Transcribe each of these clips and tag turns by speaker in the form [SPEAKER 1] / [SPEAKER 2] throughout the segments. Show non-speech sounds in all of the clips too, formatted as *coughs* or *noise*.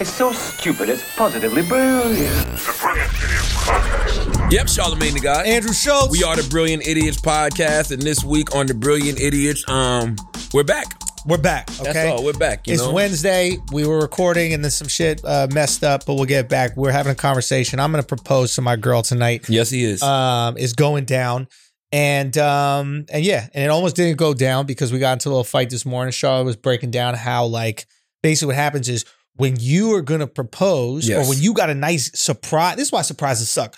[SPEAKER 1] is so stupid it's positively brilliant.
[SPEAKER 2] The Brilliant Idiots Podcast.
[SPEAKER 3] Yep, Charlemagne the God.
[SPEAKER 4] Andrew Schultz.
[SPEAKER 3] We are the Brilliant Idiots podcast, and this week on the Brilliant Idiots, um, we're back.
[SPEAKER 4] We're back. Okay,
[SPEAKER 3] That's all. We're back. You
[SPEAKER 4] it's
[SPEAKER 3] know?
[SPEAKER 4] Wednesday. We were recording, and then some shit uh, messed up, but we'll get back. We're having a conversation. I'm going to propose to my girl tonight.
[SPEAKER 3] yes, he is.
[SPEAKER 4] Um, is going down, and um, and yeah, and it almost didn't go down because we got into a little fight this morning. Charlotte was breaking down how like basically what happens is when you are going to propose,
[SPEAKER 3] Yes.
[SPEAKER 4] or when you got a nice surprise. This is why surprises suck.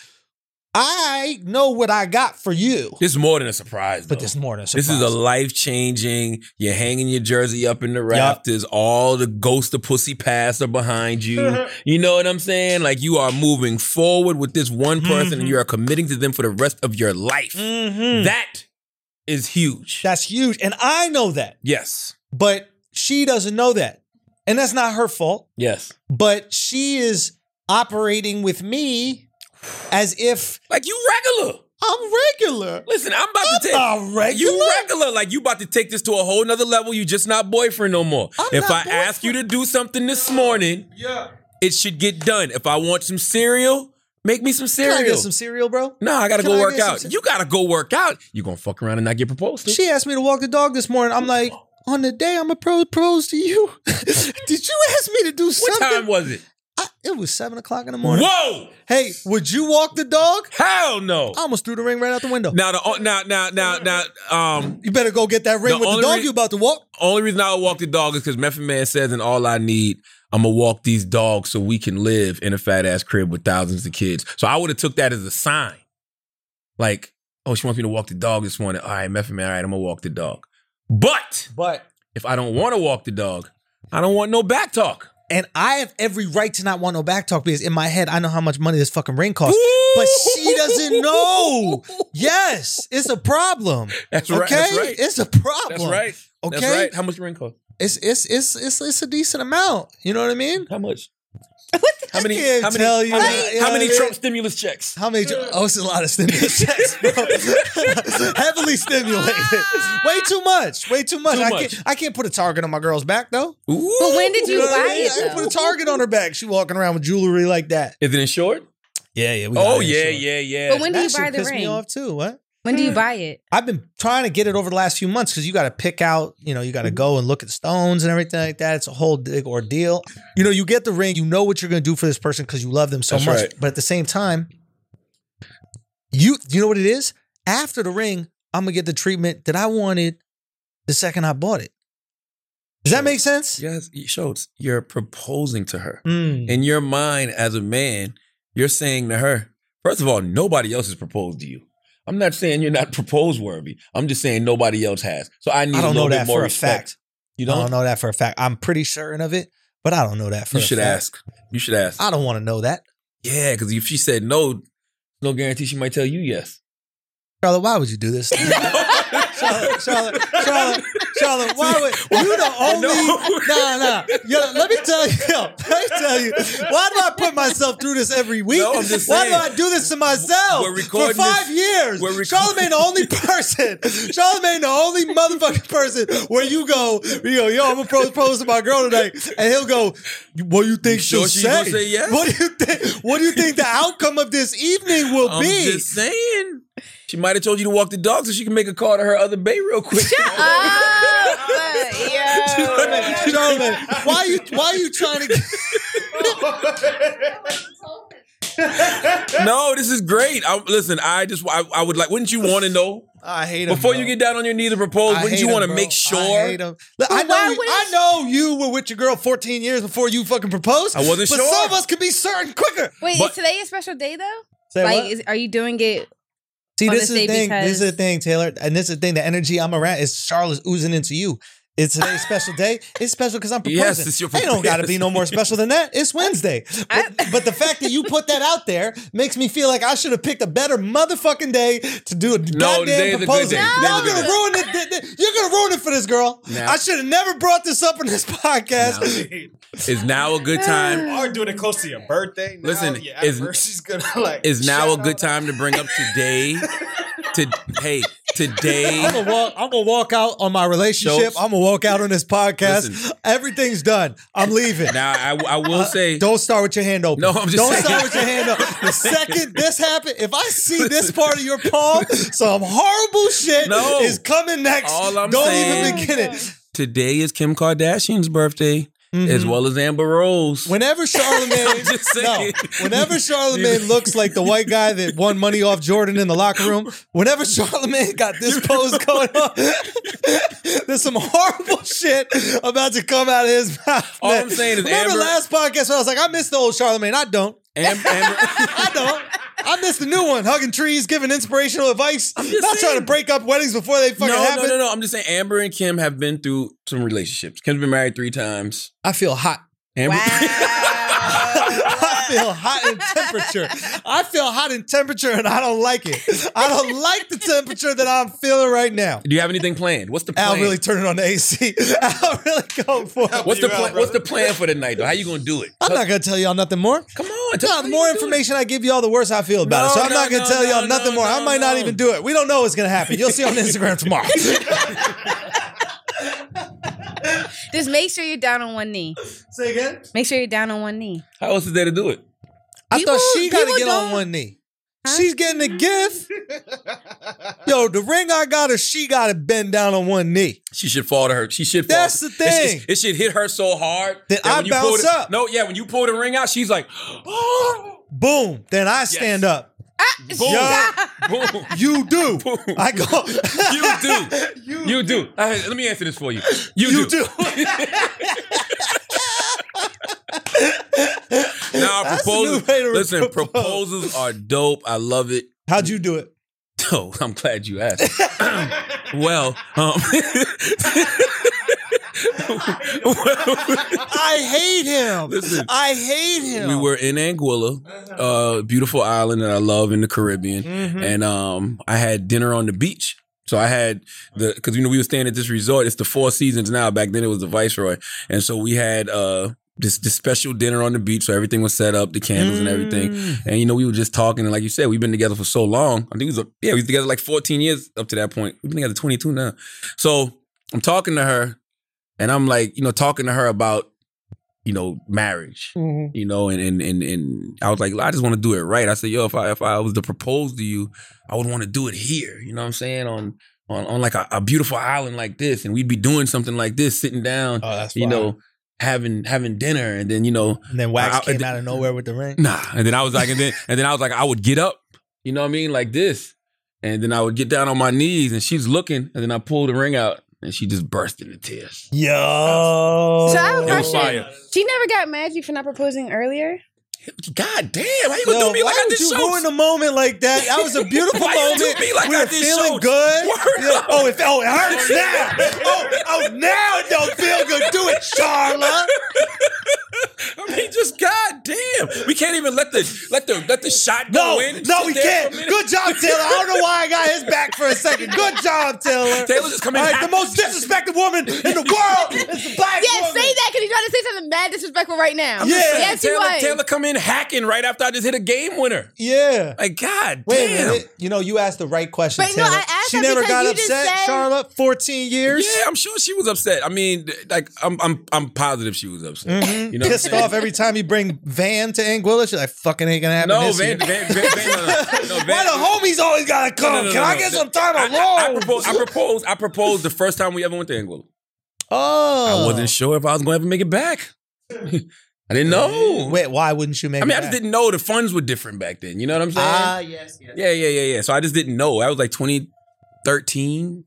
[SPEAKER 4] I know what I got for you,
[SPEAKER 3] this is more than a surprise.
[SPEAKER 4] but
[SPEAKER 3] though.
[SPEAKER 4] this morning,
[SPEAKER 3] Oh. This is a life changing. You're hanging your jersey up in the rafters. All the ghosts of pussy past are behind *laughs* you. you know what I'm saying? Like you are moving forward with this one person, and you are committing to them for the rest of your life.
[SPEAKER 4] Mm-hmm.
[SPEAKER 3] That is huge.
[SPEAKER 4] that's huge, and I know that.
[SPEAKER 3] yes.
[SPEAKER 4] but she doesn't know that. And that's not her fault,
[SPEAKER 3] Yes.
[SPEAKER 4] but she is operating with me as if
[SPEAKER 3] Like you regular.
[SPEAKER 4] I'm regular.
[SPEAKER 3] Listen, I'm about to take
[SPEAKER 4] I'm not regular.
[SPEAKER 3] You regular, like you about to take this to a whole nother level. You just not boyfriend no more.
[SPEAKER 4] I'm
[SPEAKER 3] if
[SPEAKER 4] not
[SPEAKER 3] I ask you to do something this morning, it should get done. If I want some cereal, make me some
[SPEAKER 4] Can I
[SPEAKER 3] cereal.
[SPEAKER 4] get some cereal, bro?
[SPEAKER 3] no, I gotta
[SPEAKER 4] Can
[SPEAKER 3] go
[SPEAKER 4] I
[SPEAKER 3] work
[SPEAKER 4] get some
[SPEAKER 3] out.
[SPEAKER 4] ce-
[SPEAKER 3] you gotta go work out. You gonna fuck around and not get proposed to?
[SPEAKER 4] She asked me to walk the dog this morning. I'm like, on the day I'm a pro pros to you. *laughs* Did you ask me to do
[SPEAKER 3] what
[SPEAKER 4] something?
[SPEAKER 3] time was it?
[SPEAKER 4] I- it was seven o'clock in the morning.
[SPEAKER 3] Whoa!
[SPEAKER 4] Hey, would you walk the dog?
[SPEAKER 3] Hell no!
[SPEAKER 4] I almost threw the ring right out the window.
[SPEAKER 3] Now the oh, now now now now um
[SPEAKER 4] You better go get that ring
[SPEAKER 3] The
[SPEAKER 4] with the
[SPEAKER 3] only
[SPEAKER 4] dog
[SPEAKER 3] re-
[SPEAKER 4] you about to walk.
[SPEAKER 3] only reason I would walk the dog is because Method Man says, and all I need, I'm gonna walk these dogs so we can live in a fat ass crib with thousands of kids. So I would have took that as a sign, like, oh, she wants me to walk the dog this morning. All right, Method Man, all right, I'm gonna walk the dog. But
[SPEAKER 4] But
[SPEAKER 3] if I don't want to walk the dog, I don't want no back talk.
[SPEAKER 4] And I have every right to not want no back talk because in my head I know how much money this fucking ring costs. But
[SPEAKER 3] *laughs*
[SPEAKER 4] she doesn't know. Yes, it's a problem.
[SPEAKER 3] That's
[SPEAKER 4] okay,
[SPEAKER 3] right. That's right.
[SPEAKER 4] it's a problem.
[SPEAKER 3] That's right.
[SPEAKER 4] Okay,
[SPEAKER 3] That's right. How much ring cost?
[SPEAKER 4] it's it's it's it's it's a decent amount. You know what I mean?
[SPEAKER 3] How
[SPEAKER 5] *laughs*
[SPEAKER 3] much?
[SPEAKER 4] I
[SPEAKER 3] How many?
[SPEAKER 4] can't
[SPEAKER 3] how many?
[SPEAKER 4] tell you
[SPEAKER 3] how
[SPEAKER 4] that,
[SPEAKER 3] many,
[SPEAKER 4] you
[SPEAKER 3] how
[SPEAKER 4] know
[SPEAKER 3] many
[SPEAKER 4] what I
[SPEAKER 3] Trump
[SPEAKER 4] mean?
[SPEAKER 3] stimulus checks?
[SPEAKER 4] How many? jo- Oh, it's a lot of stimulus *laughs* checks, bro. Heavily stimulated. Way too much. Way too much.
[SPEAKER 3] Too
[SPEAKER 4] I
[SPEAKER 3] much.
[SPEAKER 4] can't. I can't put a target on my girl's back though.
[SPEAKER 3] Ooh.
[SPEAKER 5] But when did you
[SPEAKER 4] know what I
[SPEAKER 5] buy
[SPEAKER 4] mean?
[SPEAKER 5] it?
[SPEAKER 4] I can't
[SPEAKER 5] though?
[SPEAKER 4] put a target on her back. She walking around with jewelry like that.
[SPEAKER 3] Is it insured?
[SPEAKER 4] Yeah, yeah. We
[SPEAKER 3] Oh yeah, yeah, yeah.
[SPEAKER 5] But when do
[SPEAKER 4] That
[SPEAKER 5] you
[SPEAKER 4] shit
[SPEAKER 5] buy the
[SPEAKER 4] pissed me
[SPEAKER 5] ring?
[SPEAKER 4] off too. What?
[SPEAKER 5] When do you buy *laughs* it?
[SPEAKER 4] I've been trying to get it over the last few months because you got to pick out, you know, you got to go and look at stones and everything like that. It's a whole big ordeal. You know, you get the ring, you know what you're going to do for this person because you love them so
[SPEAKER 3] That's
[SPEAKER 4] much.
[SPEAKER 3] right.
[SPEAKER 4] But at the same time, you you know what it is? After the ring, I'm gonna get the treatment that I wanted the second I bought it. Does that make sense?
[SPEAKER 3] Yes, Schultz, you're proposing to her.
[SPEAKER 4] Mm.
[SPEAKER 3] In your mind, as a man, you're saying to her, first of all, nobody else has proposed to you. I'm not saying you're not *laughs* propose worthy. I'm just saying nobody else has. So I need
[SPEAKER 4] I
[SPEAKER 3] a
[SPEAKER 4] don't
[SPEAKER 3] little
[SPEAKER 4] know
[SPEAKER 3] bit
[SPEAKER 4] that
[SPEAKER 3] more
[SPEAKER 4] for a
[SPEAKER 3] respect.
[SPEAKER 4] fact.
[SPEAKER 3] You
[SPEAKER 4] I
[SPEAKER 3] don't,
[SPEAKER 4] don't know that for a fact. I'm pretty certain of it, but I don't know that for
[SPEAKER 3] You
[SPEAKER 4] a
[SPEAKER 3] should
[SPEAKER 4] fact.
[SPEAKER 3] ask. You should ask.
[SPEAKER 4] I don't want to know that.
[SPEAKER 3] yeah, because if she said no, no guarantee she might tell you yes.
[SPEAKER 4] Charlotte, why would you do
[SPEAKER 3] *laughs*
[SPEAKER 4] this? Charlotte, Charlotte, Charlotte, Charlotte, why would
[SPEAKER 3] *laughs*
[SPEAKER 4] you the *laughs* only?
[SPEAKER 3] No.
[SPEAKER 4] Nah, nah. Yo, let me tell you. *laughs* Yo, let me tell you. Why do I put myself through this every week?
[SPEAKER 3] No, I'm just
[SPEAKER 4] why
[SPEAKER 3] saying.
[SPEAKER 4] do I do this to myself
[SPEAKER 3] We're
[SPEAKER 4] for
[SPEAKER 3] recording
[SPEAKER 4] five
[SPEAKER 3] this-
[SPEAKER 4] years?
[SPEAKER 3] we're recording-
[SPEAKER 4] Charlemagne,
[SPEAKER 3] *laughs*
[SPEAKER 4] the only person. Charlemagne, the only motherfucking person where you go, you go, yo, I'm gonna propose to my girl tonight, and he'll go, what do you think
[SPEAKER 3] You sure
[SPEAKER 4] she'll
[SPEAKER 3] she
[SPEAKER 4] say?
[SPEAKER 3] gonna say yes?
[SPEAKER 4] What do you think? What do you think the outcome of this evening will
[SPEAKER 3] I'm
[SPEAKER 4] be?
[SPEAKER 3] just saying. She might have told you to walk the dog so she can make a call to her other bay real quick.
[SPEAKER 4] *laughs*
[SPEAKER 5] Oh, Ah, yo.
[SPEAKER 4] Charlemagne, why are you why are you trying to get
[SPEAKER 3] no, this is great. I, listen, I just I, I would like. Wouldn't you want to know
[SPEAKER 4] *laughs* I *laughs* hate him.
[SPEAKER 3] Before
[SPEAKER 4] bro.
[SPEAKER 3] you get down on your knees to propose,
[SPEAKER 4] I
[SPEAKER 3] wouldn't you
[SPEAKER 4] hate
[SPEAKER 3] want
[SPEAKER 4] him,
[SPEAKER 3] to
[SPEAKER 4] bro.
[SPEAKER 3] make
[SPEAKER 4] I
[SPEAKER 3] sure?
[SPEAKER 4] hate him. Look, I
[SPEAKER 5] But
[SPEAKER 4] know
[SPEAKER 5] why
[SPEAKER 4] you,
[SPEAKER 5] would-
[SPEAKER 4] I know you were with your girl 14 years before you fucking proposed.
[SPEAKER 3] I wasn't
[SPEAKER 4] but
[SPEAKER 3] sure.
[SPEAKER 4] some of us could be certain quicker.
[SPEAKER 5] Wait,
[SPEAKER 3] But-
[SPEAKER 5] is today a special day though?
[SPEAKER 4] Say
[SPEAKER 5] like,
[SPEAKER 4] what?
[SPEAKER 5] is, are you doing it?
[SPEAKER 4] See,
[SPEAKER 5] on
[SPEAKER 4] this
[SPEAKER 5] this
[SPEAKER 4] is the
[SPEAKER 5] day
[SPEAKER 4] thing. This is the
[SPEAKER 5] because-
[SPEAKER 4] thing, Taylor, and this is the thing. The energy I'm around is Charlotte's oozing into you. It's today's special day. It's special because I'm
[SPEAKER 3] *laughs*
[SPEAKER 4] proposing.
[SPEAKER 3] Yes, it's your
[SPEAKER 4] It don't got to
[SPEAKER 3] yes.
[SPEAKER 4] be no more special than that. It's Wednesday. But,
[SPEAKER 5] I-
[SPEAKER 4] but the fact that you put that out there makes me feel like I should have picked a better motherfucking day to do a
[SPEAKER 3] today is a
[SPEAKER 4] goddamn
[SPEAKER 3] good
[SPEAKER 4] proposal.
[SPEAKER 3] day. Today's
[SPEAKER 4] Y'all
[SPEAKER 3] a good
[SPEAKER 4] gonna
[SPEAKER 3] day.
[SPEAKER 4] ruin it. th- th- You're gonna ruin it for this girl.
[SPEAKER 3] Nah.
[SPEAKER 4] I should have never brought this up in this podcast.
[SPEAKER 3] Is now a good
[SPEAKER 6] *laughs*
[SPEAKER 3] time?
[SPEAKER 6] are doing it close to your birthday. Now,
[SPEAKER 3] Listen,
[SPEAKER 6] your
[SPEAKER 3] is-
[SPEAKER 6] anniversary's gonna *laughs* like
[SPEAKER 3] Is now a
[SPEAKER 6] shout
[SPEAKER 3] good
[SPEAKER 6] out.
[SPEAKER 3] time to bring up today? To hey,
[SPEAKER 4] *laughs* I'm
[SPEAKER 3] today.
[SPEAKER 4] gonna walk. I'm gonna walk out on my relationship.
[SPEAKER 3] Schultz.
[SPEAKER 4] I'm gonna walk out on this podcast.
[SPEAKER 3] Listen.
[SPEAKER 4] Everything's done. I'm leaving.
[SPEAKER 3] now I, I will say
[SPEAKER 4] Uh, Don't start with your hand open.
[SPEAKER 3] No, I'm just
[SPEAKER 4] Don't
[SPEAKER 3] saying.
[SPEAKER 4] start with your hand up.
[SPEAKER 3] *laughs*
[SPEAKER 4] The second this happened, if I see this part of your palm, some horrible shit
[SPEAKER 3] No.
[SPEAKER 4] is coming next.
[SPEAKER 3] All I'm
[SPEAKER 4] Don't
[SPEAKER 3] saying-
[SPEAKER 4] even begin it.
[SPEAKER 3] today is Kim Kardashian's birthday as
[SPEAKER 4] Mm-hmm.
[SPEAKER 3] well as Amber Rose. *laughs*
[SPEAKER 4] Whenever Charlemagne,
[SPEAKER 3] I'm just
[SPEAKER 4] no,
[SPEAKER 3] saying.
[SPEAKER 4] whenever Charlemagne looks like the white guy that won money off Jordan in the locker room, whenever Charlemagne got this
[SPEAKER 3] *laughs*
[SPEAKER 4] pose going on, *laughs* there's some horrible shit about to come out of his mouth.
[SPEAKER 3] All
[SPEAKER 4] man.
[SPEAKER 3] I'm saying is
[SPEAKER 4] remember
[SPEAKER 3] Amber-
[SPEAKER 4] last podcast when I was like, I miss the old Charlemagne. I don't. *laughs*
[SPEAKER 3] Am- Amber-
[SPEAKER 4] I don't. I miss the new one, hugging trees, giving inspirational advice. I'm
[SPEAKER 3] just
[SPEAKER 4] not trying
[SPEAKER 3] saying.
[SPEAKER 4] to break up weddings before they fucking
[SPEAKER 3] no,
[SPEAKER 4] happen.
[SPEAKER 3] no, no, no. I'm just saying Amber and Kim have been through some relationships. Kim's been married three times.
[SPEAKER 4] I feel hot. *laughs*
[SPEAKER 3] Amber,
[SPEAKER 4] I feel hot in temperature. I feel hot in temperature and I don't like it. I don't like the temperature that I'm feeling right now.
[SPEAKER 3] *laughs* do you have anything planned? What's the plan?
[SPEAKER 4] Al really turning on the AC. *laughs* Al really going for it.
[SPEAKER 3] What's the
[SPEAKER 6] You out,
[SPEAKER 3] plan? What's the plan for the night? Though? How you gonna do it?
[SPEAKER 4] I'm not gonna tell y'all nothing more.
[SPEAKER 3] Come on, tell
[SPEAKER 4] Uh, No,
[SPEAKER 3] me how
[SPEAKER 4] the more
[SPEAKER 3] you do it.
[SPEAKER 4] information I give y'all, the worse I feel about it.
[SPEAKER 3] No,
[SPEAKER 4] So I'm
[SPEAKER 3] no,
[SPEAKER 4] not gonna
[SPEAKER 3] no,
[SPEAKER 4] tell y'all
[SPEAKER 3] no,
[SPEAKER 4] nothing
[SPEAKER 3] no,
[SPEAKER 4] more. I
[SPEAKER 3] no,
[SPEAKER 4] might not
[SPEAKER 3] no.
[SPEAKER 4] even do it. We don't know what's gonna happen. You'll
[SPEAKER 3] *laughs*
[SPEAKER 4] see on Instagram tomorrow.
[SPEAKER 5] Just make sure you're down on one knee.
[SPEAKER 4] Say again.
[SPEAKER 5] Make sure you're down on one knee.
[SPEAKER 3] How else is there to do it?
[SPEAKER 4] I
[SPEAKER 5] People-
[SPEAKER 4] thought she got to
[SPEAKER 5] people
[SPEAKER 4] get on
[SPEAKER 5] don't-
[SPEAKER 4] one knee.
[SPEAKER 5] Huh?
[SPEAKER 4] She's getting a gift. Yo, the ring I got her, she got to bend down on one knee.
[SPEAKER 3] She should fall to her. She should. Fall
[SPEAKER 4] That's
[SPEAKER 3] to-
[SPEAKER 4] the thing.
[SPEAKER 3] It, should- it should hit her so hard
[SPEAKER 4] That I
[SPEAKER 3] you pull
[SPEAKER 4] bounce
[SPEAKER 3] the-
[SPEAKER 4] up.
[SPEAKER 3] No, yeah, when you pull the ring out, she's like, *gasps* oh,
[SPEAKER 4] Boom. Then I stand up.
[SPEAKER 5] Stop.
[SPEAKER 3] boom. *laughs*
[SPEAKER 4] You do.
[SPEAKER 3] Boom.
[SPEAKER 4] I go.
[SPEAKER 3] You do.
[SPEAKER 4] *laughs*
[SPEAKER 3] you, do. All right, let me answer this for you. You,
[SPEAKER 4] You
[SPEAKER 3] do.
[SPEAKER 4] do.
[SPEAKER 3] Now,
[SPEAKER 4] That's a
[SPEAKER 3] proposals.
[SPEAKER 4] new way to
[SPEAKER 3] Listen,
[SPEAKER 4] propose.
[SPEAKER 3] proposals are dope. I love it. *laughs*
[SPEAKER 4] How'd you do it?
[SPEAKER 3] Oh, I'm glad you asked. *clears throat* well, um, *laughs*
[SPEAKER 4] I hate him.
[SPEAKER 3] Listen.
[SPEAKER 4] I hate him.
[SPEAKER 3] we were in Anguilla, uh, beautiful island that I love in the Caribbean, and um, I had dinner on the beach. So I had the because you know we were staying at this resort. It's the Four Seasons now. Back then it was the Viceroy, and so we had uh this this special dinner on the beach. So everything was set up, the candles and
[SPEAKER 4] Mm.
[SPEAKER 3] everything, and you know we were just talking. And like you said, we've been together for so long. I think it was a, yeah we was together like fourteen years up to that point. We've been together twenty two now. So I'm talking to her, and I'm like you know talking to her about you know marriage
[SPEAKER 4] Mm-hmm.
[SPEAKER 3] you know, and and and and I was like, I just want to do it right. I said, yo, if I if I was to propose to you, I would want to do it here. You know what I'm saying? On on on like a, a beautiful island like this, and we'd be doing something like this, sitting down,
[SPEAKER 4] Oh, that's
[SPEAKER 3] you
[SPEAKER 4] fine.
[SPEAKER 3] know, having having dinner, and then you know,
[SPEAKER 4] And then Wax
[SPEAKER 3] I- I-
[SPEAKER 4] came out of nowhere with the ring.
[SPEAKER 3] nah. And then I was like, and then and then I was like, I would get up, you know what I mean, like this, and then I would get down on my knees, and she's looking, and then I pulled the ring out, and she just burst into tears.
[SPEAKER 4] Yo.
[SPEAKER 5] So I have a
[SPEAKER 3] It was
[SPEAKER 5] question.
[SPEAKER 3] fire.
[SPEAKER 5] She never got mad at you for not proposing earlier.
[SPEAKER 3] God damn, how you gonna
[SPEAKER 4] Yo,
[SPEAKER 3] do me like
[SPEAKER 4] why
[SPEAKER 3] I
[SPEAKER 4] would
[SPEAKER 3] did
[SPEAKER 4] you
[SPEAKER 3] show?
[SPEAKER 4] ruin a moment like that? That was a beautiful
[SPEAKER 3] Why you do
[SPEAKER 4] moment.
[SPEAKER 3] me like *laughs*
[SPEAKER 4] we
[SPEAKER 3] I
[SPEAKER 4] were
[SPEAKER 3] did
[SPEAKER 4] feeling
[SPEAKER 3] shows?
[SPEAKER 4] good.
[SPEAKER 3] Word
[SPEAKER 4] Yeah.
[SPEAKER 3] up.
[SPEAKER 4] Oh, it, oh, it hurts now. Oh, oh, now it don't feel good. Do it, Charla.
[SPEAKER 3] I mean, just goddamn. We can't even let the let the let the shot
[SPEAKER 4] No,
[SPEAKER 3] go in.
[SPEAKER 4] no, we
[SPEAKER 3] Sit there
[SPEAKER 4] can't.
[SPEAKER 3] for a minute.
[SPEAKER 4] Good job, Taylor. I don't know why I got his back for a second. Good job, Taylor.
[SPEAKER 3] Taylor just come in
[SPEAKER 4] All right,
[SPEAKER 3] hot.
[SPEAKER 4] the most disrespected woman in the world is the black
[SPEAKER 5] Yeah,
[SPEAKER 4] woman.
[SPEAKER 5] say that because you're trying to say something mad disrespectful right now.
[SPEAKER 4] Yeah.
[SPEAKER 5] yes, you
[SPEAKER 3] Taylor,
[SPEAKER 5] was.
[SPEAKER 3] Taylor come in hacking right after I just hit a game winner.
[SPEAKER 4] Yeah.
[SPEAKER 3] Like, god
[SPEAKER 4] Wait a
[SPEAKER 3] damn.
[SPEAKER 4] minute. You know, you asked the right question,
[SPEAKER 5] Wait, no,
[SPEAKER 4] Taylor.
[SPEAKER 5] I asked
[SPEAKER 4] she
[SPEAKER 5] her
[SPEAKER 4] never
[SPEAKER 5] because
[SPEAKER 4] got
[SPEAKER 5] you just
[SPEAKER 4] upset,
[SPEAKER 5] said-
[SPEAKER 4] Charlotte. 14 years.
[SPEAKER 3] Yeah, I'm sure she was upset. I mean, th- like, I'm I'm I'm positive she was
[SPEAKER 4] Mm.
[SPEAKER 3] upset. You know, what I'm
[SPEAKER 4] Mm-hmm. Pissed
[SPEAKER 3] saying?
[SPEAKER 4] off every time you bring Van to Anguilla. She's like, fucking ain't gonna happen.
[SPEAKER 3] No,
[SPEAKER 4] this year.
[SPEAKER 3] Van, Van, Van, Van, no, no, no, Van-
[SPEAKER 4] Why the *laughs* homies always gotta come?
[SPEAKER 3] no, no, no,
[SPEAKER 4] Can I
[SPEAKER 3] no.
[SPEAKER 4] get some time
[SPEAKER 3] I, I, I
[SPEAKER 4] alone?
[SPEAKER 3] proposed. I proposed. I proposed the first time we ever went to Angola.
[SPEAKER 4] oh,
[SPEAKER 3] I wasn't sure if I was going to ever make it back. *laughs* I didn't know.
[SPEAKER 4] Wait, why wouldn't you make?
[SPEAKER 3] I mean,
[SPEAKER 4] it
[SPEAKER 3] I just
[SPEAKER 4] back?
[SPEAKER 3] didn't know the funds were different back then. You know what I'm saying?
[SPEAKER 4] Ah, yes, yes.
[SPEAKER 3] Yeah, yeah, yeah, yeah. So I just didn't know. I was like 2013.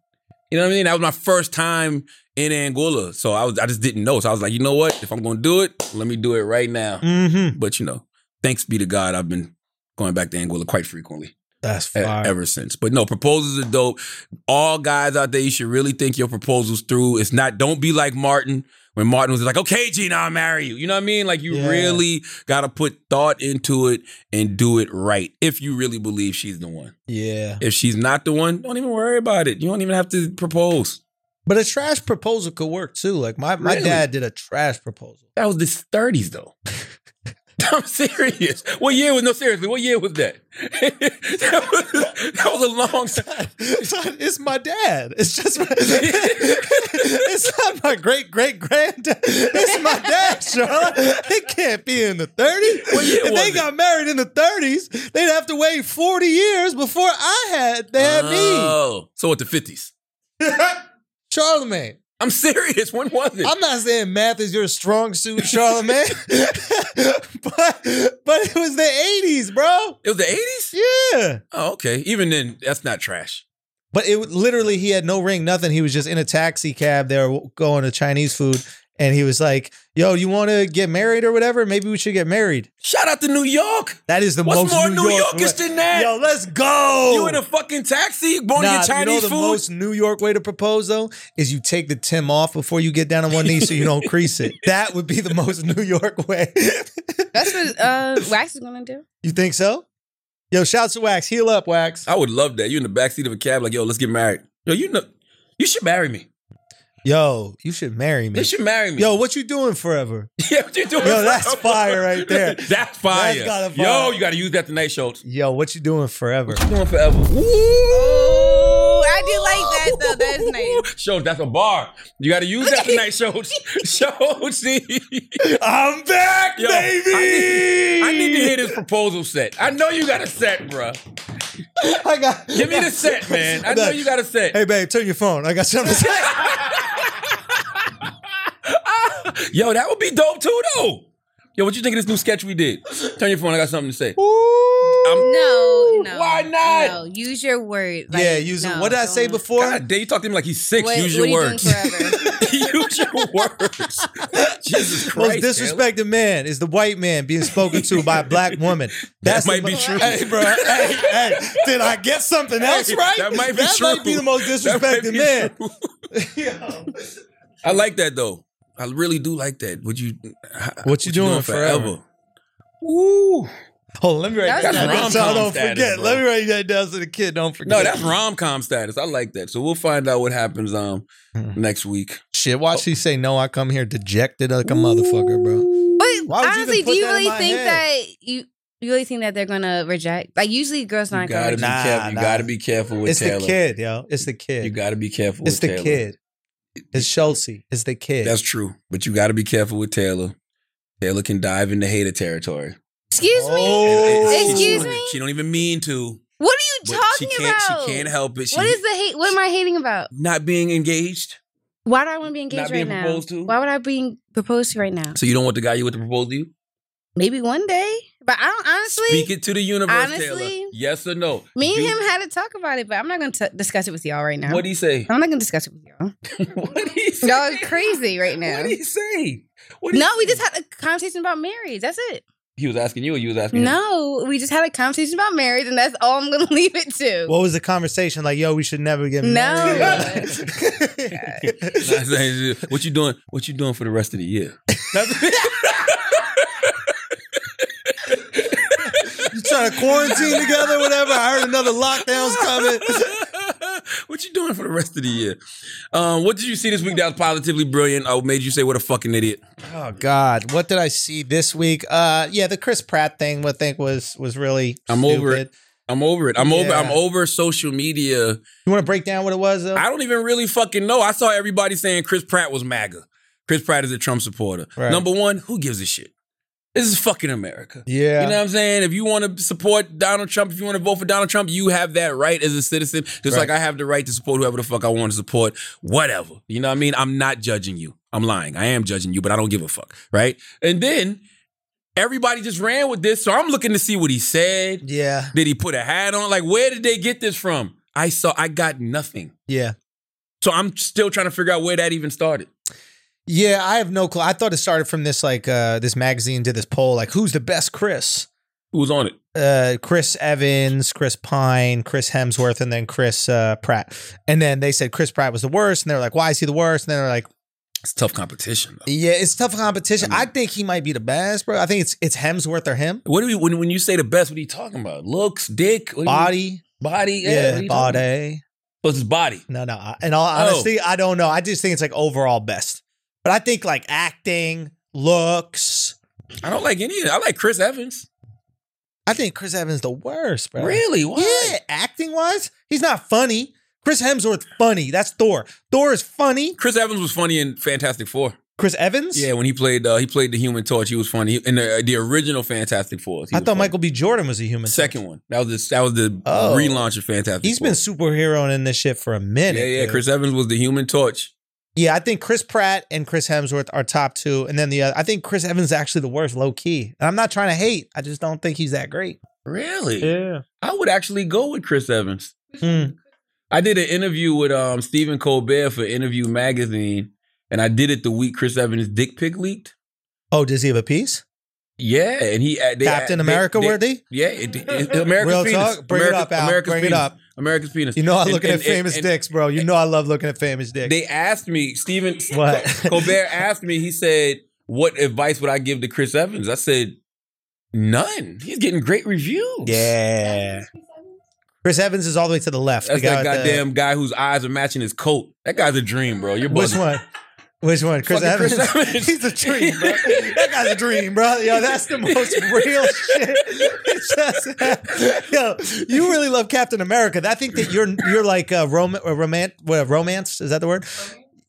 [SPEAKER 3] You know what I mean? That was my first time in Angola. So I was I just didn't know. So I was like, you know what? If I'm gonna do it, let me do it right now.
[SPEAKER 4] Mm-hmm.
[SPEAKER 3] But you know, thanks be to God, I've been going back to Angola quite frequently
[SPEAKER 4] That's
[SPEAKER 3] e-
[SPEAKER 4] fire.
[SPEAKER 3] ever since. But no, proposals are dope. All guys out there, you should really think your proposals through. It's not don't be like Martin. When Martin was like, okay, Gina, I'll marry you. You know what I mean? Like you
[SPEAKER 4] Yeah.
[SPEAKER 3] really gotta put thought into it and do it right if you really believe she's the one.
[SPEAKER 4] yeah.
[SPEAKER 3] If she's not the one, don't even worry about it. You don't even have to propose.
[SPEAKER 4] But a trash proposal could work too. Like my, my
[SPEAKER 3] Really?
[SPEAKER 4] dad did a trash proposal.
[SPEAKER 3] That was the 30s, though. *laughs* I'm serious. What year was no seriously? What year was that? *laughs* that, was, that was a long time.
[SPEAKER 4] Son, *laughs* it's my dad. It's just my, *laughs* it's not my great great granddad. It's my
[SPEAKER 3] *laughs*
[SPEAKER 4] dad, Sean. It can't be in the 30s.
[SPEAKER 3] year
[SPEAKER 4] if they
[SPEAKER 3] was
[SPEAKER 4] got married in the 30s, they'd have to wait 40 years before I had they had me.
[SPEAKER 3] Oh, so at the 50s.
[SPEAKER 4] Charlemagne.
[SPEAKER 3] I'm serious. When was it?
[SPEAKER 4] I'm not saying math is your strong suit, Charlemagne. *laughs* but but it was the 80s, bro.
[SPEAKER 3] it was the 80s.
[SPEAKER 4] Yeah.
[SPEAKER 3] Oh, okay. Even then, that's not trash.
[SPEAKER 4] But it w- literally, he had no ring, nothing. He was just in a taxi cab. They were going to Chinese food, and he was like, "Yo, you want to get married or whatever? Maybe we should get married."
[SPEAKER 3] Shout out to New York.
[SPEAKER 4] That is the
[SPEAKER 3] What's
[SPEAKER 4] most
[SPEAKER 3] more New,
[SPEAKER 4] York
[SPEAKER 3] Yorkish
[SPEAKER 4] way-
[SPEAKER 3] than that?
[SPEAKER 4] Yo, let's go.
[SPEAKER 3] You in a fucking taxi going
[SPEAKER 4] Nah,
[SPEAKER 3] to get
[SPEAKER 4] you know
[SPEAKER 3] Chinese
[SPEAKER 4] the
[SPEAKER 3] food?
[SPEAKER 4] most New York way to propose though is you take the Tim off before you get down on one knee so
[SPEAKER 3] *laughs*
[SPEAKER 4] you don't crease it. That would be the most New York way.
[SPEAKER 5] That's what uh, Wax is gonna do.
[SPEAKER 4] You think so? Yo, shouts to Wax. Heal up, Wax.
[SPEAKER 3] I would love that. You in the backseat of a cab, like, yo, let's get married. Yo, you know, you should marry me.
[SPEAKER 4] Yo, you should marry
[SPEAKER 3] They
[SPEAKER 4] me.
[SPEAKER 3] should marry me.
[SPEAKER 4] Yo, what you doing forever?
[SPEAKER 3] *laughs* yeah, what you doing?
[SPEAKER 4] Yo, that's
[SPEAKER 3] *laughs*
[SPEAKER 4] fire right there.
[SPEAKER 3] That's fire.
[SPEAKER 4] That's gotta
[SPEAKER 3] Yo,
[SPEAKER 4] fire.
[SPEAKER 3] you got to use that tonight, Schultz.
[SPEAKER 4] Yo, what you doing forever?
[SPEAKER 3] You doing forever. Ooh, I
[SPEAKER 5] I do like that, though. That is nice.
[SPEAKER 3] *laughs* Schultz, that's a bar. You got to use that tonight,
[SPEAKER 5] *laughs*
[SPEAKER 3] Schultz. Schultz. *laughs*
[SPEAKER 4] I'm back,
[SPEAKER 3] Yo,
[SPEAKER 4] baby.
[SPEAKER 3] I need to hear this proposal set. I know you got a set, bruh.
[SPEAKER 4] *laughs* I got.
[SPEAKER 3] Give me the
[SPEAKER 4] *laughs*
[SPEAKER 3] set, man. I know you got a set.
[SPEAKER 4] Hey, babe, turn your phone. I got something to say.
[SPEAKER 3] Yo, that would be dope too, though. Yo, what you think of this new sketch we did? Turn your phone. I got something to say. I'm-
[SPEAKER 5] No, no.
[SPEAKER 3] Why not?
[SPEAKER 5] No, use your words. Like,
[SPEAKER 4] yeah, use
[SPEAKER 5] no,
[SPEAKER 4] what did I
[SPEAKER 5] don't-
[SPEAKER 4] say before?
[SPEAKER 3] God damn, you talk to him like he's six.
[SPEAKER 5] What,
[SPEAKER 3] Use
[SPEAKER 5] what
[SPEAKER 3] your
[SPEAKER 5] are
[SPEAKER 3] words.
[SPEAKER 5] You doing
[SPEAKER 4] *laughs*
[SPEAKER 5] forever?
[SPEAKER 3] *laughs* Use your words. Jesus
[SPEAKER 4] Most
[SPEAKER 3] Christ. Taylor.
[SPEAKER 4] disrespected man is the white man being spoken to by a black woman. That's
[SPEAKER 3] might
[SPEAKER 4] the,
[SPEAKER 3] be true.
[SPEAKER 4] Hey, bro. Hey, hey, did I get something else
[SPEAKER 3] Hey,
[SPEAKER 4] right?
[SPEAKER 3] that might be
[SPEAKER 4] That
[SPEAKER 3] true.
[SPEAKER 4] might be the most
[SPEAKER 3] That might
[SPEAKER 4] disrespected
[SPEAKER 3] be
[SPEAKER 4] man.
[SPEAKER 3] true. *laughs* I like that though. I really do like that. Would you?
[SPEAKER 4] What you doing forever?
[SPEAKER 3] Ooh.
[SPEAKER 4] Hold on, let me write
[SPEAKER 5] That's
[SPEAKER 4] that
[SPEAKER 5] rom-com
[SPEAKER 4] down so I don't
[SPEAKER 3] status,
[SPEAKER 4] forget.
[SPEAKER 3] bro.
[SPEAKER 4] Let me write that down so the kid don't forget.
[SPEAKER 3] No, that's rom com status. I like that. So we'll find out what happens um
[SPEAKER 4] Hmm.
[SPEAKER 3] next week.
[SPEAKER 4] shit. Watch you say no. I come here dejected like a motherfucker, bro. Why
[SPEAKER 5] But
[SPEAKER 4] would you even
[SPEAKER 5] honestly,
[SPEAKER 4] put
[SPEAKER 5] do you
[SPEAKER 4] that in
[SPEAKER 5] really
[SPEAKER 4] my
[SPEAKER 5] think
[SPEAKER 4] head?
[SPEAKER 5] that you you really think that they're gonna reject? Like usually, girls
[SPEAKER 3] You
[SPEAKER 5] not
[SPEAKER 3] gotta
[SPEAKER 5] gonna.
[SPEAKER 3] be
[SPEAKER 5] reject.
[SPEAKER 4] Nah,
[SPEAKER 3] careful. You
[SPEAKER 4] nah.
[SPEAKER 3] gotta be careful with
[SPEAKER 4] It's
[SPEAKER 3] Taylor.
[SPEAKER 4] the kid, yo. It's the kid.
[SPEAKER 3] You gotta be careful.
[SPEAKER 4] it's
[SPEAKER 3] with
[SPEAKER 4] the
[SPEAKER 3] Taylor.
[SPEAKER 4] kid. It's Chelsea. It's the kid.
[SPEAKER 3] That's true, but you gotta be careful with Taylor. Taylor can dive into hater territory.
[SPEAKER 5] Excuse me.
[SPEAKER 4] Oh.
[SPEAKER 3] And- and she-
[SPEAKER 5] Excuse me?
[SPEAKER 3] She don't even mean to.
[SPEAKER 5] What are you
[SPEAKER 3] But she
[SPEAKER 5] talking
[SPEAKER 3] can't.
[SPEAKER 5] about?
[SPEAKER 3] She can't help it. She,
[SPEAKER 5] what is the hate? What am I hating about?
[SPEAKER 3] not being engaged?
[SPEAKER 5] Why do I want to be engaged
[SPEAKER 3] Not
[SPEAKER 5] right
[SPEAKER 3] being
[SPEAKER 5] now?
[SPEAKER 3] proposed to?
[SPEAKER 5] Why would I be proposed to right now?
[SPEAKER 3] So you don't want the guy you with to propose to you?
[SPEAKER 5] Maybe one day, but I don't honestly.
[SPEAKER 3] Speak it to the universe,
[SPEAKER 5] honestly,
[SPEAKER 3] Taylor. Yes or no?
[SPEAKER 5] me and
[SPEAKER 3] Do-
[SPEAKER 5] him had to talk about it, but I'm not going to discuss it with y'all right now.
[SPEAKER 3] What do he
[SPEAKER 5] *laughs*
[SPEAKER 3] say? *laughs*
[SPEAKER 5] I'm not going to discuss it with y'all.
[SPEAKER 3] what do he say?
[SPEAKER 5] Y'all are crazy right now.
[SPEAKER 3] What do he say? What did
[SPEAKER 5] No,
[SPEAKER 3] he
[SPEAKER 5] we
[SPEAKER 3] say?
[SPEAKER 5] just had a conversation about marriage. That's it.
[SPEAKER 3] He was asking you, or you was asking him.
[SPEAKER 5] No, we just had a conversation about marriage, and that's all I'm going to *laughs* leave it to.
[SPEAKER 4] What was the conversation like? Yo, we should never get
[SPEAKER 5] No.
[SPEAKER 4] married.
[SPEAKER 5] *laughs*
[SPEAKER 4] *laughs*
[SPEAKER 3] Nah, nah, nah. *laughs* what you doing? What you doing for the rest of the year? *laughs*
[SPEAKER 4] you trying to quarantine together, whatever. I heard another lockdown's coming.
[SPEAKER 3] what you doing for the rest of the year? Um, what did you see this week that was positively brilliant? I made you say what a fucking idiot.
[SPEAKER 4] Oh God, what did I see this week? Uh, yeah, the Chris Pratt thing. I think was was really.
[SPEAKER 3] I'm over
[SPEAKER 4] stupid.
[SPEAKER 3] I'm over it. I'm over.
[SPEAKER 4] Yeah.
[SPEAKER 3] I'm over social media.
[SPEAKER 4] You want to break down what it was though?
[SPEAKER 3] I don't even really fucking know. I saw everybody saying Chris Pratt was MAGA. Chris Pratt is a Trump supporter.
[SPEAKER 4] Right.
[SPEAKER 3] Number one, who gives a shit? This is fucking America.
[SPEAKER 4] yeah,
[SPEAKER 3] You know what I'm saying? If you want to support Donald Trump, if you want to vote for Donald Trump, you have that right as a citizen. Just
[SPEAKER 4] Right.
[SPEAKER 3] like I have the right to support whoever the fuck I want to support, whatever. You know what I mean? I'm not judging you. I'm lying. I am judging you, but I don't give a fuck. Right? And then everybody just ran with this. So I'm looking to see what he said.
[SPEAKER 4] yeah,
[SPEAKER 3] Did he put a hat on? Like, where did they get this from? I saw, I got nothing.
[SPEAKER 4] yeah,
[SPEAKER 3] So I'm still trying to figure out where that even started.
[SPEAKER 4] yeah. I have no clue. I thought it started from this like uh this magazine did this poll like who's the best Chris?
[SPEAKER 3] Who was on it?
[SPEAKER 4] uh, Chris Evans, Chris Pine, Chris Hemsworth, and then Chris uh, Pratt. And then they said Chris Pratt was the worst, and they were like, "Why is he the worst?" And then they're like,
[SPEAKER 3] It's tough competition. Though.
[SPEAKER 4] "Yeah, it's tough competition.
[SPEAKER 3] I
[SPEAKER 4] I,
[SPEAKER 3] mean-
[SPEAKER 4] think he might be the best, bro. I think it's it's Hemsworth or him.
[SPEAKER 3] What do we when when you say the best? What are you talking about? Looks, dick, what do you-
[SPEAKER 4] Body,
[SPEAKER 3] body, yeah,
[SPEAKER 4] yeah,
[SPEAKER 3] what are you talking about?
[SPEAKER 4] body.
[SPEAKER 3] But it's body.
[SPEAKER 4] No, no. I- In all
[SPEAKER 3] Oh.
[SPEAKER 4] honesty, I don't know. I just think it's like overall best. But I think like acting, looks,
[SPEAKER 3] I don't like any of it. I like Chris Evans.
[SPEAKER 4] I think Chris Evans the worst, bro.
[SPEAKER 3] Really? Why?
[SPEAKER 4] Yeah, acting wise, he's not funny. Chris Hemsworth funny. That's Thor. Thor is funny.
[SPEAKER 3] Chris Evans was funny in Fantastic Four.
[SPEAKER 4] Chris Evans.
[SPEAKER 3] Yeah, when he played, uh, he played the Human Torch. He was funny in the, the original Fantastic Four.
[SPEAKER 4] I thought Michael B. Jordan was a human.
[SPEAKER 3] Second one. That was the, that was the
[SPEAKER 4] Oh.
[SPEAKER 3] relaunch of Fantastic.
[SPEAKER 4] He's
[SPEAKER 3] Four.
[SPEAKER 4] been superheroing in this shit for a minute.
[SPEAKER 3] Yeah, yeah.
[SPEAKER 4] dude.
[SPEAKER 3] Chris Evans was the Human Torch.
[SPEAKER 4] Yeah, I think Chris Pratt and Chris Hemsworth are top two, and then the other, I think Chris Evans is actually the worst, low key. And I'm not trying to hate. I just don't think he's that great.
[SPEAKER 3] Really?
[SPEAKER 4] Yeah.
[SPEAKER 3] I would actually go with Chris Evans.
[SPEAKER 4] Hmm.
[SPEAKER 3] I did an interview with um Stephen Colbert for Interview Magazine, and I did it the week Chris Evans' dick pic leaked.
[SPEAKER 4] Oh, does he have a piece?
[SPEAKER 3] Yeah, and he uh, they,
[SPEAKER 4] Captain
[SPEAKER 3] they-
[SPEAKER 4] America
[SPEAKER 3] they-
[SPEAKER 4] worthy?
[SPEAKER 3] Yeah, it, it, it- America's
[SPEAKER 4] Real
[SPEAKER 3] penis.
[SPEAKER 4] talk. Bring it
[SPEAKER 3] America-
[SPEAKER 4] up, Al.
[SPEAKER 3] America's
[SPEAKER 4] Bring it
[SPEAKER 3] penis.
[SPEAKER 4] up.
[SPEAKER 3] America's penis.
[SPEAKER 4] You know I
[SPEAKER 3] And-
[SPEAKER 4] look at
[SPEAKER 3] and- and-
[SPEAKER 4] famous
[SPEAKER 3] and
[SPEAKER 4] dicks, bro. You know I love looking at famous dicks.
[SPEAKER 3] They asked me, Stephen
[SPEAKER 4] *laughs* What?
[SPEAKER 3] Colbert asked me. He said, "What advice would I give to Chris Evans?" I said, "None. He's getting great reviews.
[SPEAKER 4] yeah. Chris Evans is all the way to the left.
[SPEAKER 3] That's
[SPEAKER 4] The guy
[SPEAKER 3] that
[SPEAKER 4] with the-
[SPEAKER 3] goddamn guy whose eyes are matching his coat. That guy's a dream, bro. You're
[SPEAKER 4] Which
[SPEAKER 3] bugging.
[SPEAKER 4] one? Which one? Chris
[SPEAKER 3] Fucking
[SPEAKER 4] Evans.
[SPEAKER 3] Chris Evans.
[SPEAKER 4] *laughs* He's a dream, bro. That guy's a dream, bro. Yo, that's the most real shit. *laughs* It's just- Yo, you really love Captain America. I think that you're you're like a rom- a roman- what, romance. Is that the word?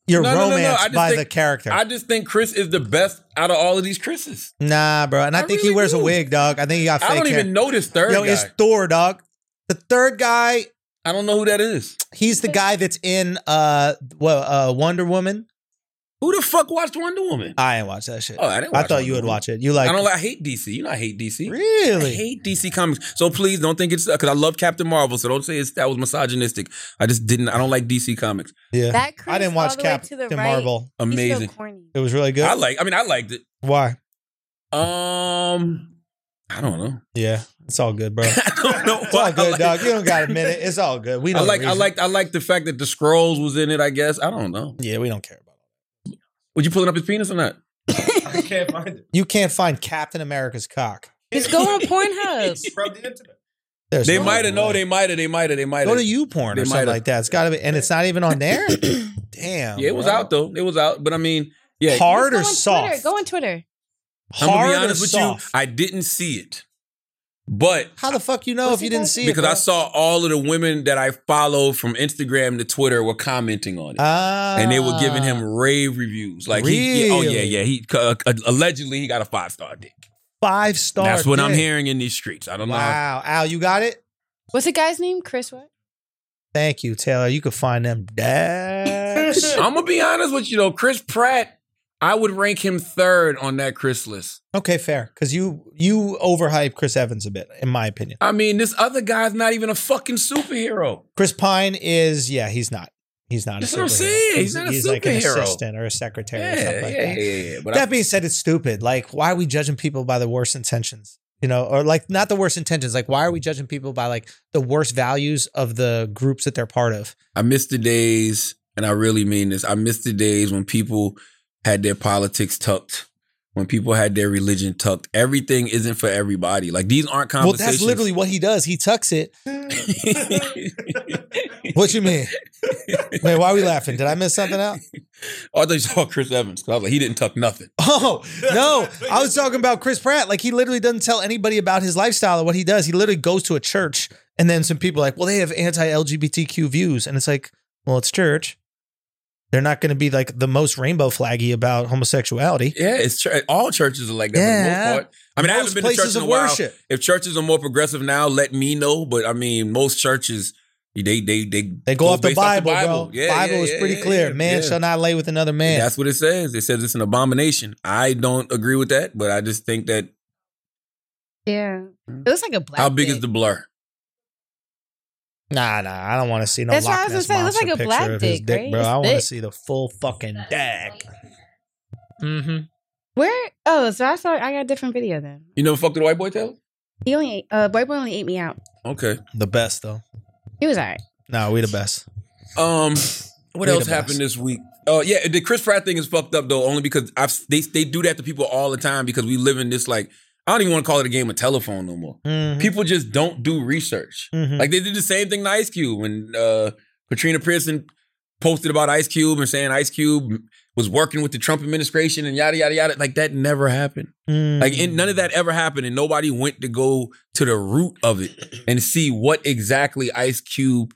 [SPEAKER 4] You're
[SPEAKER 3] No, no, no, no. I
[SPEAKER 4] romanced
[SPEAKER 3] just
[SPEAKER 4] by
[SPEAKER 3] think-
[SPEAKER 4] the character.
[SPEAKER 3] I just think Chris is the best out of all of these Chris's.
[SPEAKER 4] nah, bro. And
[SPEAKER 3] I
[SPEAKER 4] I, think he
[SPEAKER 3] really
[SPEAKER 4] wears a
[SPEAKER 3] do.
[SPEAKER 4] wig, dog. I think he got fake
[SPEAKER 3] I don't
[SPEAKER 4] hair.
[SPEAKER 3] even know this third
[SPEAKER 4] Yo,
[SPEAKER 3] guy.
[SPEAKER 4] it's Thor, dog. The third guy,
[SPEAKER 3] I don't know who that is.
[SPEAKER 4] he's the guy that's in uh well uh Wonder Woman.
[SPEAKER 3] Who the fuck watched Wonder Woman?
[SPEAKER 4] I ain't watch that shit.
[SPEAKER 3] Oh, I didn't
[SPEAKER 4] I
[SPEAKER 3] watch
[SPEAKER 4] thought
[SPEAKER 3] Wonder
[SPEAKER 4] you would
[SPEAKER 3] Woman.
[SPEAKER 4] watch it. You like
[SPEAKER 3] I don't like. I hate DC. You know, I hate DC. I
[SPEAKER 4] Really?
[SPEAKER 3] hate DC comics. So please don't think it's because I love Captain Marvel. So don't say it's, that was misogynistic. I just didn't. I don't like DC comics.
[SPEAKER 4] *laughs* yeah.
[SPEAKER 5] That Chris
[SPEAKER 4] I didn't watch Captain
[SPEAKER 5] Captain to the right,
[SPEAKER 4] Marvel.
[SPEAKER 5] he's still
[SPEAKER 3] Amazing.
[SPEAKER 5] corny.
[SPEAKER 4] It was really good.
[SPEAKER 3] I like. I mean, I liked it.
[SPEAKER 4] Why?
[SPEAKER 3] Um, I don't know. *laughs*
[SPEAKER 4] Yeah, it's all good, bro. It's
[SPEAKER 3] I don't know. Why
[SPEAKER 4] all
[SPEAKER 3] I
[SPEAKER 4] good,
[SPEAKER 3] like-
[SPEAKER 4] dog. You don't got a minute. It's all good. We
[SPEAKER 3] I
[SPEAKER 4] don't
[SPEAKER 3] like. I like. I like the fact that the scrolls was in it. I guess. I don't know.
[SPEAKER 4] Yeah, we don't care about it.
[SPEAKER 3] Would you pulling up his penis or not?
[SPEAKER 6] I can't find it.
[SPEAKER 4] You can't find Captain America's cock.
[SPEAKER 5] Just go
[SPEAKER 6] *laughs*
[SPEAKER 5] on
[SPEAKER 4] *laughs*
[SPEAKER 5] Pornhub.
[SPEAKER 6] Scrub the internet.
[SPEAKER 4] There's
[SPEAKER 3] They
[SPEAKER 4] no
[SPEAKER 3] might have. No,
[SPEAKER 4] way.
[SPEAKER 3] they might have. They might have. They might have.
[SPEAKER 4] go to YouPorn
[SPEAKER 3] they
[SPEAKER 4] or something
[SPEAKER 3] might've.
[SPEAKER 4] like that. It's got to be, and it's not even
[SPEAKER 3] *coughs*
[SPEAKER 4] on there. Damn.
[SPEAKER 3] Yeah, it was
[SPEAKER 4] bro.
[SPEAKER 3] out though. It was out. But I mean, yeah.
[SPEAKER 4] Hard
[SPEAKER 5] Go
[SPEAKER 4] or
[SPEAKER 5] on Twitter.
[SPEAKER 4] soft?
[SPEAKER 5] Go on Twitter.
[SPEAKER 3] I'm gonna
[SPEAKER 4] Hard
[SPEAKER 3] be
[SPEAKER 4] or
[SPEAKER 3] honest with you.
[SPEAKER 4] soft?
[SPEAKER 3] I didn't see it, but
[SPEAKER 4] How the fuck you know if
[SPEAKER 5] Pussy
[SPEAKER 4] you didn't
[SPEAKER 5] dog?
[SPEAKER 4] see it?
[SPEAKER 3] because
[SPEAKER 4] bro?
[SPEAKER 3] I saw all of the women that I follow from Instagram to Twitter were commenting on it.
[SPEAKER 4] Ah,
[SPEAKER 3] and they were giving him rave reviews. Like, he, yeah, oh yeah,
[SPEAKER 4] Really?
[SPEAKER 3] yeah. He uh, allegedly he got a five star dick.
[SPEAKER 4] five star.
[SPEAKER 3] That's what I'm
[SPEAKER 4] dick.
[SPEAKER 3] hearing in these streets. I don't know.
[SPEAKER 4] Wow, Al, you got it.
[SPEAKER 5] What's the guy's name?
[SPEAKER 4] *laughs*
[SPEAKER 5] Chris what?
[SPEAKER 4] Thank you, Taylor. You can find them. *laughs* Dash.
[SPEAKER 3] I'm gonna be honest with you though. Chris Pratt, I would rank him third on that Chris list.
[SPEAKER 4] Okay, fair. Because you you overhype Chris Evans a bit, in my opinion.
[SPEAKER 3] I mean, this other guy's not even a fucking superhero.
[SPEAKER 4] Chris Pine is yeah, he's not. He's not.
[SPEAKER 3] That's
[SPEAKER 4] a
[SPEAKER 3] what I'm
[SPEAKER 4] superhero.
[SPEAKER 3] saying. He's not a
[SPEAKER 4] like an
[SPEAKER 3] superhero.
[SPEAKER 4] assistant or a secretary or
[SPEAKER 3] Yeah,
[SPEAKER 4] something like
[SPEAKER 3] yeah,
[SPEAKER 4] that.
[SPEAKER 3] yeah, yeah, yeah. But
[SPEAKER 4] that being said, it's stupid. Like, why are we judging people by the worst intentions? You know, or like not the worst intentions. Like, why are we judging people by like the worst values of the groups that they're part of?
[SPEAKER 3] I, I miss the days, and I really mean this. I miss the days when people had their politics tucked. When people had their religion tucked, everything isn't for everybody. Like these aren't
[SPEAKER 4] Well,
[SPEAKER 3] conversations.
[SPEAKER 4] that's literally what he does. He
[SPEAKER 3] *laughs*
[SPEAKER 4] tucks it. What you mean? Wait, why are we laughing? Did I miss something out?
[SPEAKER 3] Oh, I thought you saw Chris Evans. 'cause I was like, he didn't tuck nothing.
[SPEAKER 4] Oh no! I was talking about Chris Pratt. Like he literally doesn't tell anybody about his lifestyle or what he does. He literally goes to a church, and then some people are like, well, they have anti-LGBTQ views, and it's like, well, it's church. They're not going to be like the most rainbow flaggy about homosexuality.
[SPEAKER 3] Yeah, it's chur- all churches are like that. for the
[SPEAKER 4] Yeah.
[SPEAKER 3] most part. I mean, I haven't
[SPEAKER 4] Most
[SPEAKER 3] been to church
[SPEAKER 4] places
[SPEAKER 3] in a
[SPEAKER 4] of
[SPEAKER 3] while.
[SPEAKER 4] worship.
[SPEAKER 3] If churches are more progressive now, let me know. But I mean, most churches they they they
[SPEAKER 4] They go, off the
[SPEAKER 3] based off
[SPEAKER 4] Bible, bro. Bible is
[SPEAKER 3] yeah,
[SPEAKER 4] pretty
[SPEAKER 3] yeah,
[SPEAKER 4] clear.
[SPEAKER 3] yeah,
[SPEAKER 4] man
[SPEAKER 3] yeah.
[SPEAKER 4] shall not lay with another man.
[SPEAKER 3] That's what it says. It says it's an abomination. I don't agree with that, but I just think that
[SPEAKER 5] Yeah. It looks like a black.
[SPEAKER 3] how big is
[SPEAKER 5] dick.
[SPEAKER 3] the blur?
[SPEAKER 4] nah, nah. I don't want to see no
[SPEAKER 5] That's what I
[SPEAKER 4] Loch
[SPEAKER 5] was
[SPEAKER 4] Ness
[SPEAKER 5] gonna say. It looks
[SPEAKER 4] monster
[SPEAKER 5] like a
[SPEAKER 4] picture
[SPEAKER 5] black
[SPEAKER 4] of his
[SPEAKER 5] dick,
[SPEAKER 4] dick,
[SPEAKER 5] right?
[SPEAKER 4] bro.
[SPEAKER 5] It's
[SPEAKER 4] I want to
[SPEAKER 5] thick.
[SPEAKER 4] see the full fucking dick. Mm-hmm.
[SPEAKER 5] Where? Oh, so I saw. I got a different video then.
[SPEAKER 3] You never fucked with a white boy, Taylor?
[SPEAKER 5] He only ate, uh, boy boy only ate me out.
[SPEAKER 3] Okay.
[SPEAKER 4] The best though.
[SPEAKER 5] He was alright.
[SPEAKER 4] Nah, we the best.
[SPEAKER 3] Um, what
[SPEAKER 4] *laughs* Way
[SPEAKER 3] else
[SPEAKER 4] the best.
[SPEAKER 3] happened this week? Oh yeah, the Chris Pratt thing is fucked up though, only because I've they they do that to people all the time because we live in this like I don't even want to call it a game of telephone no more.
[SPEAKER 5] Mm-hmm.
[SPEAKER 4] Mhm.
[SPEAKER 3] People just don't do research.
[SPEAKER 4] Mhm.
[SPEAKER 3] Like they did the same thing to Ice Cube when uh, Katrina Pearson posted about Ice Cube and saying Ice Cube was working with the Trump administration and yada yada yada. Like that never happened.
[SPEAKER 4] Mm-hmm.
[SPEAKER 3] Like and none of that ever happened, and nobody went to go to the root of it and see what exactly Ice Cube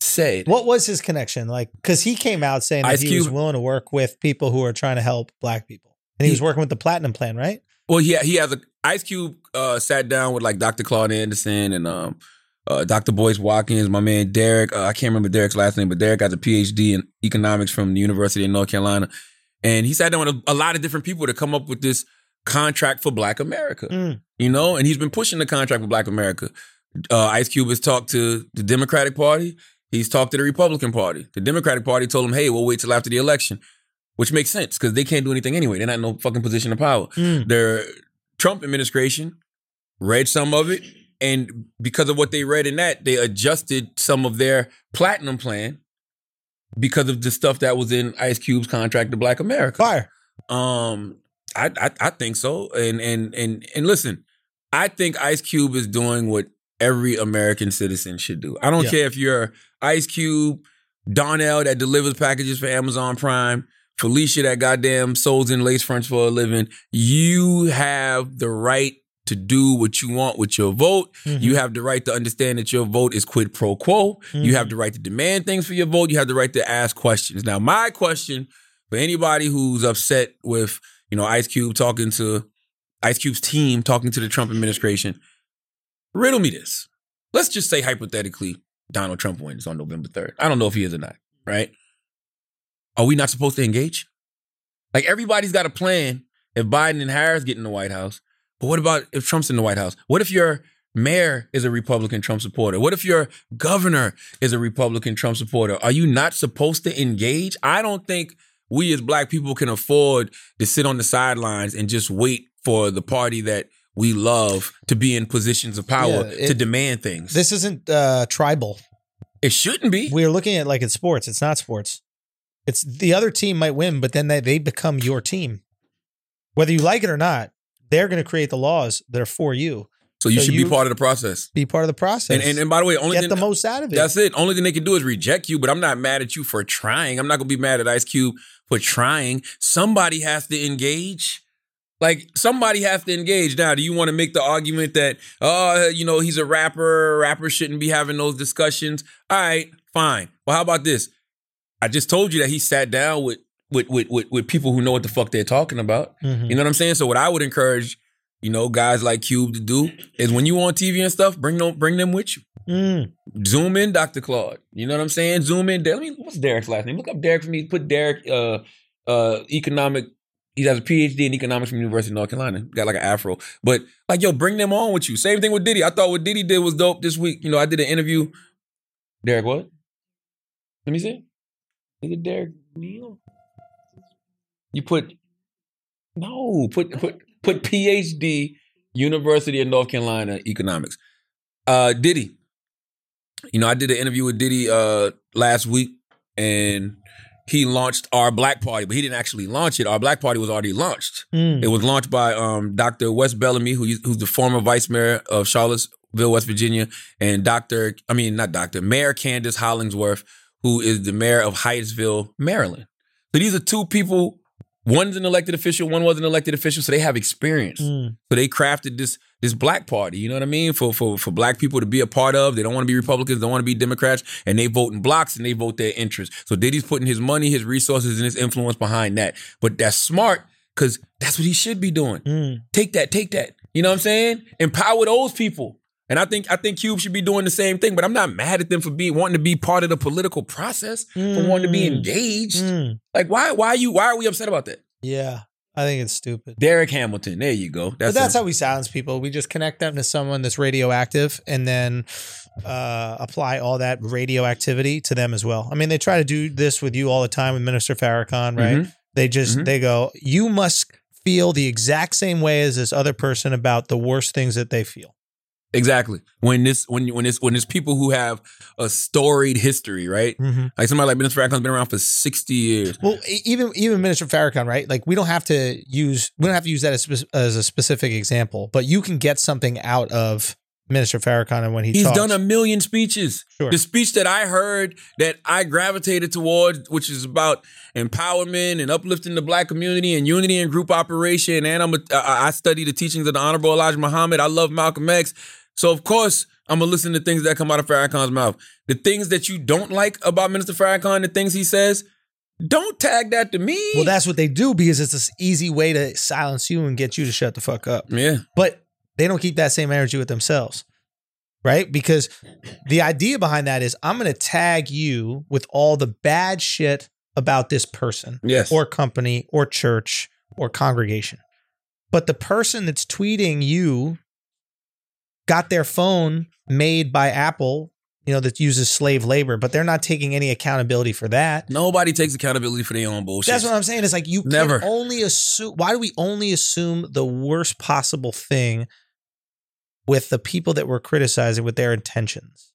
[SPEAKER 3] said.
[SPEAKER 4] What was his connection like? Because he came out saying that
[SPEAKER 3] Ice
[SPEAKER 4] he was
[SPEAKER 3] Cube-
[SPEAKER 4] willing to work with people who are trying to help black people, and he,
[SPEAKER 3] He-
[SPEAKER 4] was working with the Platinum Plan, right?
[SPEAKER 3] Well, yeah, he has a Ice Cube uh, sat down with like Dr. Claude Anderson and um, uh, Dr. Boyce Watkins, my man Derek. Uh, I can't remember Derek's last name, but Derek has a PhD in economics from the University of North Carolina, and he sat down with a, a lot of different people to come up with this contract for Black America.
[SPEAKER 4] Mm.
[SPEAKER 3] You know, and he's been pushing the contract for Black America. Uh, Ice Cube has talked to the Democratic Party. He's talked to the Republican Party. The Democratic Party told him, "Hey, we'll wait till after the election," which makes sense because they can't do anything anyway. They're not in no fucking position of power the Trump administration read some of it, and because of what they read in that, they adjusted some of their platinum plan because of the stuff that was in Ice Cube's contract to Black America.
[SPEAKER 4] Fire.
[SPEAKER 3] Um, I, I I think so, and and and and listen, I think Ice Cube is doing what every American citizen should do. I don't
[SPEAKER 4] Yeah.
[SPEAKER 3] care if you're Ice Cube, Donnell that delivers packages for Amazon Prime, Felicia that goddamn sews in lace fronts for a living. You have the right to do what you want with your vote. You have the right to understand that your vote is quid pro quo. You have the right to demand things for your vote. You have the right to ask questions. Now, my question for anybody who's upset with, you know, Ice Cube talking to Ice Cube's team talking to the Trump administration, riddle me this. Let's just say hypothetically Donald Trump wins on November 3rd. I don't know if he is or not, right? Are we not supposed to engage? Like everybody's got a plan if Biden and Harris get in the White House. But what about if Trump's in the White House? What if your mayor is a Republican Trump supporter? What if your governor is a Republican Trump supporter? Are you not supposed to engage? I don't think we as black people can afford to sit on the sidelines and just wait for the party that we love to be in positions of power
[SPEAKER 4] Yeah, it-
[SPEAKER 3] to demand things.
[SPEAKER 4] This isn't uh, tribal.
[SPEAKER 3] it shouldn't be.
[SPEAKER 4] We're looking at it like it's sports. It's not sports. It's the other team might win, but then they, they become your team, whether you like it or not. They're going to create the laws that are for you.
[SPEAKER 3] So you
[SPEAKER 4] So
[SPEAKER 3] should
[SPEAKER 4] you-
[SPEAKER 3] be part of the process.
[SPEAKER 4] Be part of the process.
[SPEAKER 3] And, and and by the way, only
[SPEAKER 4] get
[SPEAKER 3] thing
[SPEAKER 4] the most out of it.
[SPEAKER 3] that's it. Only thing they can do is reject you. But I'm not mad at you for trying. I'm not gonna be mad at Ice Cube for trying. Somebody has to engage. Like somebody has to engage. Now, do you want to make the argument that uh, you know, he's a rapper, rappers shouldn't be having those discussions? All right, fine. Well, how about this? I just told you that he sat down with with with with, with people who know what the fuck they're talking about.
[SPEAKER 4] Mhm.
[SPEAKER 3] You know what I'm saying? So what I would encourage, you know, guys like Cube to do is when you on TV and stuff, bring them bring them with you.
[SPEAKER 4] Mm.
[SPEAKER 3] Zoom in, Dr. Claude. You know what I'm saying? Zoom in. Let me what's Derek's last name? Look up Derek for me. Put Derek uh uh economic he has a PhD in economics from University of North Carolina. Got like an afro. But like yo, bring them on with you. Same thing with Diddy. I thought what Diddy did was dope this week. You know, I did an interview. Derek, what? Let me see. Is it Derek Neal? You put no, put put put PhD University of North Carolina economics. Uh Diddy. You know, I did an interview with Diddy uh last week and he launched our black party, but he didn't actually launch it. Our black party was already launched.
[SPEAKER 4] Mm.
[SPEAKER 3] It was launched by um, Dr. Wes Bellamy, who, who's the former vice mayor of Charlottesville, West Virginia, and Dr. I mean, not Dr. Mayor Candace Hollingsworth, who is the mayor of Hyattsville, Maryland. So these are two people. One's an elected official, one was an elected official, so they have experience.
[SPEAKER 4] Mm.
[SPEAKER 3] So they crafted this this black party, you know what I mean? For for for black people to be a part of. They don't want to be Republicans, don't want to be Democrats, and they vote in blocks and they vote their interests. So Diddy's putting his money, his resources, and his influence behind that. But that's smart because that's what he should be doing.
[SPEAKER 4] Mm.
[SPEAKER 3] Take that, take that. You know what I'm saying? Empower those people. And I think I think Cube should be doing the same thing, but I'm not mad at them for being wanting to be part of the political process, for wanting to be
[SPEAKER 4] Mm.
[SPEAKER 3] engaged.
[SPEAKER 4] Mm.
[SPEAKER 3] Like why why are you why are we upset about that?
[SPEAKER 4] Yeah, I think it's stupid.
[SPEAKER 3] Derek Hamilton, there you go. That's,
[SPEAKER 4] but that's
[SPEAKER 3] him.
[SPEAKER 4] how we silence people. We just connect them to someone that's radioactive and then uh, apply all that radioactivity to them as well. I mean, they try to do this with you all the time with Minister Farrakhan, right? They just
[SPEAKER 3] Mhm.
[SPEAKER 4] they go, you must feel the exact same way as this other person about the worst things that they feel.
[SPEAKER 3] Exactly. When this when when it's when it's people who have a storied history, right?
[SPEAKER 4] Mm-hmm.
[SPEAKER 3] Like somebody like Minister Farrakhan's been around for sixty years.
[SPEAKER 4] Well, e- even even Minister Farrakhan, right? Like we don't have to use we don't have to use that as, spe- as a specific example, but you can get something out of Minister Farrakhan and when he
[SPEAKER 3] He's
[SPEAKER 4] talks.
[SPEAKER 3] done a million speeches.
[SPEAKER 4] Sure.
[SPEAKER 3] The speech that I heard that I gravitated towards, which is about empowerment and uplifting the black community and unity and group operation. And I'm a, I I study the teachings of the Honorable Elijah Muhammad. I love Malcolm X. So of course I'm gonna listen to things that come out of Farrakhan's mouth. The things that you don't like about Minister Farrakhan, the things he says, don't tag that to me.
[SPEAKER 4] well, that's what they do because it's this easy way to silence you and get you to shut the fuck up.
[SPEAKER 3] yeah.
[SPEAKER 4] But they don't keep that same energy with themselves. Right? Because the idea behind that is I'm going to tag you with all the bad shit about this person
[SPEAKER 3] Yes.
[SPEAKER 4] or company or church or congregation. But the person that's tweeting you got their phone made by Apple, you know, that uses slave labor, but they're not taking any accountability for that.
[SPEAKER 3] Nobody takes accountability for their own bullshit.
[SPEAKER 4] That's what I'm saying. It's like you
[SPEAKER 3] Never.
[SPEAKER 4] can only assume. Why do we only assume the worst possible thing with the people that we're criticizing with their intentions?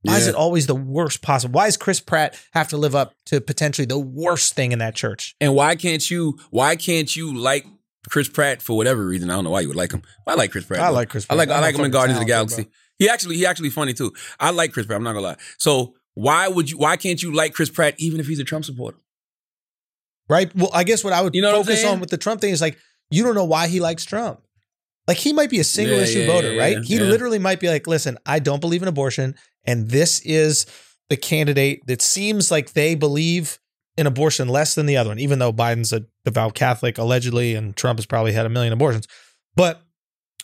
[SPEAKER 4] Why is
[SPEAKER 3] Yeah.
[SPEAKER 4] it always the worst possible? Why does Chris Pratt have to live up to potentially the worst thing in that church?
[SPEAKER 3] And why can't you? Why can't you like Chris Pratt for whatever reason? I don't know why you would like him. I like Chris Pratt.
[SPEAKER 4] I like Chris
[SPEAKER 3] I like.
[SPEAKER 4] Pratt.
[SPEAKER 3] I like him in
[SPEAKER 4] I'm
[SPEAKER 3] Guardians of the
[SPEAKER 4] talented,
[SPEAKER 3] Galaxy. He actually. He actually funny too. I like Chris Pratt. I'm not gonna lie. So why would you? Why can't you like Chris Pratt even if he's a Trump supporter?
[SPEAKER 4] Right. Well, I guess what I would
[SPEAKER 3] You know what I'm
[SPEAKER 4] focus
[SPEAKER 3] saying?
[SPEAKER 4] on with the Trump thing is like you don't know why he likes Trump. Like he might be a single
[SPEAKER 3] Yeah,
[SPEAKER 4] issue
[SPEAKER 3] yeah,
[SPEAKER 4] voter,
[SPEAKER 3] yeah,
[SPEAKER 4] right?
[SPEAKER 3] yeah,
[SPEAKER 4] he
[SPEAKER 3] yeah.
[SPEAKER 4] literally might be like, listen, I don't believe in abortion, and this is the candidate that seems like they believe in abortion less than the other one, even though Biden's a devout Catholic allegedly, and Trump has probably had a million abortions. But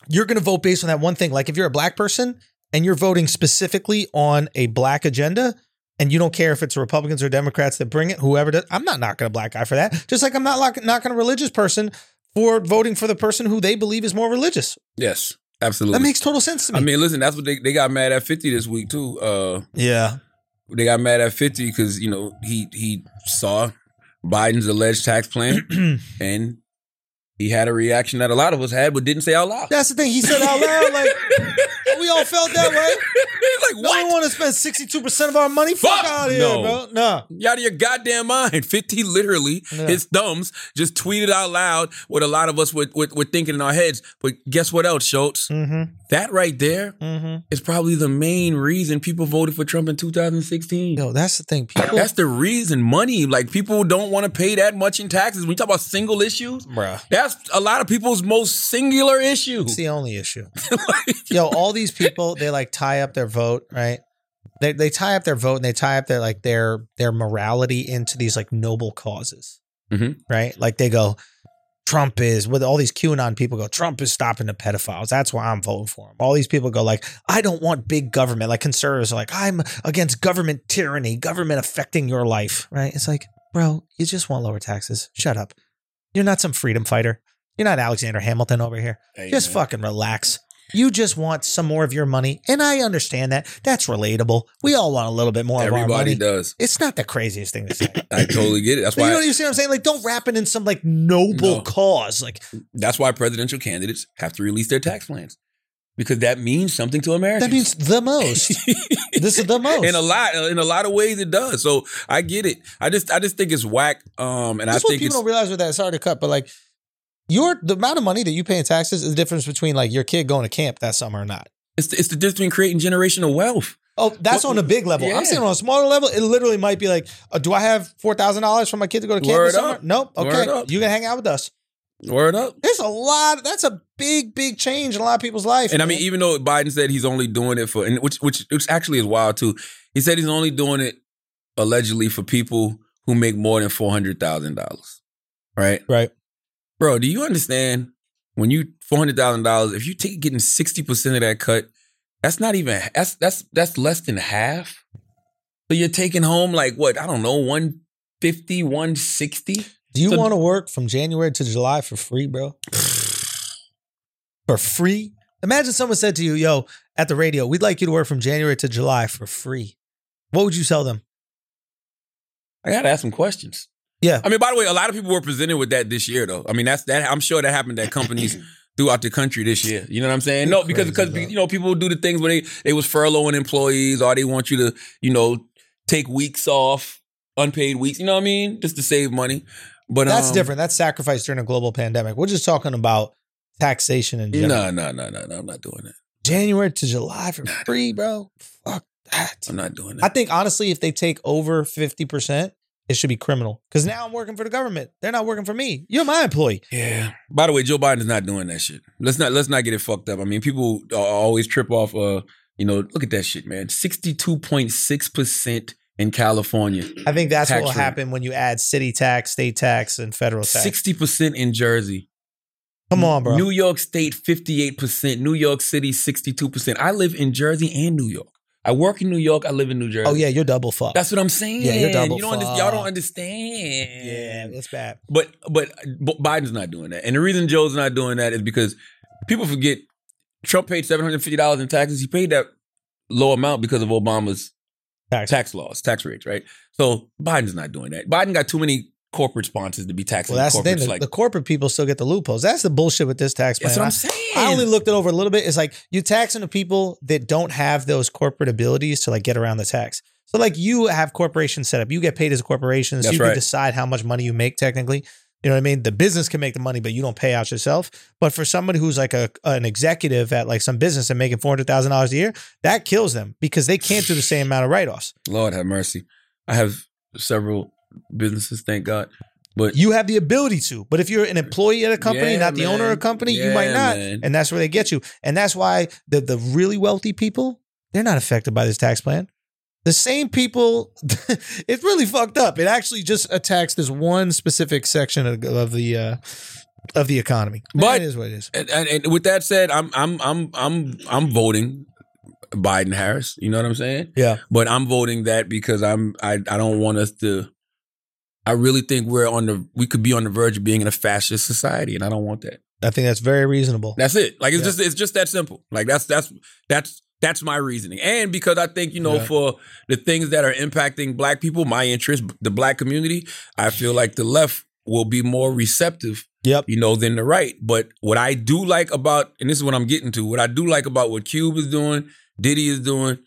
[SPEAKER 4] you're going to vote based on that one thing. Like if you're a black person and you're voting specifically on a black agenda, and you don't care if it's Republicans or Democrats that bring it, whoever does. I'm not knocking a black guy for that. Just like I'm not lock, knocking a religious person for voting for the person who they believe is more religious.
[SPEAKER 3] Yes, absolutely.
[SPEAKER 4] That makes total sense to me.
[SPEAKER 3] I mean, listen. That's what they, they got mad at 50 this week too. Uh,
[SPEAKER 4] yeah,
[SPEAKER 3] they got mad at 50 because you know he he saw Biden's alleged tax
[SPEAKER 4] *clears throat*
[SPEAKER 3] plan and he had a reaction that a lot of us had but didn't say out *laughs* loud.
[SPEAKER 4] that's the thing he said out loud.
[SPEAKER 3] *laughs*
[SPEAKER 4] Like "Oh, we all felt that way.
[SPEAKER 3] It's like
[SPEAKER 4] No
[SPEAKER 3] what?
[SPEAKER 4] one want to spend sixty two percent of our money. Fuck,
[SPEAKER 3] Fuck
[SPEAKER 4] out of here,
[SPEAKER 3] no.
[SPEAKER 4] bro. No.
[SPEAKER 3] You out of your goddamn mind. *laughs* 50 literally,
[SPEAKER 4] Yeah.
[SPEAKER 3] his thumbs just tweeted out loud what a lot of us would, would, would thinking in our heads. But guess what else, Schultz?
[SPEAKER 4] Mm-hmm.
[SPEAKER 3] That right there
[SPEAKER 4] Mm-hmm.
[SPEAKER 3] is probably the main reason people voted for Trump in 2016.
[SPEAKER 4] Yo, that's the thing. People,
[SPEAKER 3] That's the reason money. Like people don't want to pay that much in taxes. When you talk about single issues,
[SPEAKER 4] *laughs* bruh.
[SPEAKER 3] that's a lot of people's most singular issue.
[SPEAKER 4] It's the only issue. Yo, all these people, they like tie up their vote, right? They they tie up their vote and they tie up their like their their morality into these like noble causes.
[SPEAKER 3] Mhm.
[SPEAKER 4] Right? Like they go, Trump is with all these QAnon people go, Trump is stopping the pedophiles. That's why I'm voting for him. All these people go like, I don't want big government. Like conservatives are like, I'm against government tyranny, government affecting your life. Right? It's like, bro, you just want lower taxes. Shut up. You're not some freedom fighter. You're not Alexander Hamilton over here. Just fucking relax. You just want some more of your money, and I understand that. That's relatable. We all want a little bit more of our money.
[SPEAKER 3] Everybody does.
[SPEAKER 4] It's not the craziest thing to say.
[SPEAKER 3] I
[SPEAKER 4] *clears throat*
[SPEAKER 3] totally get it. That's
[SPEAKER 4] you
[SPEAKER 3] why
[SPEAKER 4] know what you see what I'm saying? Like, don't wrap it in some like noble
[SPEAKER 3] No.
[SPEAKER 4] cause. Like
[SPEAKER 3] that's why presidential candidates have to release their tax plans. Because that means something to Americans. *laughs*
[SPEAKER 4] that means the most. this is the most.
[SPEAKER 3] in a lot in a lot of ways it does so i get it i just i just think it's whack um and
[SPEAKER 4] That's
[SPEAKER 3] i
[SPEAKER 4] what
[SPEAKER 3] think
[SPEAKER 4] people
[SPEAKER 3] it's
[SPEAKER 4] don't realize with that. Sorry to cut, but like your the amount of money that you pay in taxes is the difference between like your kid going to camp that summer or not.
[SPEAKER 3] it's, the- it's the difference between creating generational wealth
[SPEAKER 4] Oh, that's
[SPEAKER 3] What-
[SPEAKER 4] on a big level.
[SPEAKER 3] Yeah.
[SPEAKER 4] I'm saying on a smaller level, it literally might be like, uh, do I have four thousand dollars for my kid to go to camp
[SPEAKER 3] Word
[SPEAKER 4] this summer?
[SPEAKER 3] up.
[SPEAKER 4] Nope.
[SPEAKER 3] Word
[SPEAKER 4] Okay,
[SPEAKER 3] up.
[SPEAKER 4] you can hang out with us.
[SPEAKER 3] word up
[SPEAKER 4] There's a lot. That's a big, big change in a lot of people's life.
[SPEAKER 3] and i mean e-,
[SPEAKER 4] man.
[SPEAKER 3] even though biden said he's only doing it for and which which which actually is wild too he said he's only doing it allegedly for people who make more than $400000 right
[SPEAKER 4] right?
[SPEAKER 3] bro do you understand when you $400000 if you take getting 60% of that cut that's not even that's that's that's less than half so you're taking home like what i don't know 150 160
[SPEAKER 4] Do you
[SPEAKER 3] So-
[SPEAKER 4] want to work from January to July for free, bro? for free? Imagine someone said to you, "Yo, at the radio, we'd like you to work from January to July for free." What would you tell them?
[SPEAKER 3] i gotta ask some questions
[SPEAKER 4] Yeah.
[SPEAKER 3] i mean by the way a lot of people were presented with that this year though i mean that's that i'm sure that happened at
[SPEAKER 4] *clears throat*
[SPEAKER 3] companies throughout the country this year you know what i'm saying no because
[SPEAKER 4] Crazy,
[SPEAKER 3] because
[SPEAKER 4] dog.
[SPEAKER 3] you know people do the things where they they was furloughing employees or they want you to you know take weeks off unpaid weeks you know what i mean just to save money but
[SPEAKER 4] That's
[SPEAKER 3] um,
[SPEAKER 4] different. That's sacrifice during a global pandemic. We're just talking about taxation in general.
[SPEAKER 3] No, no, no, no, no. I'm not doing that.
[SPEAKER 4] January to July for free, bro. Fuck that.
[SPEAKER 3] I'm not doing
[SPEAKER 4] I
[SPEAKER 3] that.
[SPEAKER 4] think honestly, if they take over 50%, it should be criminal. Because now I'm working for the government. They're not working for me. You're my employee.
[SPEAKER 3] yeah. By the way, Joe Biden's not doing that shit. Let's not let's not get it fucked up. I mean, people a- always trip off. Uh, you know, look at that shit, man. Sixty two point six percent in California.
[SPEAKER 4] I think that's
[SPEAKER 3] Tax
[SPEAKER 4] what will
[SPEAKER 3] rate.
[SPEAKER 4] happen when you add city tax, state tax, and federal tax.
[SPEAKER 3] Sixty percent in Jersey.
[SPEAKER 4] Come on, bro.
[SPEAKER 3] New York State fifty eight percent. New York City sixty two percent. I live in Jersey and New York. I work in New York. I live in New Jersey.
[SPEAKER 4] oh, yeah, you're double fucked.
[SPEAKER 3] That's what I'm saying.
[SPEAKER 4] Yeah, you're double
[SPEAKER 3] you don't under- y'all don't
[SPEAKER 4] fucked.
[SPEAKER 3] understand.
[SPEAKER 4] yeah, that's bad.
[SPEAKER 3] But but but Biden's not doing that, and the reason Joe's not doing that is because people forget Trump paid seven hundred fifty dollars in taxes. He paid that low amount because of Obama's
[SPEAKER 4] Tax.
[SPEAKER 3] tax laws, tax rates, right? So Biden's not doing that. Biden got too many corporate sponsors to be taxing.
[SPEAKER 4] Well, that's the thing.
[SPEAKER 3] corporates
[SPEAKER 4] The,
[SPEAKER 3] like
[SPEAKER 4] the corporate people still get the loopholes. That's the bullshit with this tax plan.
[SPEAKER 3] that's what
[SPEAKER 4] I-
[SPEAKER 3] I'm saying.
[SPEAKER 4] I only looked it over a little bit. It's like you're taxing the people that don't have those corporate abilities to like get around the tax. So like you have corporations set up. You get paid as a corporation, so
[SPEAKER 3] That's
[SPEAKER 4] you
[SPEAKER 3] right.
[SPEAKER 4] can decide how much money you make technically. You know what I mean? The business can make the money, but you don't pay out yourself. But for somebody who's like a an executive at like some business and making four hundred thousand dollars a year, that kills them because they can't do the same amount of write offs.
[SPEAKER 3] Lord have mercy. I have several businesses, thank God. But
[SPEAKER 4] You have the ability to, but if you're an employee at a company,
[SPEAKER 3] Yeah,
[SPEAKER 4] not the owner of a
[SPEAKER 3] man.
[SPEAKER 4] company, you
[SPEAKER 3] Yeah,
[SPEAKER 4] might not.
[SPEAKER 3] man.
[SPEAKER 4] And that's where they get you. And that's why the, the really wealthy people, they're not affected by this tax plan. The same people, *laughs* it's really fucked up. It actually just attacks this one specific section of, of the uh, of the economy.
[SPEAKER 3] But-
[SPEAKER 4] it is what it is.
[SPEAKER 3] And, and, and with that said, I'm I'm I'm I'm I'm voting Biden Harris. You know what I'm saying?
[SPEAKER 4] Yeah.
[SPEAKER 3] But I'm voting that because I'm I I don't want us to. I really think we're on the we could be on the verge of being in a fascist society, and I don't want that.
[SPEAKER 4] I think that's very reasonable.
[SPEAKER 3] That's it. Like it's
[SPEAKER 4] Yeah.
[SPEAKER 3] just it's just that simple. Like that's that's that's that's my reasoning, and because I think you know
[SPEAKER 4] Yeah.
[SPEAKER 3] for the things that are impacting Black people, my interest, the Black community, I feel like the left will be more receptive
[SPEAKER 4] yep.
[SPEAKER 3] you know, than the right. But what I do like about, and this is what I'm getting to, what I do like about what Cube is doing, Diddy is doing,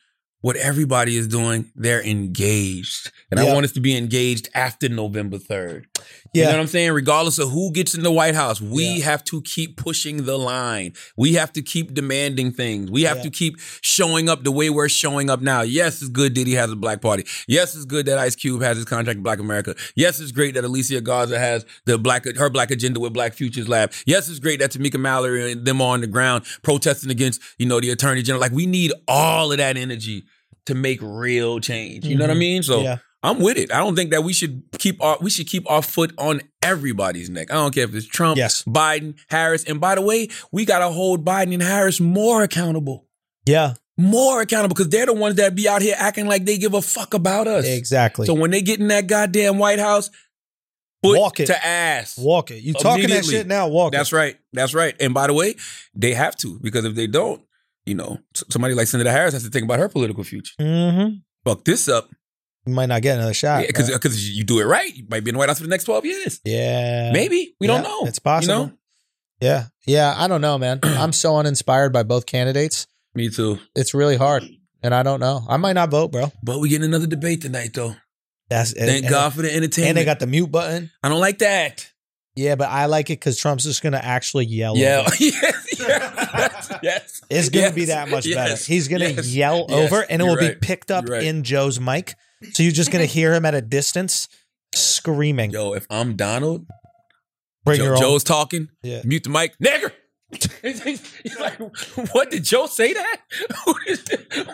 [SPEAKER 3] what everybody is doing, they're engaged. And
[SPEAKER 4] Yeah.
[SPEAKER 3] I want us to be engaged after November 3rd. You know
[SPEAKER 4] Yeah.
[SPEAKER 3] what I'm saying? Regardless of who gets in the White House, we
[SPEAKER 4] Yeah.
[SPEAKER 3] have to keep pushing the line. We have to keep demanding things. We have
[SPEAKER 4] Yeah.
[SPEAKER 3] to keep showing up the way we're showing up now. Yes, it's good Diddy has a black party. Yes, it's good that Ice Cube has his contract with Black America. Yes, it's great that Alicia Garza has the black her black agenda with Black Futures Lab. Yes, it's great that Tamika Mallory and them are on the ground protesting against, you know, the attorney general. Like we need all of that energy to make real change. You know what I
[SPEAKER 4] Mhm.
[SPEAKER 3] mean? So
[SPEAKER 4] yeah.
[SPEAKER 3] I'm with it. I don't think that we should keep our we should keep our foot on everybody's neck. I don't care if it's Trump,
[SPEAKER 4] Yes.
[SPEAKER 3] Biden, Harris. And by the way, we gotta hold Biden and Harris more accountable.
[SPEAKER 4] Yeah.
[SPEAKER 3] More accountable because they're the ones that be out here acting like they give a fuck about us.
[SPEAKER 4] Exactly.
[SPEAKER 3] So when they get in that goddamn White House, foot
[SPEAKER 4] Walk it.
[SPEAKER 3] to ass.
[SPEAKER 4] walk it. You talking that
[SPEAKER 3] Immediately.
[SPEAKER 4] shit now? Walk
[SPEAKER 3] That's
[SPEAKER 4] it.
[SPEAKER 3] right. That's right. And by the way, they have to because if they don't, you know, s- somebody like Senator Harris has to think about her political future.
[SPEAKER 4] Mm-hmm.
[SPEAKER 3] Fuck this up
[SPEAKER 4] You might not get another shot.
[SPEAKER 3] because
[SPEAKER 4] bro.
[SPEAKER 3] you do it right, you might be in the White House for the next twelve years.
[SPEAKER 4] yeah.
[SPEAKER 3] Maybe we don't
[SPEAKER 4] Yeah,
[SPEAKER 3] know.
[SPEAKER 4] It's possible.
[SPEAKER 3] You know?
[SPEAKER 4] Yeah. Yeah. I don't
[SPEAKER 3] *clears throat*
[SPEAKER 4] know, man. I'm so uninspired by both candidates.
[SPEAKER 3] Me too.
[SPEAKER 4] It's really hard. And I don't know. I might not vote, bro.
[SPEAKER 3] But we getting another debate tonight, though.
[SPEAKER 4] That's and-
[SPEAKER 3] Thank
[SPEAKER 4] and-
[SPEAKER 3] God for the entertainment.
[SPEAKER 4] And they got the mute button.
[SPEAKER 3] I don't like that.
[SPEAKER 4] Yeah, but I like it because Trump's just gonna actually yell.
[SPEAKER 3] Yeah.
[SPEAKER 4] over.
[SPEAKER 3] *laughs* yes. Yes. *laughs* Yes.
[SPEAKER 4] It's gonna be
[SPEAKER 3] Yes.
[SPEAKER 4] that much
[SPEAKER 3] Yes.
[SPEAKER 4] better. He's gonna
[SPEAKER 3] Yes.
[SPEAKER 4] yell
[SPEAKER 3] Yes.
[SPEAKER 4] over, and it
[SPEAKER 3] You're
[SPEAKER 4] will
[SPEAKER 3] right.
[SPEAKER 4] be picked up
[SPEAKER 3] You're right.
[SPEAKER 4] in Joe's mic. So
[SPEAKER 3] *laughs*
[SPEAKER 4] you're just gonna hear him at a distance screaming.
[SPEAKER 3] Yo, if I'm Donald,
[SPEAKER 4] Bring
[SPEAKER 3] Joe-
[SPEAKER 4] your own.
[SPEAKER 3] Joe's talking.
[SPEAKER 4] Yeah.
[SPEAKER 3] Mute the mic, nigger. *laughs* He's like, what did Joe say that?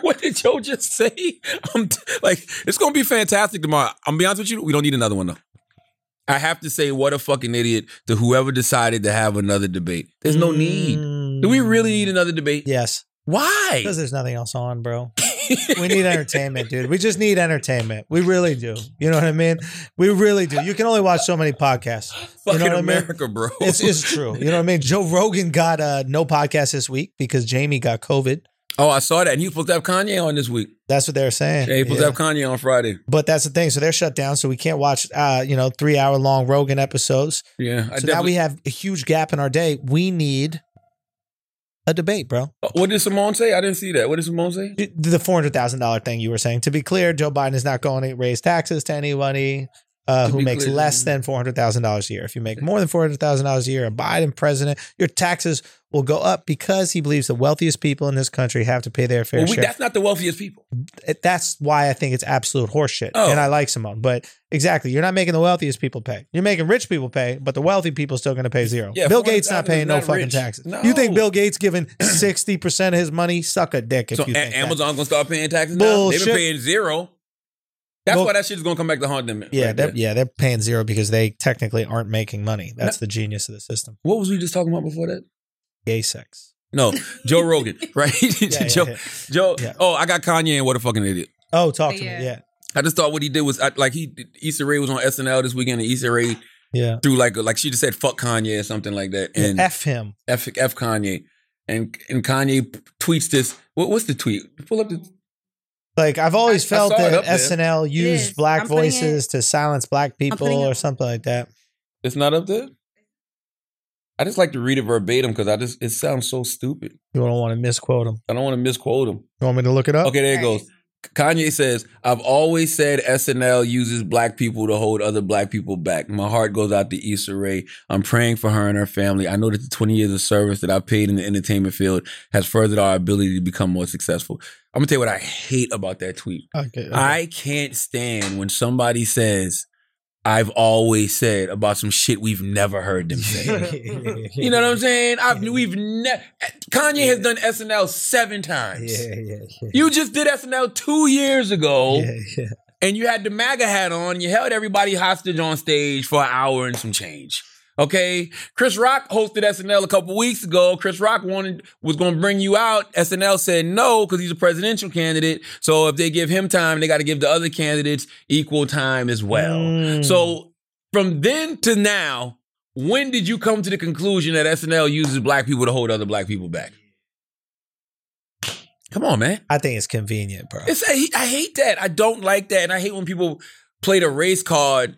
[SPEAKER 3] *laughs* what did Joe just say? I'm t- like, it's gonna be fantastic tomorrow. I'm gonna be honest with you, we don't need another one though. I have to say, what a fucking idiot to whoever decided to have another debate. There's no need. Do we really need another debate?
[SPEAKER 4] Mm, Yes,
[SPEAKER 3] Why?
[SPEAKER 4] because there's nothing else on, bro. we
[SPEAKER 3] *laughs*
[SPEAKER 4] need entertainment, dude. We just need entertainment. We really do. You know what I mean? We really do. You can only watch so many podcasts.
[SPEAKER 3] Fucking
[SPEAKER 4] you know what I mean?
[SPEAKER 3] America, bro.
[SPEAKER 4] It's, it's true. You know what I mean? Joe Rogan got uh, no podcast this week because Jamie got COVID.
[SPEAKER 3] *laughs* oh, I saw that. And he was supposed to have Kanye on this week.
[SPEAKER 4] That's what they were saying.
[SPEAKER 3] Yeah, he was supposed to
[SPEAKER 4] Yeah.
[SPEAKER 3] have Kanye on Friday.
[SPEAKER 4] But that's the thing. So they're shut down. So we can't watch, uh, you know, three hour long Rogan episodes.
[SPEAKER 3] Yeah. I
[SPEAKER 4] So now
[SPEAKER 3] definitely.
[SPEAKER 4] we have a huge gap in our day. We need a debate, bro.
[SPEAKER 3] uh, what did Simone say? I didn't see that. What did Simone say?
[SPEAKER 4] The the four hundred thousand dollar thing you were saying. To be clear, Joe Biden is not going to raise taxes to anybody uh,
[SPEAKER 3] To
[SPEAKER 4] who
[SPEAKER 3] be
[SPEAKER 4] makes
[SPEAKER 3] clear. mm.
[SPEAKER 4] less than four hundred thousand dollars a year. If you make more than four hundred thousand dollars a year, a Biden president, your taxes will go up because he believes the wealthiest people in this country have to pay their fair
[SPEAKER 3] Well, we,
[SPEAKER 4] share.
[SPEAKER 3] that's not the wealthiest people.
[SPEAKER 4] It- That's why I think it's absolute horseshit.
[SPEAKER 3] Oh.
[SPEAKER 4] And I like Simone, but exactly, you're not making the wealthiest people pay. You're making rich people pay, but the wealthy people still going to pay zero.
[SPEAKER 3] Yeah,
[SPEAKER 4] Bill Gates not
[SPEAKER 3] 400,000
[SPEAKER 4] paying
[SPEAKER 3] is
[SPEAKER 4] no
[SPEAKER 3] not
[SPEAKER 4] fucking
[SPEAKER 3] rich.
[SPEAKER 4] taxes.
[SPEAKER 3] No.
[SPEAKER 4] You think Bill Gates giving sixty percent of his money? Suck a dick if
[SPEAKER 3] So
[SPEAKER 4] you
[SPEAKER 3] A-
[SPEAKER 4] think that.
[SPEAKER 3] Amazon gonna start paying taxes now. They've
[SPEAKER 4] Bullshit.
[SPEAKER 3] been paying zero. That's
[SPEAKER 4] Well-
[SPEAKER 3] why that shit's gonna come back to haunt them. right
[SPEAKER 4] Yeah,
[SPEAKER 3] there.
[SPEAKER 4] they're, yeah, they're paying zero because they technically aren't making money. That's the genius of the system.
[SPEAKER 3] What was we just talking about before that? *laughs*
[SPEAKER 4] Gay sex.
[SPEAKER 3] No, Joe Rogan, *laughs* right?
[SPEAKER 4] Yeah, yeah,
[SPEAKER 3] Joe,
[SPEAKER 4] yeah.
[SPEAKER 3] Joe.
[SPEAKER 4] Yeah.
[SPEAKER 3] Oh, I got Kanye, and what a fucking idiot.
[SPEAKER 4] Oh, talk to
[SPEAKER 5] Yeah.
[SPEAKER 4] me. Yeah,
[SPEAKER 3] I just thought what he did was I, like he Issa Rae was on SNL this weekend, and Issa Rae
[SPEAKER 4] yeah.
[SPEAKER 3] threw like like she just said fuck Kanye or something like that, and
[SPEAKER 4] F him.
[SPEAKER 3] F, F Kanye, and and Kanye p- tweets this. What, what's the tweet? Pull up the.
[SPEAKER 4] Like I've always
[SPEAKER 3] I- I
[SPEAKER 4] felt
[SPEAKER 3] saw it
[SPEAKER 4] that
[SPEAKER 3] up there.
[SPEAKER 4] SNL
[SPEAKER 5] is.
[SPEAKER 4] used black
[SPEAKER 5] I'm putting it-
[SPEAKER 4] voices to silence black people
[SPEAKER 5] putting it
[SPEAKER 4] or
[SPEAKER 5] on.
[SPEAKER 4] something like that.
[SPEAKER 3] It's not up there. I just like to read it verbatim because I just it sounds so stupid.
[SPEAKER 4] You don't want to misquote him.
[SPEAKER 3] I don't want to misquote him.
[SPEAKER 4] You want me to look it up?
[SPEAKER 3] Okay, there it
[SPEAKER 5] Right.
[SPEAKER 3] goes. Kanye says, "I've always said SNL uses black people to hold other black people back. My heart goes out to Issa Rae. I'm praying for her and her family. I know that the 20 years of service that I've paid in the entertainment field has furthered our ability to become more successful." I'm gonna tell you what I hate about that tweet.
[SPEAKER 4] Okay. okay. *laughs*
[SPEAKER 3] I can't stand when somebody says, "I've always said" about some shit we've never heard them
[SPEAKER 4] *laughs*
[SPEAKER 3] say. You know what I'm saying? I've we've never. Kanye has done SNL seven times.
[SPEAKER 4] Yeah, yeah, yeah.
[SPEAKER 3] You just did SNL two years ago,
[SPEAKER 4] Yeah, yeah.
[SPEAKER 3] and you had the MAGA hat on. You held everybody hostage on stage for an hour and some change. Okay, Chris Rock hosted SNL a couple weeks ago. Chris Rock wanted was going to bring you out. SNL said no because he's a presidential candidate. So if they give him time, they got to give the other candidates equal time as well.
[SPEAKER 4] Mm.
[SPEAKER 3] So from then to now, when did you come to the conclusion that SNL uses black people to hold other black people back? Come on, man.
[SPEAKER 4] I think it's convenient, bro.
[SPEAKER 3] It's I, I hate that. I don't like that, and I hate when people play the race card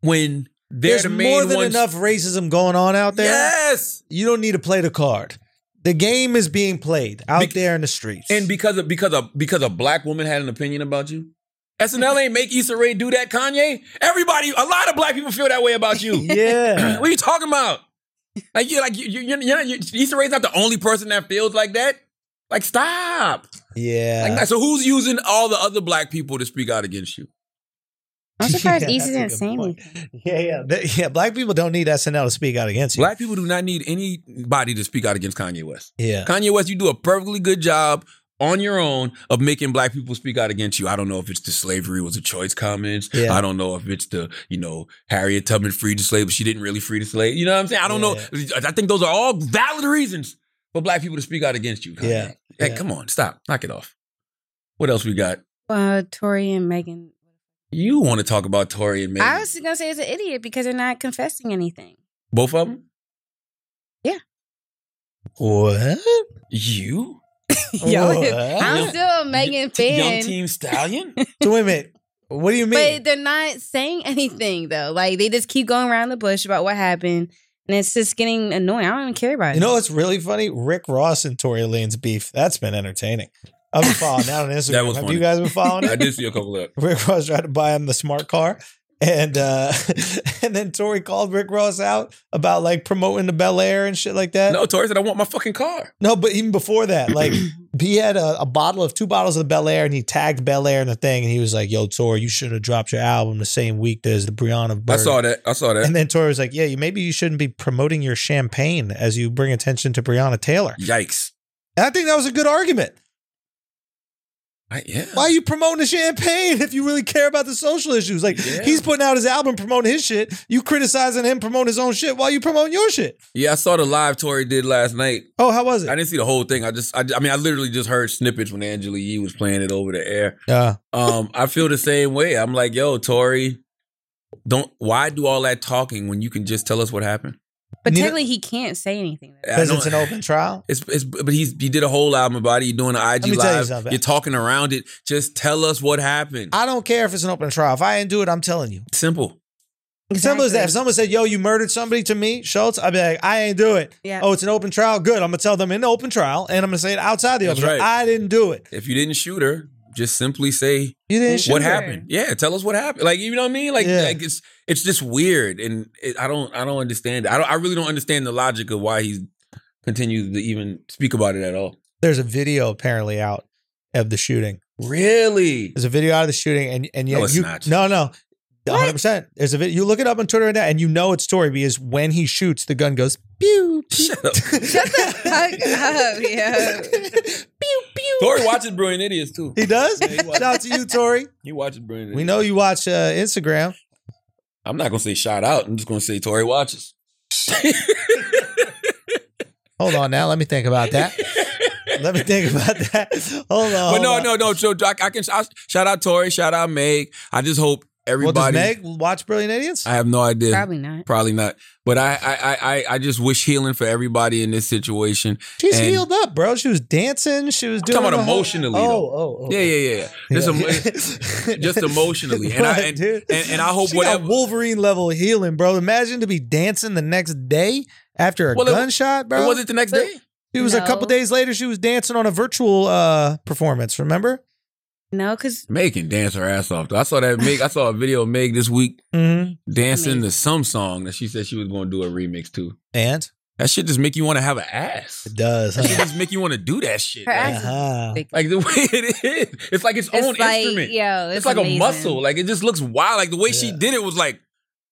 [SPEAKER 3] when they're
[SPEAKER 4] There's
[SPEAKER 3] the main
[SPEAKER 4] more than
[SPEAKER 3] ones.
[SPEAKER 4] enough racism going on out there.
[SPEAKER 3] Yes,
[SPEAKER 4] You don't need to play the card. The game is being played out
[SPEAKER 3] Bec-
[SPEAKER 4] there in the streets.
[SPEAKER 3] and because of because of because a black woman had an opinion about you. SNL ain't make Issa Rae do that, Kanye. Everybody, a lot of black people feel that way about *laughs* you. *clears throat*
[SPEAKER 4] yeah.
[SPEAKER 3] what are you talking about? Like you, like you, you, you're, you're, not- you Issa Rae's not the only person that feels like that. Like stop.
[SPEAKER 4] Yeah.
[SPEAKER 3] Like, so who's using all the other black people to speak out against you?
[SPEAKER 4] *laughs*
[SPEAKER 5] I'm surprised Easy
[SPEAKER 4] that's a
[SPEAKER 5] didn't
[SPEAKER 4] good
[SPEAKER 5] say
[SPEAKER 4] point.
[SPEAKER 5] anything.
[SPEAKER 3] *laughs*
[SPEAKER 4] Yeah, yeah. They- yeah, black people don't need SNL to speak out against you.
[SPEAKER 3] Black people do not need anybody to speak out against Kanye West.
[SPEAKER 5] *laughs*
[SPEAKER 4] yeah.
[SPEAKER 3] Kanye West, you do a perfectly good job on your own of making black people speak out against you. I don't know if it's the slavery was a choice comments.
[SPEAKER 4] Yeah.
[SPEAKER 3] I don't know if it's the, you know, Harriet Tubman freed the slave, but she didn't really free the slave. You know what I'm saying? I don't know. I think those are all valid reasons for black people to speak out against you. Kanye.
[SPEAKER 4] Yeah.
[SPEAKER 3] Hey,
[SPEAKER 4] Yeah.
[SPEAKER 3] come on, stop. Knock it off. What else we got?
[SPEAKER 5] Uh, Tori and Megan.
[SPEAKER 3] You want to talk about Tory and Megan?
[SPEAKER 5] I was gonna say it's an idiot because they're not confessing anything.
[SPEAKER 3] Both of them?
[SPEAKER 4] What?
[SPEAKER 3] You?
[SPEAKER 5] Yo,
[SPEAKER 4] What?
[SPEAKER 5] I'm still a Megan fan.
[SPEAKER 3] Oh, Young Team
[SPEAKER 4] *laughs*
[SPEAKER 3] Stallion?
[SPEAKER 4] So wait a minute. What do you mean?
[SPEAKER 5] But they're not saying anything though. Like they just keep going around the bush about what happened, and it's just getting annoying. I don't even care about it.
[SPEAKER 4] you know what's really funny? Rick Ross and Tory Lane's beef. That's been entertaining. I've been following that on
[SPEAKER 3] *laughs*
[SPEAKER 4] Instagram.
[SPEAKER 3] That was
[SPEAKER 4] Have
[SPEAKER 3] funny.
[SPEAKER 4] you guys
[SPEAKER 3] *laughs*
[SPEAKER 4] been following
[SPEAKER 3] I
[SPEAKER 4] it?
[SPEAKER 3] did see a couple of
[SPEAKER 4] *laughs* Rick Ross tried to buy him the smart car. And uh *laughs* and then Tory called Rick Ross out about like promoting the Bel Air and shit like that.
[SPEAKER 3] No, Tory said, I want my fucking car.
[SPEAKER 4] No, but even before that,
[SPEAKER 3] *clears throat*
[SPEAKER 4] like he had a, a bottle of two bottles of the Bel Air and he tagged Bel Air in the thing and he was like, Yo, Tori, you should have dropped your album the same week as the Brianna
[SPEAKER 3] I
[SPEAKER 4] Bird. *laughs*
[SPEAKER 3] saw that. I saw that.
[SPEAKER 4] And then Tori was like, Yeah, you maybe you shouldn't be promoting your champagne as you bring attention to Brianna Taylor.
[SPEAKER 3] Yikes.
[SPEAKER 4] And I think that was a good argument.
[SPEAKER 3] I, yeah.
[SPEAKER 4] Why are you promoting the champagne if you really care about the social issues? Like
[SPEAKER 3] Yeah.
[SPEAKER 4] he's putting out his album promoting his shit. You criticizing him promoting his own shit while you promoting your shit.
[SPEAKER 3] Yeah, I saw the live Tori did last night.
[SPEAKER 4] Oh, how was
[SPEAKER 3] I
[SPEAKER 4] it?
[SPEAKER 3] didn't see the whole thing. I just, I, I mean, I literally just heard snippets when Angela Yee was playing it over the air.
[SPEAKER 4] Uh,
[SPEAKER 3] Um, I feel the same way. I'm like, yo, Tori, don't. Why do all that talking when you can just tell us what happened?
[SPEAKER 5] but
[SPEAKER 4] neither-
[SPEAKER 5] technically, he can't say anything. Though.
[SPEAKER 3] I
[SPEAKER 4] because
[SPEAKER 3] don't-
[SPEAKER 4] it's an open trial.
[SPEAKER 3] It's, it's, but he's he did a whole album about it. You're doing an IG
[SPEAKER 4] Let me tell you
[SPEAKER 3] live. You
[SPEAKER 4] something.
[SPEAKER 3] are talking around it. Just tell us what happened.
[SPEAKER 4] I don't care if it's an open trial. If I didn't do it, I'm telling you.
[SPEAKER 3] Simple.
[SPEAKER 4] Simple as that. If someone said, "Yo, you murdered somebody to me, Schultz," I'd be like, "I ain't do it."
[SPEAKER 5] Yeah.
[SPEAKER 4] Oh, it's an open trial. Good. I'm gonna tell them in the open trial, and I'm gonna say it outside the
[SPEAKER 3] That's
[SPEAKER 4] open trial.
[SPEAKER 3] right.
[SPEAKER 4] I didn't do it.
[SPEAKER 3] If you didn't shoot her, just simply say
[SPEAKER 4] You didn't. shoot
[SPEAKER 3] what
[SPEAKER 4] her.
[SPEAKER 3] happened. Yeah, tell us what happened. Like you know what I mean? Like,
[SPEAKER 4] Yeah.
[SPEAKER 3] like it's it's just weird, and it, I don't I don't understand. It. I don't I really don't understand the logic of why he's continue to even speak about it at all.
[SPEAKER 4] There's a video apparently out of the shooting. *laughs*
[SPEAKER 3] Really?
[SPEAKER 4] There's a video out of the shooting, and and yet
[SPEAKER 3] No, it's
[SPEAKER 4] you
[SPEAKER 3] not.
[SPEAKER 4] no no. 100%. There's a video. You look it up on Twitter right now, and you know it's story because when he shoots, the gun goes pew.
[SPEAKER 3] Shut
[SPEAKER 4] *laughs*
[SPEAKER 3] up.
[SPEAKER 5] Shut the fuck up, yo.
[SPEAKER 4] pew pew.
[SPEAKER 3] Tori watches Brilliant Idiots too.
[SPEAKER 4] He does.
[SPEAKER 3] Yeah, he watches-
[SPEAKER 4] Shout out to
[SPEAKER 3] *laughs*
[SPEAKER 4] you, Tori.
[SPEAKER 3] He watches Brilliant Idiots.
[SPEAKER 4] We know you watch uh, Instagram.
[SPEAKER 3] I'm not gonna say shout out. I'm just gonna say Tori watches.
[SPEAKER 4] Hold on now. Let me think
[SPEAKER 3] *laughs*
[SPEAKER 4] about that. Let me think about that. Hold on.
[SPEAKER 3] But
[SPEAKER 4] hold
[SPEAKER 3] no,
[SPEAKER 4] on.
[SPEAKER 3] no, no. So I, I can I, shout out Tori. Shout out Meg. I just hope
[SPEAKER 4] Well,
[SPEAKER 3] everybody.
[SPEAKER 4] does Meg watch Brilliant Idiots?
[SPEAKER 3] I have no idea.
[SPEAKER 5] Probably not.
[SPEAKER 3] Probably not. But I, I, I, I- I just wish healing for everybody in this situation.
[SPEAKER 4] She's
[SPEAKER 3] and-
[SPEAKER 4] healed up, bro. She was dancing. She was doing.
[SPEAKER 3] talking about
[SPEAKER 4] the whole-
[SPEAKER 3] emotionally,
[SPEAKER 4] Oh,
[SPEAKER 3] though.
[SPEAKER 4] oh, oh.
[SPEAKER 3] Yeah, yeah, yeah. Just,
[SPEAKER 4] *laughs*
[SPEAKER 3] emo-
[SPEAKER 4] Yeah.
[SPEAKER 3] just emotionally, and I
[SPEAKER 4] Right,
[SPEAKER 3] and,
[SPEAKER 4] dude.
[SPEAKER 3] and, and I hope
[SPEAKER 4] She got
[SPEAKER 3] whatever.
[SPEAKER 4] Wolverine level healing, bro. Imagine to be dancing the next day after a
[SPEAKER 3] Well, it-
[SPEAKER 4] gunshot, bro.
[SPEAKER 3] It was it the next
[SPEAKER 5] But-
[SPEAKER 3] day?
[SPEAKER 4] It was a
[SPEAKER 5] No.
[SPEAKER 4] couple days later. She was dancing on a virtual uh, performance. Remember?
[SPEAKER 5] No, because
[SPEAKER 3] Meg can dance her ass off. Though. I saw that Meg. I saw a video of Meg this week
[SPEAKER 4] Mm-hmm.
[SPEAKER 3] dancing
[SPEAKER 5] Amazing.
[SPEAKER 3] to some song that she said she was going to do a remix to.
[SPEAKER 4] And
[SPEAKER 3] That shit just make you want to have an ass.
[SPEAKER 4] it
[SPEAKER 3] *laughs*
[SPEAKER 4] does.
[SPEAKER 3] That shit
[SPEAKER 4] Huh?
[SPEAKER 3] just make you want to do that shit.
[SPEAKER 5] Her
[SPEAKER 3] Like,
[SPEAKER 5] ass-
[SPEAKER 4] Uh-huh.
[SPEAKER 3] like the *laughs* way it is, it's like its,
[SPEAKER 5] it's
[SPEAKER 3] own
[SPEAKER 5] like,
[SPEAKER 3] instrument.
[SPEAKER 5] yo, it's,
[SPEAKER 3] it's, like
[SPEAKER 5] amazing.
[SPEAKER 3] a muscle. Like it just looks wild. Like the way she
[SPEAKER 4] Yeah.
[SPEAKER 3] did it was like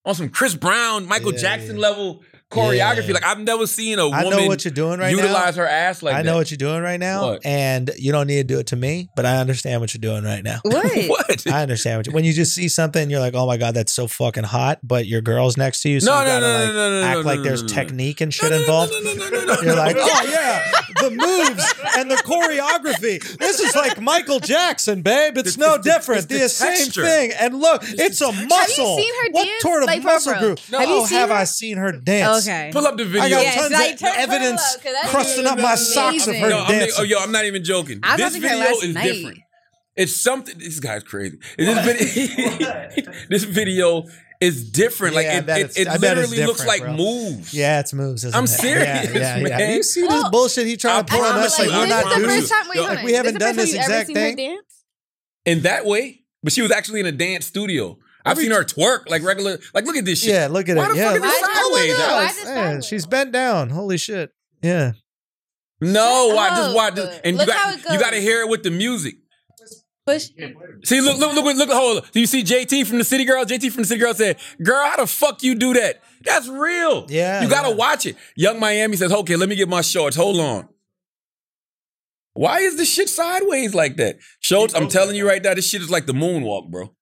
[SPEAKER 3] on some Chris Brown, Michael
[SPEAKER 4] Yeah,
[SPEAKER 3] Jackson
[SPEAKER 4] yeah.
[SPEAKER 3] level choreography.
[SPEAKER 4] Yeah.
[SPEAKER 3] Like I've never seen a
[SPEAKER 4] I
[SPEAKER 3] woman
[SPEAKER 4] know what you're doing right now.
[SPEAKER 3] utilize her ass like
[SPEAKER 4] I know
[SPEAKER 3] that.
[SPEAKER 4] what you're doing right now,
[SPEAKER 3] What?
[SPEAKER 4] and you don't need to do it to me, but I understand what you're doing right now.
[SPEAKER 5] What?
[SPEAKER 3] *laughs* *laughs* What?
[SPEAKER 4] I understand what you, when you just see something, you're like, "Oh my god, that's so fucking hot!" But your girl's next to you, so
[SPEAKER 3] No,
[SPEAKER 4] you
[SPEAKER 3] no,
[SPEAKER 4] gotta
[SPEAKER 3] no, no,
[SPEAKER 4] like
[SPEAKER 3] no, no,
[SPEAKER 4] act
[SPEAKER 3] no,
[SPEAKER 4] like
[SPEAKER 3] no,
[SPEAKER 4] there's
[SPEAKER 3] no, no, no.
[SPEAKER 4] technique and
[SPEAKER 3] No,
[SPEAKER 4] shit
[SPEAKER 3] no, no,
[SPEAKER 4] involved.
[SPEAKER 3] no, no, no, no, no,
[SPEAKER 4] You're like,
[SPEAKER 3] no.
[SPEAKER 4] "Oh yeah, the moves and the choreography. This is like Michael Jackson, babe. It's
[SPEAKER 3] The-
[SPEAKER 4] no
[SPEAKER 3] the-
[SPEAKER 4] different.
[SPEAKER 3] the
[SPEAKER 4] The, same
[SPEAKER 3] texture.
[SPEAKER 4] thing. And look, it's a muscle.
[SPEAKER 5] seen her
[SPEAKER 4] what
[SPEAKER 5] dance?
[SPEAKER 4] sort of
[SPEAKER 5] Like, bro,
[SPEAKER 4] muscle
[SPEAKER 5] bro.
[SPEAKER 4] group?
[SPEAKER 5] Have you
[SPEAKER 4] oh,
[SPEAKER 5] seen
[SPEAKER 4] have
[SPEAKER 5] her-
[SPEAKER 4] I seen her dance?
[SPEAKER 5] Okay.
[SPEAKER 3] Pull up the video.
[SPEAKER 4] I got
[SPEAKER 5] Yeah, it's
[SPEAKER 4] tons
[SPEAKER 5] like,
[SPEAKER 4] of
[SPEAKER 5] turn- turn it
[SPEAKER 4] evidence
[SPEAKER 5] up, 'cause that's
[SPEAKER 4] crusting up my
[SPEAKER 5] amazing.
[SPEAKER 4] socks of her
[SPEAKER 3] no, I'm,
[SPEAKER 4] dancing.
[SPEAKER 3] oh, yo, I'm not even joking.
[SPEAKER 5] I was
[SPEAKER 3] this
[SPEAKER 5] watching her
[SPEAKER 3] video
[SPEAKER 5] last
[SPEAKER 3] is
[SPEAKER 5] night.
[SPEAKER 3] different. It's something. This guy's crazy. This
[SPEAKER 4] *laughs*
[SPEAKER 3] video, *laughs* this video is different. like
[SPEAKER 4] Yeah, I
[SPEAKER 3] it,
[SPEAKER 4] bet
[SPEAKER 3] it,
[SPEAKER 4] it's-
[SPEAKER 3] it
[SPEAKER 4] I bet it's
[SPEAKER 3] literally looks
[SPEAKER 4] different,
[SPEAKER 3] like
[SPEAKER 4] bro.
[SPEAKER 3] moves.
[SPEAKER 4] Yeah, it's moves. Isn't
[SPEAKER 3] I'm
[SPEAKER 4] it?
[SPEAKER 3] serious,
[SPEAKER 4] Yeah, yeah, yeah.
[SPEAKER 3] man.
[SPEAKER 4] You see this
[SPEAKER 5] Well,
[SPEAKER 4] bullshit he
[SPEAKER 3] I
[SPEAKER 4] trying to pull on
[SPEAKER 3] promise
[SPEAKER 4] us? Like
[SPEAKER 3] you,
[SPEAKER 4] we're
[SPEAKER 3] I
[SPEAKER 4] not
[SPEAKER 3] promise
[SPEAKER 5] this
[SPEAKER 3] you.
[SPEAKER 5] is
[SPEAKER 4] dudes.
[SPEAKER 5] the first time. Wait,
[SPEAKER 3] Yo,
[SPEAKER 5] hold
[SPEAKER 3] like,
[SPEAKER 5] on.
[SPEAKER 4] we haven't
[SPEAKER 5] This is the
[SPEAKER 4] done
[SPEAKER 5] first
[SPEAKER 4] this
[SPEAKER 5] time you
[SPEAKER 4] exact
[SPEAKER 5] ever seen her
[SPEAKER 4] thing.
[SPEAKER 5] dance?
[SPEAKER 3] in that way. But she was actually in a dance studio. I've seen her twerk like regular. Like look at this shit.
[SPEAKER 4] Yeah, look at
[SPEAKER 3] Why
[SPEAKER 4] it.
[SPEAKER 3] the
[SPEAKER 4] Yeah,
[SPEAKER 3] fuck is it
[SPEAKER 4] look- oh my
[SPEAKER 3] sideways?
[SPEAKER 4] God,
[SPEAKER 5] Why is it
[SPEAKER 4] man,
[SPEAKER 5] sideways?
[SPEAKER 4] she's bent down. Holy shit. Yeah.
[SPEAKER 3] No,
[SPEAKER 5] Shut
[SPEAKER 3] why? Just
[SPEAKER 5] up.
[SPEAKER 3] watch this. And
[SPEAKER 5] Oh, Look
[SPEAKER 3] you
[SPEAKER 5] how
[SPEAKER 3] got
[SPEAKER 5] it goes.
[SPEAKER 3] you got to hear it with the music.
[SPEAKER 5] Push.
[SPEAKER 3] See, look, look, look, look, look, hold on. Do you see JT from the City Girl? JT from the City Girl said, Girl, how the fuck you do that? That's real.
[SPEAKER 4] Yeah,
[SPEAKER 3] You gotta
[SPEAKER 4] yeah.
[SPEAKER 3] watch it. Young Miami says, Okay, let me get my shorts. Hold on. Why is this shit sideways like that? Schultz, I'm telling you right now, this shit is like the moonwalk,
[SPEAKER 4] *laughs*
[SPEAKER 3] bro.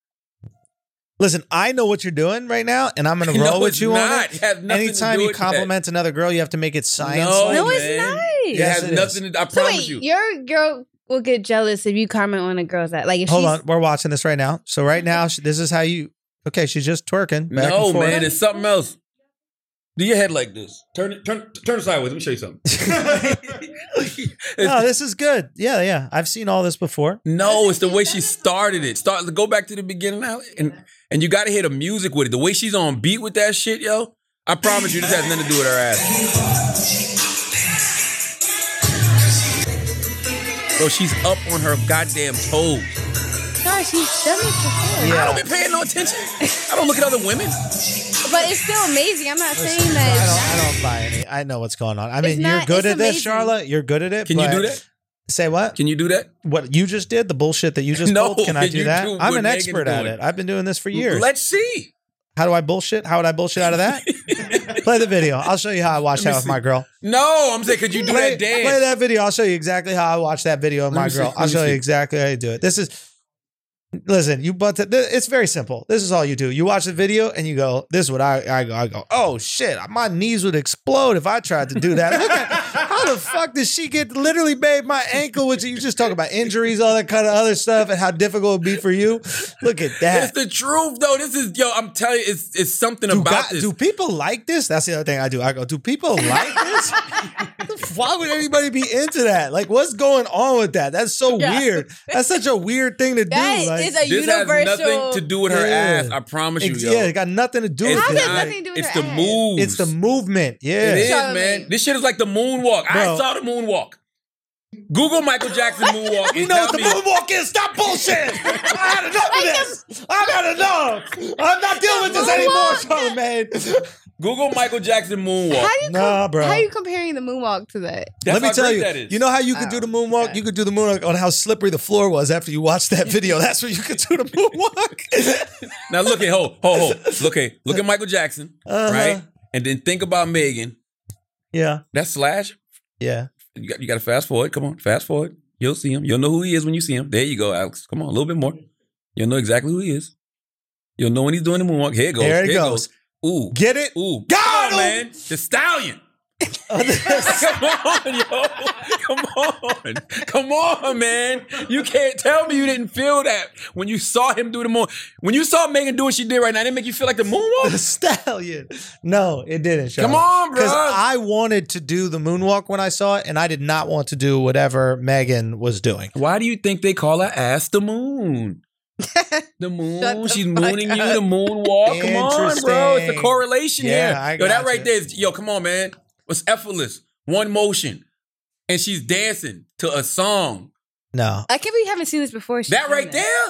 [SPEAKER 4] Listen, I know what you're doing right now,
[SPEAKER 3] *laughs*
[SPEAKER 4] and I'm gonna
[SPEAKER 3] No,
[SPEAKER 4] roll
[SPEAKER 3] it's
[SPEAKER 4] with you on
[SPEAKER 3] not.
[SPEAKER 4] it.
[SPEAKER 3] It has nothing to
[SPEAKER 4] Anytime
[SPEAKER 3] do
[SPEAKER 4] you
[SPEAKER 3] with that.
[SPEAKER 4] compliment another girl, you have to make it science.
[SPEAKER 5] No, it's
[SPEAKER 3] man.
[SPEAKER 5] not.
[SPEAKER 3] It
[SPEAKER 4] Yes,
[SPEAKER 3] has
[SPEAKER 4] it is.
[SPEAKER 3] nothing to do. I
[SPEAKER 5] So
[SPEAKER 3] promise
[SPEAKER 5] wait,
[SPEAKER 3] you.
[SPEAKER 5] your girl will get jealous if you comment on a girl's ass. Like if
[SPEAKER 4] Hold
[SPEAKER 5] she's
[SPEAKER 4] on, we're watching this right now. So right now, she- this is how you. Okay, she's just twerking. Back
[SPEAKER 3] No,
[SPEAKER 4] and forth.
[SPEAKER 3] man, it's something else. Do your head like this. Turn it, turn, turn it sideways. Let me show you something.
[SPEAKER 4] no, this is good. Yeah, yeah. I've seen all this before.
[SPEAKER 3] No, it's the way she started it. Start go back to the beginning now, and and you got to hear the music with it. The way she's on beat with that shit, yo. I promise you, this has nothing to do with her ass. Bro, she's up on her goddamn toes.
[SPEAKER 5] God, she's done this before.
[SPEAKER 3] I
[SPEAKER 4] Yeah.
[SPEAKER 3] don't be paying no attention. I don't look at other women.
[SPEAKER 5] But it's still amazing. I'm not saying
[SPEAKER 4] I
[SPEAKER 5] that.
[SPEAKER 4] don't. I don't buy any. I know what's going on. I mean,
[SPEAKER 5] not-
[SPEAKER 4] you're good
[SPEAKER 5] it's
[SPEAKER 4] at this,
[SPEAKER 5] amazing.
[SPEAKER 4] Charlotte. You're good at it.
[SPEAKER 3] Can you
[SPEAKER 4] but-
[SPEAKER 3] do that?
[SPEAKER 4] Say what?
[SPEAKER 3] Can you do that?
[SPEAKER 4] what you just did, the bullshit that
[SPEAKER 3] *laughs*
[SPEAKER 4] you just
[SPEAKER 3] No,
[SPEAKER 4] pulled, can I
[SPEAKER 3] you
[SPEAKER 4] do that?
[SPEAKER 3] do
[SPEAKER 4] I'm
[SPEAKER 3] what
[SPEAKER 4] an
[SPEAKER 3] Megan's
[SPEAKER 4] expert at
[SPEAKER 3] doing.
[SPEAKER 4] it. I've been doing this for years.
[SPEAKER 3] Let's see.
[SPEAKER 4] how do I bullshit? How would I bullshit out
[SPEAKER 3] *laughs*
[SPEAKER 4] of that? play the video. I'll show you how I watched
[SPEAKER 3] Let
[SPEAKER 4] that
[SPEAKER 3] me
[SPEAKER 4] with my girl.
[SPEAKER 3] No, I'm saying, could you do
[SPEAKER 4] Play,
[SPEAKER 3] that dance?
[SPEAKER 4] play that video. I'll show you exactly how I watched that video of
[SPEAKER 3] Let
[SPEAKER 4] my
[SPEAKER 3] me see.
[SPEAKER 4] girl.
[SPEAKER 3] Let
[SPEAKER 4] I'll
[SPEAKER 3] me
[SPEAKER 4] show you
[SPEAKER 3] see.
[SPEAKER 4] exactly how you do it. This is listen, you but it's very simple. This is all you do. You watch the video and you go, this is what I, I go, I go, oh shit, my knees would explode if I tried to do that. Look at- *laughs* how the fuck did she get literally made my ankle, which you just talk about injuries, all that kind of other stuff, and how difficult it'd be for you. Look at
[SPEAKER 3] It's
[SPEAKER 4] that.
[SPEAKER 3] the truth, though. This is yo. I'm telling you, it's it's something
[SPEAKER 4] Do,
[SPEAKER 3] about
[SPEAKER 4] God-
[SPEAKER 3] this.
[SPEAKER 4] do people like this? That's the other thing I do. I go, do people
[SPEAKER 3] *laughs*
[SPEAKER 4] like this? Why would anybody be into that? Like, what's going on with that? That's so
[SPEAKER 5] Yeah.
[SPEAKER 4] weird. That's such a weird thing to
[SPEAKER 5] That
[SPEAKER 4] do.
[SPEAKER 5] is
[SPEAKER 4] Like,
[SPEAKER 5] a
[SPEAKER 3] this
[SPEAKER 5] universal.
[SPEAKER 3] has nothing to do with her
[SPEAKER 4] Yeah.
[SPEAKER 3] ass. I promise you,
[SPEAKER 4] it's-
[SPEAKER 3] yo.
[SPEAKER 4] yeah, it got nothing to do
[SPEAKER 3] It's
[SPEAKER 4] with
[SPEAKER 5] How does
[SPEAKER 4] it.
[SPEAKER 3] not-
[SPEAKER 5] nothing do with
[SPEAKER 3] It's
[SPEAKER 5] her
[SPEAKER 3] the
[SPEAKER 5] ass?
[SPEAKER 3] moves.
[SPEAKER 4] It's the movement. Yeah.
[SPEAKER 3] It is,
[SPEAKER 5] Charlamagne.
[SPEAKER 3] man. This shit is like the moonwalk. I
[SPEAKER 4] Bro.
[SPEAKER 3] saw the moonwalk. Google Michael Jackson moonwalk.
[SPEAKER 4] *laughs* You
[SPEAKER 3] and
[SPEAKER 4] know
[SPEAKER 3] tell
[SPEAKER 4] what the
[SPEAKER 3] me-
[SPEAKER 4] moonwalk is? Stop bullshit! I had enough of this. I've had enough. I'm not dealing with this anymore, Charlamagne.
[SPEAKER 3] Google Michael Jackson moonwalk.
[SPEAKER 5] How you
[SPEAKER 4] Nah,
[SPEAKER 5] com-
[SPEAKER 4] bro.
[SPEAKER 5] How you comparing the moonwalk to that?
[SPEAKER 3] That's
[SPEAKER 4] Let me
[SPEAKER 3] how
[SPEAKER 4] tell
[SPEAKER 3] great
[SPEAKER 4] you,
[SPEAKER 3] that is.
[SPEAKER 4] you know how you could
[SPEAKER 5] Oh,
[SPEAKER 4] do the moonwalk?
[SPEAKER 5] okay.
[SPEAKER 4] You could do the moonwalk on how slippery the floor was after you watched that video. That's where you could do the moonwalk.
[SPEAKER 3] Now look at ho ho
[SPEAKER 4] *laughs*
[SPEAKER 3] ho. Look at look at Michael Jackson,
[SPEAKER 4] Uh-huh.
[SPEAKER 3] *laughs* right? And then think about Megan.
[SPEAKER 4] yeah.
[SPEAKER 3] That's Slash.
[SPEAKER 4] Yeah.
[SPEAKER 3] You got, you got to fast forward. Come on, fast forward. You'll see him. You'll know who he is when you see him. There you go, Alex. Come on, a little bit more. You'll know exactly who he is. You'll know when he's doing the moonwalk. Here it goes.
[SPEAKER 4] There it
[SPEAKER 3] Here
[SPEAKER 4] goes.
[SPEAKER 3] Ooh.
[SPEAKER 4] Get it?
[SPEAKER 3] Ooh.
[SPEAKER 4] Got
[SPEAKER 3] Come on,
[SPEAKER 4] him!
[SPEAKER 3] man. The stallion. *laughs* Come on, yo. Come on. Come on, man. You can't tell me you didn't feel that when you saw him do the moon. When you saw Megan do what she did right now, it didn't make you feel like the
[SPEAKER 4] *laughs*
[SPEAKER 3] moonwalk?
[SPEAKER 4] *laughs* the stallion. No, it didn't. Sean.
[SPEAKER 3] Come on, bro.
[SPEAKER 4] Because I wanted to do the moonwalk when I saw it, and I did not want to do whatever Megan was doing.
[SPEAKER 3] Why do you think they call her ass the
[SPEAKER 4] *laughs*
[SPEAKER 3] moon? The moon,
[SPEAKER 5] Shut the
[SPEAKER 3] she's
[SPEAKER 5] fuck
[SPEAKER 3] mooning you.
[SPEAKER 5] up.
[SPEAKER 3] The moon walk. Come on, bro. It's the
[SPEAKER 4] Interesting.
[SPEAKER 3] correlation
[SPEAKER 4] Yeah,
[SPEAKER 3] here.
[SPEAKER 4] I
[SPEAKER 3] yo, that
[SPEAKER 4] gotcha.
[SPEAKER 3] right there is yo. Come on, man. It's effortless. One motion, and she's dancing to a song.
[SPEAKER 4] No.
[SPEAKER 5] I can't believe you haven't seen this before. she's
[SPEAKER 3] That
[SPEAKER 5] done
[SPEAKER 3] right there.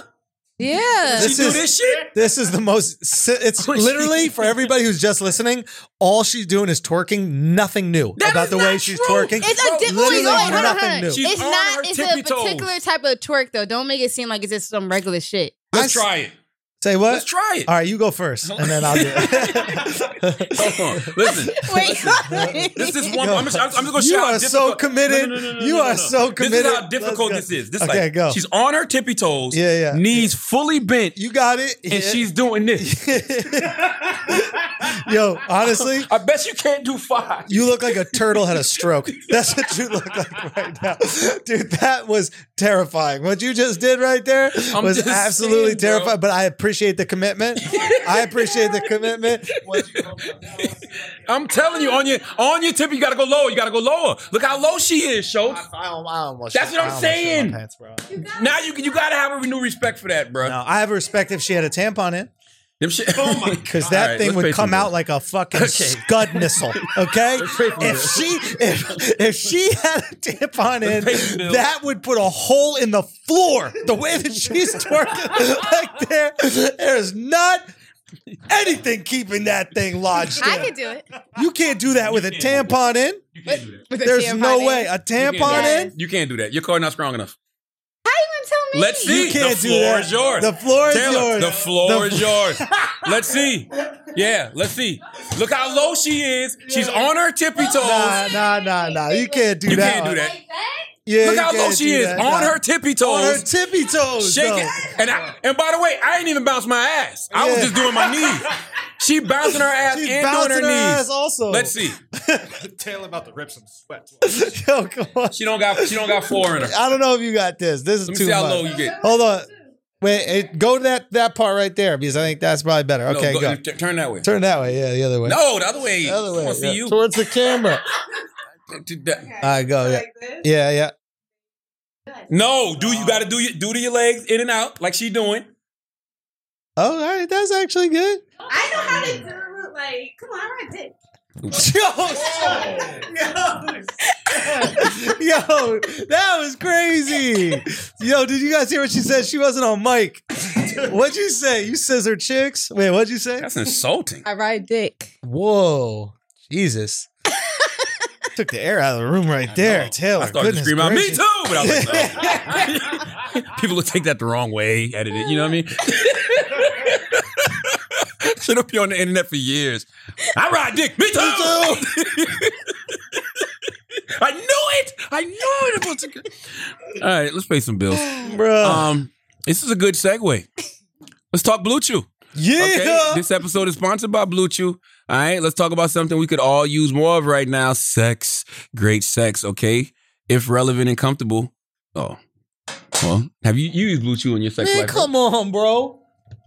[SPEAKER 5] Yeah.
[SPEAKER 3] She
[SPEAKER 4] This
[SPEAKER 3] do
[SPEAKER 4] is-
[SPEAKER 3] this shit.
[SPEAKER 4] This is the most. si- It's
[SPEAKER 3] Oh,
[SPEAKER 4] literally
[SPEAKER 3] jeez.
[SPEAKER 4] for everybody who's just listening. All she's doing is twerking. Nothing new
[SPEAKER 3] That
[SPEAKER 4] about
[SPEAKER 3] is
[SPEAKER 4] the way
[SPEAKER 3] not
[SPEAKER 4] she's
[SPEAKER 3] true.
[SPEAKER 4] twerking.
[SPEAKER 5] It's a different.
[SPEAKER 4] Literally
[SPEAKER 5] Wait, wait, hold on,
[SPEAKER 4] nothing
[SPEAKER 5] hold on.
[SPEAKER 4] new.
[SPEAKER 3] She's
[SPEAKER 5] It's
[SPEAKER 3] on her
[SPEAKER 5] not. It's
[SPEAKER 3] tippy
[SPEAKER 5] a
[SPEAKER 3] toes.
[SPEAKER 5] particular type of twerk, though. Don't make it seem like it's just some regular shit.
[SPEAKER 3] Let's
[SPEAKER 4] I s-
[SPEAKER 3] try it.
[SPEAKER 4] Say what?
[SPEAKER 3] Let's try it.
[SPEAKER 4] All right, you go first, and then I'll do
[SPEAKER 3] *laughs*
[SPEAKER 4] it.
[SPEAKER 3] Hold on. Listen.
[SPEAKER 5] *laughs* Wait,
[SPEAKER 3] This is one. I'm just, I'm just gonna show
[SPEAKER 4] You
[SPEAKER 3] how
[SPEAKER 4] are so
[SPEAKER 3] difficult-
[SPEAKER 4] committed.
[SPEAKER 3] No, no, no, no, no,
[SPEAKER 4] You
[SPEAKER 3] no,
[SPEAKER 4] are
[SPEAKER 3] no.
[SPEAKER 4] so committed.
[SPEAKER 3] This is how
[SPEAKER 4] Let's
[SPEAKER 3] difficult
[SPEAKER 4] go.
[SPEAKER 3] this is. This
[SPEAKER 4] okay,
[SPEAKER 3] like,
[SPEAKER 4] go.
[SPEAKER 3] She's on her tippy toes.
[SPEAKER 4] Yeah, yeah.
[SPEAKER 3] Knees fully bent,
[SPEAKER 4] you got it.
[SPEAKER 3] and she's doing this.
[SPEAKER 4] Yo, honestly,
[SPEAKER 3] I bet you can't do five.
[SPEAKER 4] you look like a turtle had a stroke. That's what you look like right now. Dude, that was terrifying. What you just did right there
[SPEAKER 3] I'm
[SPEAKER 4] was
[SPEAKER 3] just saying,
[SPEAKER 4] absolutely
[SPEAKER 3] bro.
[SPEAKER 4] terrifying, but I appreciate the commitment. I appreciate the commitment.
[SPEAKER 3] I'm telling you, on your on your tip, you gotta go lower. You gotta go lower. Look how low she is,
[SPEAKER 4] I,
[SPEAKER 3] Schultz.
[SPEAKER 4] I don't, I don't wanna
[SPEAKER 3] That's
[SPEAKER 4] shit-
[SPEAKER 3] what I'm
[SPEAKER 4] I don't wanna shit
[SPEAKER 3] saying.
[SPEAKER 4] my pants, bro.
[SPEAKER 3] Now you you gotta have a renewed respect for that, bro.
[SPEAKER 4] No, I have respect if she had a tampon in.
[SPEAKER 3] Them
[SPEAKER 4] *laughs*
[SPEAKER 3] shit. *laughs* Oh my
[SPEAKER 4] Because that thing would come out like a fucking scud missile.
[SPEAKER 3] *laughs*
[SPEAKER 4] Okay,
[SPEAKER 3] pay for
[SPEAKER 4] if
[SPEAKER 3] this.
[SPEAKER 4] she if if she had a tampon
[SPEAKER 3] pay for
[SPEAKER 4] in,
[SPEAKER 3] this.
[SPEAKER 4] that would put a hole in the floor. The way that she's twerking, *laughs* like there, there is not anything keeping that thing lodged.
[SPEAKER 5] I
[SPEAKER 4] there.
[SPEAKER 5] could do it.
[SPEAKER 4] you can't do that with a tampon in.
[SPEAKER 5] With a
[SPEAKER 4] There's
[SPEAKER 5] tampon
[SPEAKER 4] no
[SPEAKER 5] in.
[SPEAKER 4] way a tampon in.
[SPEAKER 3] You can't do that. Your car not strong enough.
[SPEAKER 5] How you gonna tell me?
[SPEAKER 3] Let's see.
[SPEAKER 4] You can't
[SPEAKER 3] the
[SPEAKER 4] do
[SPEAKER 3] floor
[SPEAKER 4] that.
[SPEAKER 3] is yours.
[SPEAKER 4] The floor is
[SPEAKER 3] Taylor,
[SPEAKER 4] yours.
[SPEAKER 3] The floor
[SPEAKER 4] The-
[SPEAKER 3] is
[SPEAKER 4] *laughs*
[SPEAKER 3] yours. Let's see. Yeah, let's see. Look how low she is. She's on her tippy toes.
[SPEAKER 4] Nah, nah, nah, nah. You can't do
[SPEAKER 3] You
[SPEAKER 4] that.
[SPEAKER 3] can't do
[SPEAKER 4] one.
[SPEAKER 3] that.
[SPEAKER 4] Yeah,
[SPEAKER 3] Look
[SPEAKER 4] you
[SPEAKER 3] how low
[SPEAKER 4] can't
[SPEAKER 3] she
[SPEAKER 4] do
[SPEAKER 3] is
[SPEAKER 4] that.
[SPEAKER 3] on
[SPEAKER 4] Nah.
[SPEAKER 3] her tippy
[SPEAKER 4] on her
[SPEAKER 3] toes.
[SPEAKER 4] tippy toes.
[SPEAKER 3] Shake
[SPEAKER 4] though.
[SPEAKER 3] it. And I, and by the way, I ain't even bounce my ass. I was
[SPEAKER 4] Yeah.
[SPEAKER 3] just doing
[SPEAKER 4] *laughs*
[SPEAKER 3] my knees. She bouncing her ass and
[SPEAKER 4] She's
[SPEAKER 3] doing her,
[SPEAKER 4] bouncing her ass
[SPEAKER 3] knees.
[SPEAKER 4] also.
[SPEAKER 3] Let's see.
[SPEAKER 6] Taylor about to rip some sweat.
[SPEAKER 4] *laughs* Yo, come on.
[SPEAKER 3] She don't got she don't got four in her.
[SPEAKER 4] I don't know if you got this. This is
[SPEAKER 3] Let me
[SPEAKER 4] too
[SPEAKER 3] see how
[SPEAKER 4] much.
[SPEAKER 3] low you get.
[SPEAKER 4] Hold on. Wait, it, go to that that part right there because I think that's probably better. *laughs* Okay,
[SPEAKER 3] no,
[SPEAKER 4] go.
[SPEAKER 3] t- turn that way.
[SPEAKER 4] Turn that way. Yeah, the other way.
[SPEAKER 3] No, the other way.
[SPEAKER 4] the other
[SPEAKER 3] I
[SPEAKER 4] way.
[SPEAKER 3] want to
[SPEAKER 4] yeah.
[SPEAKER 3] see you.
[SPEAKER 4] Towards the camera.
[SPEAKER 3] T- t- that-
[SPEAKER 4] All right, go. Yeah, yeah, yeah.
[SPEAKER 3] No, do you got to do your, do to your legs in and out like she doing?
[SPEAKER 4] Oh, all right. That's actually good.
[SPEAKER 7] I know how to do like, come on, I did.
[SPEAKER 4] Yo, that was crazy. Yo, did you guys hear what she said? She wasn't on mic. What'd you say? You scissor chicks? Wait, what'd you say?
[SPEAKER 3] That's insulting.
[SPEAKER 5] I ride dick.
[SPEAKER 4] Whoa, Jesus! Took the air out of the room right there,
[SPEAKER 3] Oh,
[SPEAKER 4] Taylor.
[SPEAKER 3] I started to
[SPEAKER 4] goodness
[SPEAKER 3] scream out, "Me
[SPEAKER 4] gracious.
[SPEAKER 3] too!" But I was
[SPEAKER 4] *laughs*
[SPEAKER 3] like, no. *laughs* people will take that the wrong way, edit it. You know what I mean? *laughs* Shit will be on the internet for years. I ride dick. Me too. *laughs* I knew it. I knew it. was a- All right, let's pay some
[SPEAKER 4] *sighs*
[SPEAKER 3] bills.
[SPEAKER 4] bro.
[SPEAKER 3] Um, this is a good segue. Let's talk Blue Chew.
[SPEAKER 4] yeah,
[SPEAKER 3] Okay, this episode is sponsored by Blue Chew. All right, let's talk about something we could all use more of right now: sex, great sex. Okay, if relevant and comfortable. Oh, well, have you, you used Blue Chew in your sex
[SPEAKER 4] man,
[SPEAKER 3] life?
[SPEAKER 4] come on, bro.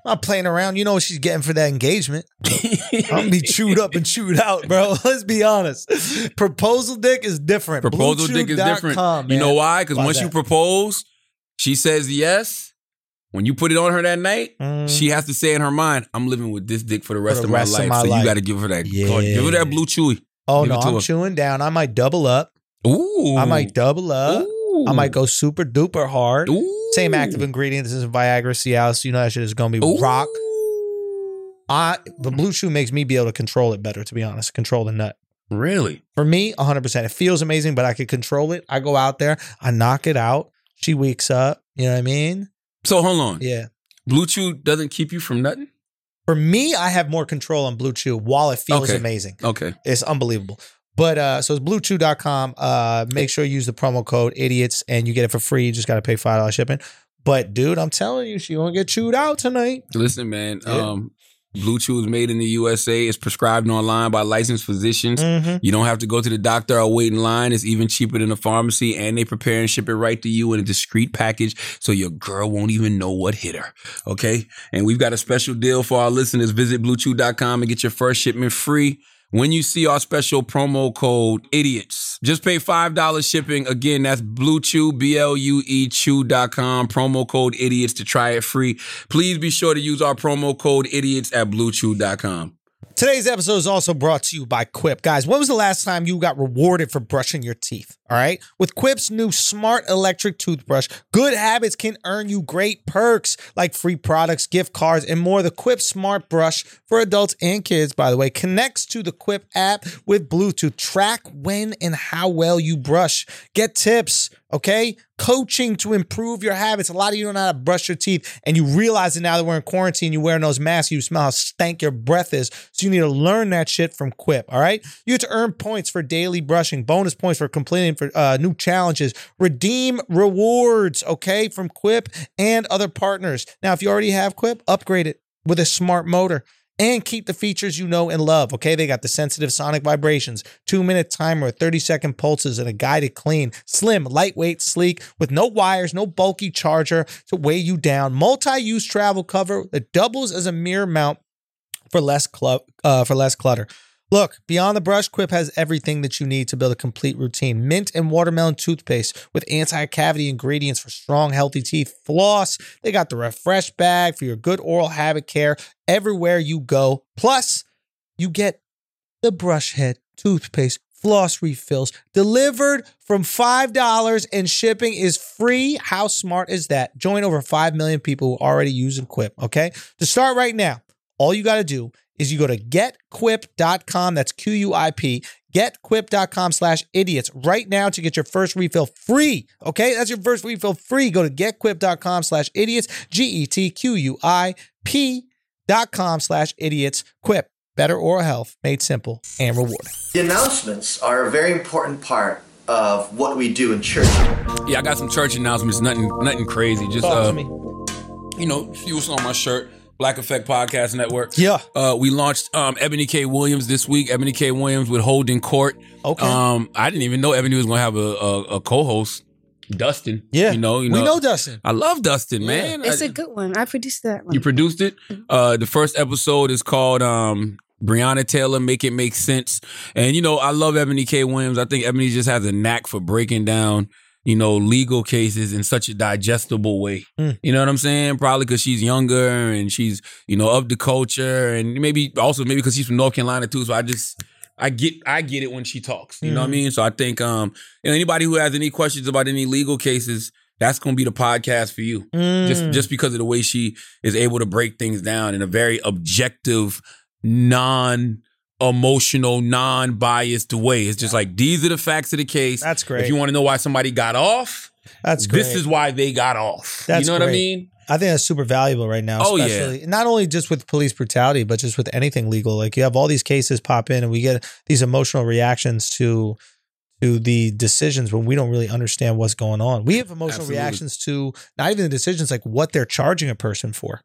[SPEAKER 4] I'm not playing around. You know what she's getting for that engagement. I'm gonna be chewed up and chewed out, bro. *laughs* Let's be honest. Proposal dick is different.
[SPEAKER 3] Proposal dick is different.
[SPEAKER 4] BlueChew.com,
[SPEAKER 3] you know
[SPEAKER 4] man.
[SPEAKER 3] why? Because
[SPEAKER 4] Why
[SPEAKER 3] once
[SPEAKER 4] that?
[SPEAKER 3] you propose, she says yes. When you put it on her that night,
[SPEAKER 4] Mm.
[SPEAKER 3] she has to say in her mind, "I'm living with this dick for the rest
[SPEAKER 4] the
[SPEAKER 3] of my
[SPEAKER 4] rest of
[SPEAKER 3] life."
[SPEAKER 4] my
[SPEAKER 3] so
[SPEAKER 4] life.
[SPEAKER 3] you got to give her that.
[SPEAKER 4] Yeah.
[SPEAKER 3] Give her that Blue Chewy.
[SPEAKER 4] Oh
[SPEAKER 3] Give
[SPEAKER 4] no,
[SPEAKER 3] it to
[SPEAKER 4] I'm
[SPEAKER 3] her.
[SPEAKER 4] chewing down. I might double up.
[SPEAKER 3] Ooh,
[SPEAKER 4] I might double up.
[SPEAKER 3] Ooh.
[SPEAKER 4] I might go super duper hard.
[SPEAKER 3] Ooh.
[SPEAKER 4] Same active ingredients as Viagra, Cialis. You know that shit is gonna be rock. I the blue shoe makes me be able to control it better. To be honest, control the nut.
[SPEAKER 3] Really?
[SPEAKER 4] For me, 100%. It feels amazing, but I could control it. I go out there, I knock it out. She wakes up. You know what I mean?
[SPEAKER 3] So hold on.
[SPEAKER 4] Yeah.
[SPEAKER 3] Blue Chew doesn't keep you from nothing?
[SPEAKER 4] For me, I have more control on Blue Chew while it feels
[SPEAKER 3] Okay.
[SPEAKER 4] amazing.
[SPEAKER 3] Okay.
[SPEAKER 4] It's unbelievable. But uh, so it's bluechew.com. Uh, make sure you use the promo code idiots and you get it for free. You just got to pay $5 shipping. But dude, I'm telling you, she gonna get chewed out tonight.
[SPEAKER 3] Listen, man.
[SPEAKER 4] Yeah.
[SPEAKER 3] Um, Blue Chew is made in the USA. It's prescribed online by licensed physicians.
[SPEAKER 4] Mm-hmm.
[SPEAKER 3] You don't have to go to the doctor or wait in line. It's even cheaper than a pharmacy, and they prepare and ship it right to you in a discreet package so your girl won't even know what hit her. Okay? And we've got a special deal for our listeners. Visit bluechew.com and get your first shipment free. When you see our special promo code idiots, just pay $5 shipping. Again, that's Blue Chew, B L U E Chew.com, promo code idiots to try it free. Please be sure to use our promo code idiots at bluechew.com.
[SPEAKER 4] Today's episode is also brought to you by Quip. Guys, when was the last time you got rewarded for brushing your teeth? All right. With Quip's new smart electric toothbrush, good habits can earn you great perks like free products, gift cards, and more. The Quip Smart Brush for adults and kids, by the way, connects to the Quip app with Bluetooth. Track when and how well you brush. Get tips, okay? Coaching to improve your habits. A lot of you don't know how to brush your teeth, and you realize it now that we're in quarantine, you're wearing those masks, you smell how stank your breath is. So you need to learn that shit from Quip, all right? You get to earn points for daily brushing, bonus points for completing for uh, new challenges, redeem rewards, okay, from Quip and other partners. Now, if you already have Quip, upgrade it with a smart motor and keep the features you know and love. Okay, they got the sensitive sonic vibrations, two minute timer, 30 second pulses, and a guided clean. Slim, lightweight, sleek, with no wires, no bulky charger to weigh you down. Multi use travel cover that doubles as a mirror mount for less club uh, for less clutter. Look, Beyond the Brush, Quip has everything that you need to build a complete routine. Mint and watermelon toothpaste with anti-cavity ingredients for strong, healthy teeth. Floss. They got the refresh bag for your good oral habit care everywhere you go. Plus, you get the brush head, toothpaste, floss refills delivered from $5 and shipping is free. How smart is that? Join over 5 million people who already use and Quip, okay? To start right now, all you got to do is you go to getquip.com. That's Q U I P. Getquip.com slash idiots right now to get your first refill free. Okay, that's your first refill free. Go to getquip.com slash idiots, G E T Q U I P dot com slash idiots. Quip, better oral health made simple and rewarding.
[SPEAKER 8] Denouncements are a very important part of what we do in church.
[SPEAKER 3] Yeah, I got some church announcements. Nothing, nothing crazy. Just
[SPEAKER 4] Talk
[SPEAKER 3] uh,
[SPEAKER 4] to me.
[SPEAKER 3] you know, fuels on my shirt. Black Effect Podcast Network.
[SPEAKER 4] Yeah.
[SPEAKER 3] Uh, we launched um, Ebony K. Williams this week. Ebony K. Williams with Holding Court.
[SPEAKER 4] Okay.
[SPEAKER 3] Um, I didn't even know Ebony was going to have a, a, a co-host, Dustin.
[SPEAKER 4] yeah.
[SPEAKER 3] You know. You know.
[SPEAKER 4] We know Dustin.
[SPEAKER 3] I love Dustin, man.
[SPEAKER 5] It's
[SPEAKER 3] I-
[SPEAKER 5] a good one. I produced that one.
[SPEAKER 3] you produced it. Uh, the first episode is called um, Breonna Taylor Make It Make Sense. And, you know, I love Ebony K. Williams. I think Ebony just has a knack for breaking down, you know, legal cases in such a digestible way.
[SPEAKER 4] Mm.
[SPEAKER 3] You know what I'm saying? Probably because she's younger and she's, you know, of the culture. And maybe also maybe because she's from North Carolina, too. So I just. I get I get it when she talks. You know what I
[SPEAKER 4] Mhm.
[SPEAKER 3] mean? So I think um you know, anybody who has any questions about any legal cases, that's gonna be the podcast for you just
[SPEAKER 4] Mm.
[SPEAKER 3] just because of the way she is able to break things down in a very objective, non emotional, non biased way. It's just like these are the facts of the case.
[SPEAKER 4] that's
[SPEAKER 3] If
[SPEAKER 4] great.
[SPEAKER 3] you want to know why somebody got off,
[SPEAKER 4] that's great.
[SPEAKER 3] this is why they got off. you
[SPEAKER 4] That's
[SPEAKER 3] know what I
[SPEAKER 4] great.
[SPEAKER 3] mean?
[SPEAKER 4] I think that's super valuable right now.
[SPEAKER 3] Oh, yeah.
[SPEAKER 4] especially, Not only just with police brutality, but just with anything legal. Like you have all these cases pop in, and we get these emotional reactions to to the decisions when we don't really understand what's going on. We have emotional
[SPEAKER 3] Absolutely.
[SPEAKER 4] reactions to not even the decisions, like what they're charging a person for.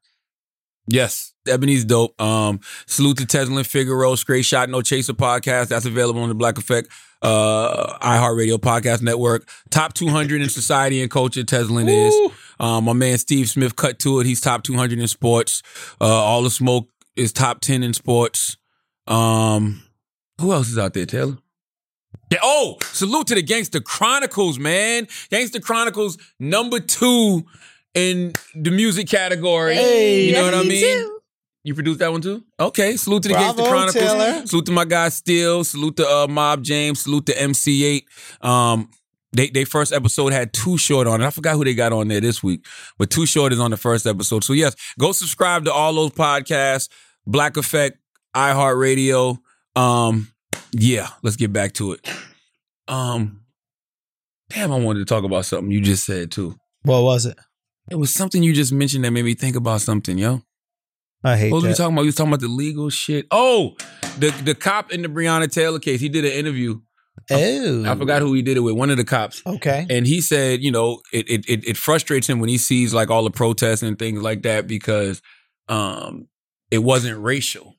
[SPEAKER 3] Yes, Ebony's dope. Um, salute to Tesla and Figaro, Straight Shot No Chaser podcast. That's available on the Black Effect uh, iHeartRadio podcast network. Top 200 in society and culture. Tesla is. Um, my man Steve Smith cut to it. He's top 200 in sports. Uh, All the smoke is top 10 in sports. Um, who else is out there, Taylor? Yeah, oh, salute to the Gangster Chronicles, man. Gangster Chronicles number two in the music category. you know
[SPEAKER 5] that's
[SPEAKER 3] what I
[SPEAKER 5] me
[SPEAKER 3] mean?
[SPEAKER 5] too.
[SPEAKER 3] You produced that one too? Okay. Salute to the
[SPEAKER 4] Bravo,
[SPEAKER 3] Gangsta Chronicles.
[SPEAKER 4] Taylor.
[SPEAKER 3] Salute to my guy Steel. Salute to uh, Mob James. Salute to MC8. Um, they they first episode had Too Short on it. I forgot who they got on there this week, but Too Short is on the first episode. So yes, go subscribe to all those podcasts. Black Effect, iHeartRadio. Um, yeah, let's get back to it. Um, damn, I wanted to talk about something you just said too.
[SPEAKER 4] What was it?
[SPEAKER 3] It was something you just mentioned that made me think about something, yo.
[SPEAKER 4] I hate
[SPEAKER 3] What were we
[SPEAKER 4] that.
[SPEAKER 3] talking about? You was talking about the legal shit. Oh, the the cop in the Breonna Taylor case. He did an interview.
[SPEAKER 4] oh,
[SPEAKER 3] I forgot who he did it with. One of the cops.
[SPEAKER 4] Okay.
[SPEAKER 3] And he said, you know, it it it, it frustrates him when he sees like all the protests and things like that because um it wasn't racial.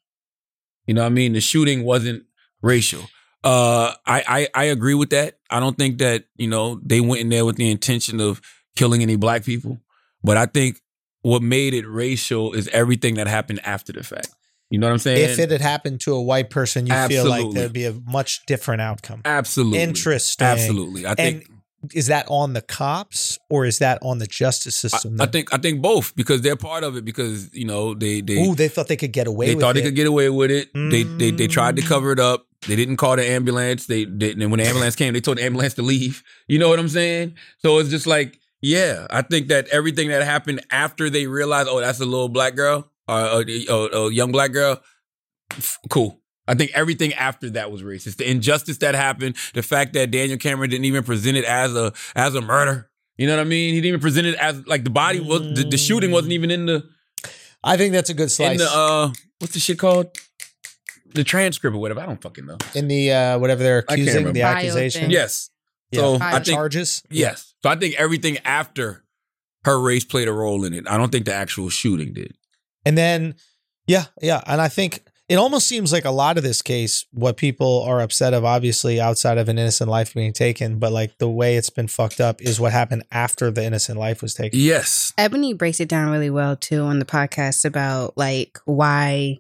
[SPEAKER 3] You know what I mean? The shooting wasn't racial. Uh I, I I agree with that. I don't think that, you know, they went in there with the intention of killing any black people. But I think what made it racial is everything that happened after the fact. You know what I'm saying?
[SPEAKER 4] if it had happened to a white person, you feel like
[SPEAKER 3] Absolutely.
[SPEAKER 4] there'd be a much different outcome.
[SPEAKER 3] Absolutely.
[SPEAKER 4] Interesting.
[SPEAKER 3] Absolutely. I think
[SPEAKER 4] Is that on the cops or is that on the justice
[SPEAKER 3] I,
[SPEAKER 4] system?
[SPEAKER 3] I think I think both because they're part of it because you know they they
[SPEAKER 4] Ooh, they thought they could get away
[SPEAKER 3] they
[SPEAKER 4] with
[SPEAKER 3] thought
[SPEAKER 4] it. Mm.
[SPEAKER 3] they could get away with it. They, they they tried to cover it up. They didn't call the ambulance. They, they and when the ambulance came, they told the ambulance to leave. You know what I'm saying? So it's just like, yeah, I think that everything that happened after they realized, oh, that's a little black girl or a, a, a young black girl, f- cool. I think everything after that was racist. The injustice that happened, the fact that Daniel Cameron didn't even present it as a as a murder. You know what I mean? He didn't even present it as like the body was the, the shooting wasn't even in the
[SPEAKER 4] I think that's a good slice.
[SPEAKER 3] in the uh, what's the shit called? The transcript or whatever. I don't fucking know.
[SPEAKER 4] uh, whatever they're
[SPEAKER 3] can't
[SPEAKER 4] accusing, the
[SPEAKER 3] remember.
[SPEAKER 5] Bio
[SPEAKER 4] accusation.
[SPEAKER 5] thing.
[SPEAKER 3] Yes.
[SPEAKER 4] Yeah.
[SPEAKER 3] So
[SPEAKER 5] Fine.
[SPEAKER 3] I think
[SPEAKER 4] Charges.
[SPEAKER 3] yes. So I think everything after her race played a role in it. I don't think the actual shooting did.
[SPEAKER 4] And then, yeah, yeah. And I think it almost seems like a lot of this case, what people are upset of, obviously, outside of an innocent life being taken, but like the way it's been fucked up is what happened after the innocent life was taken.
[SPEAKER 3] Yes.
[SPEAKER 5] Ebony breaks it down really well too on the podcast about like why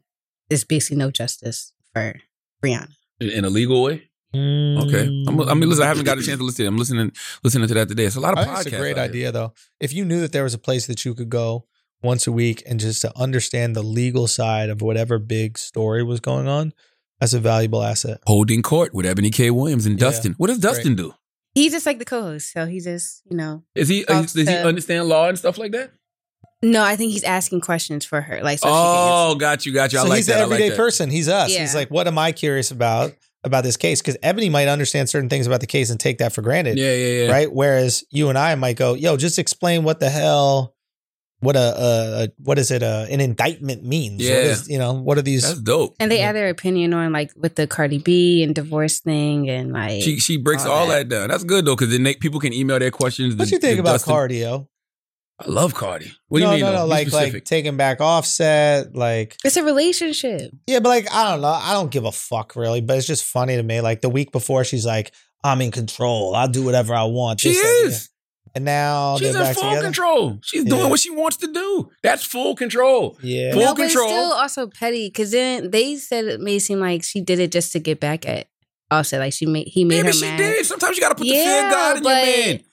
[SPEAKER 5] there's basically no justice for Brianna.
[SPEAKER 3] In, in a legal way. Okay.
[SPEAKER 4] Mm.
[SPEAKER 3] I'm, I mean, listen. I haven't got a chance to listen. to it. I'm listening listening to that today. It's a lot of
[SPEAKER 4] I
[SPEAKER 3] podcasts.
[SPEAKER 4] think it's a great
[SPEAKER 3] out here.
[SPEAKER 4] idea, though. If you knew that there was a place that you could go once a week and just to understand the legal side of whatever big story was going on, that's a valuable asset.
[SPEAKER 3] Holding court with Ebony K. Williams and
[SPEAKER 4] Yeah.
[SPEAKER 3] Dustin. What does Dustin do?
[SPEAKER 5] He's just like the co-host, so he just you know.
[SPEAKER 3] Is he
[SPEAKER 5] Talks
[SPEAKER 3] does he
[SPEAKER 5] to-
[SPEAKER 3] understand law and stuff like that?
[SPEAKER 5] No, I think he's asking questions for her, like so
[SPEAKER 3] oh, got you, got you. I
[SPEAKER 4] so
[SPEAKER 3] like
[SPEAKER 4] he's
[SPEAKER 3] that.
[SPEAKER 4] an
[SPEAKER 3] I like
[SPEAKER 4] everyday
[SPEAKER 3] that.
[SPEAKER 4] person. He's us.
[SPEAKER 5] Yeah.
[SPEAKER 4] He's like, what am I curious about about this case? Because Ebony might understand certain things about the case and take that for granted,
[SPEAKER 3] Yeah, yeah, yeah.
[SPEAKER 4] right? Whereas you and I might go, yo, just explain what the hell, what a, a, a what is it, a, an indictment means?
[SPEAKER 3] Yeah.
[SPEAKER 4] What is, you know, what are these?
[SPEAKER 3] That's dope.
[SPEAKER 5] And they add their opinion on like with the Cardi B and divorce thing and like
[SPEAKER 3] She she breaks all,
[SPEAKER 5] All
[SPEAKER 3] that.
[SPEAKER 5] that.
[SPEAKER 3] down. That's good though, because then they, people can email their questions.
[SPEAKER 4] what
[SPEAKER 3] to-
[SPEAKER 4] do you think
[SPEAKER 3] to
[SPEAKER 4] about
[SPEAKER 3] Dustin.
[SPEAKER 4] cardio?
[SPEAKER 3] I love Cardi. What do
[SPEAKER 4] no,
[SPEAKER 3] you mean?
[SPEAKER 4] no,
[SPEAKER 3] though?
[SPEAKER 4] no,
[SPEAKER 3] Be
[SPEAKER 4] like
[SPEAKER 3] specific.
[SPEAKER 4] like taking back offset, like
[SPEAKER 5] it's a relationship.
[SPEAKER 4] yeah, but like I don't know, I don't give a fuck really, but it's just funny to me. Like the week before, she's like, I'm in control, I'll do whatever I want.
[SPEAKER 3] she
[SPEAKER 4] this, that, and the
[SPEAKER 3] is.
[SPEAKER 4] other. and now
[SPEAKER 3] She's
[SPEAKER 4] they're
[SPEAKER 3] in
[SPEAKER 4] back
[SPEAKER 3] full
[SPEAKER 4] together.
[SPEAKER 3] control. She's doing
[SPEAKER 4] Yeah.
[SPEAKER 3] what she wants to do. That's full control.
[SPEAKER 4] Yeah,
[SPEAKER 3] Full control.
[SPEAKER 5] no, but it's still also petty because then they said it may seem like she did it just to get back at Offset. Like she made he made
[SPEAKER 3] Maybe
[SPEAKER 5] her
[SPEAKER 3] she
[SPEAKER 5] mad.
[SPEAKER 3] did. Sometimes you got to put the fear
[SPEAKER 5] Yeah,
[SPEAKER 3] of God in your
[SPEAKER 5] but-
[SPEAKER 3] man.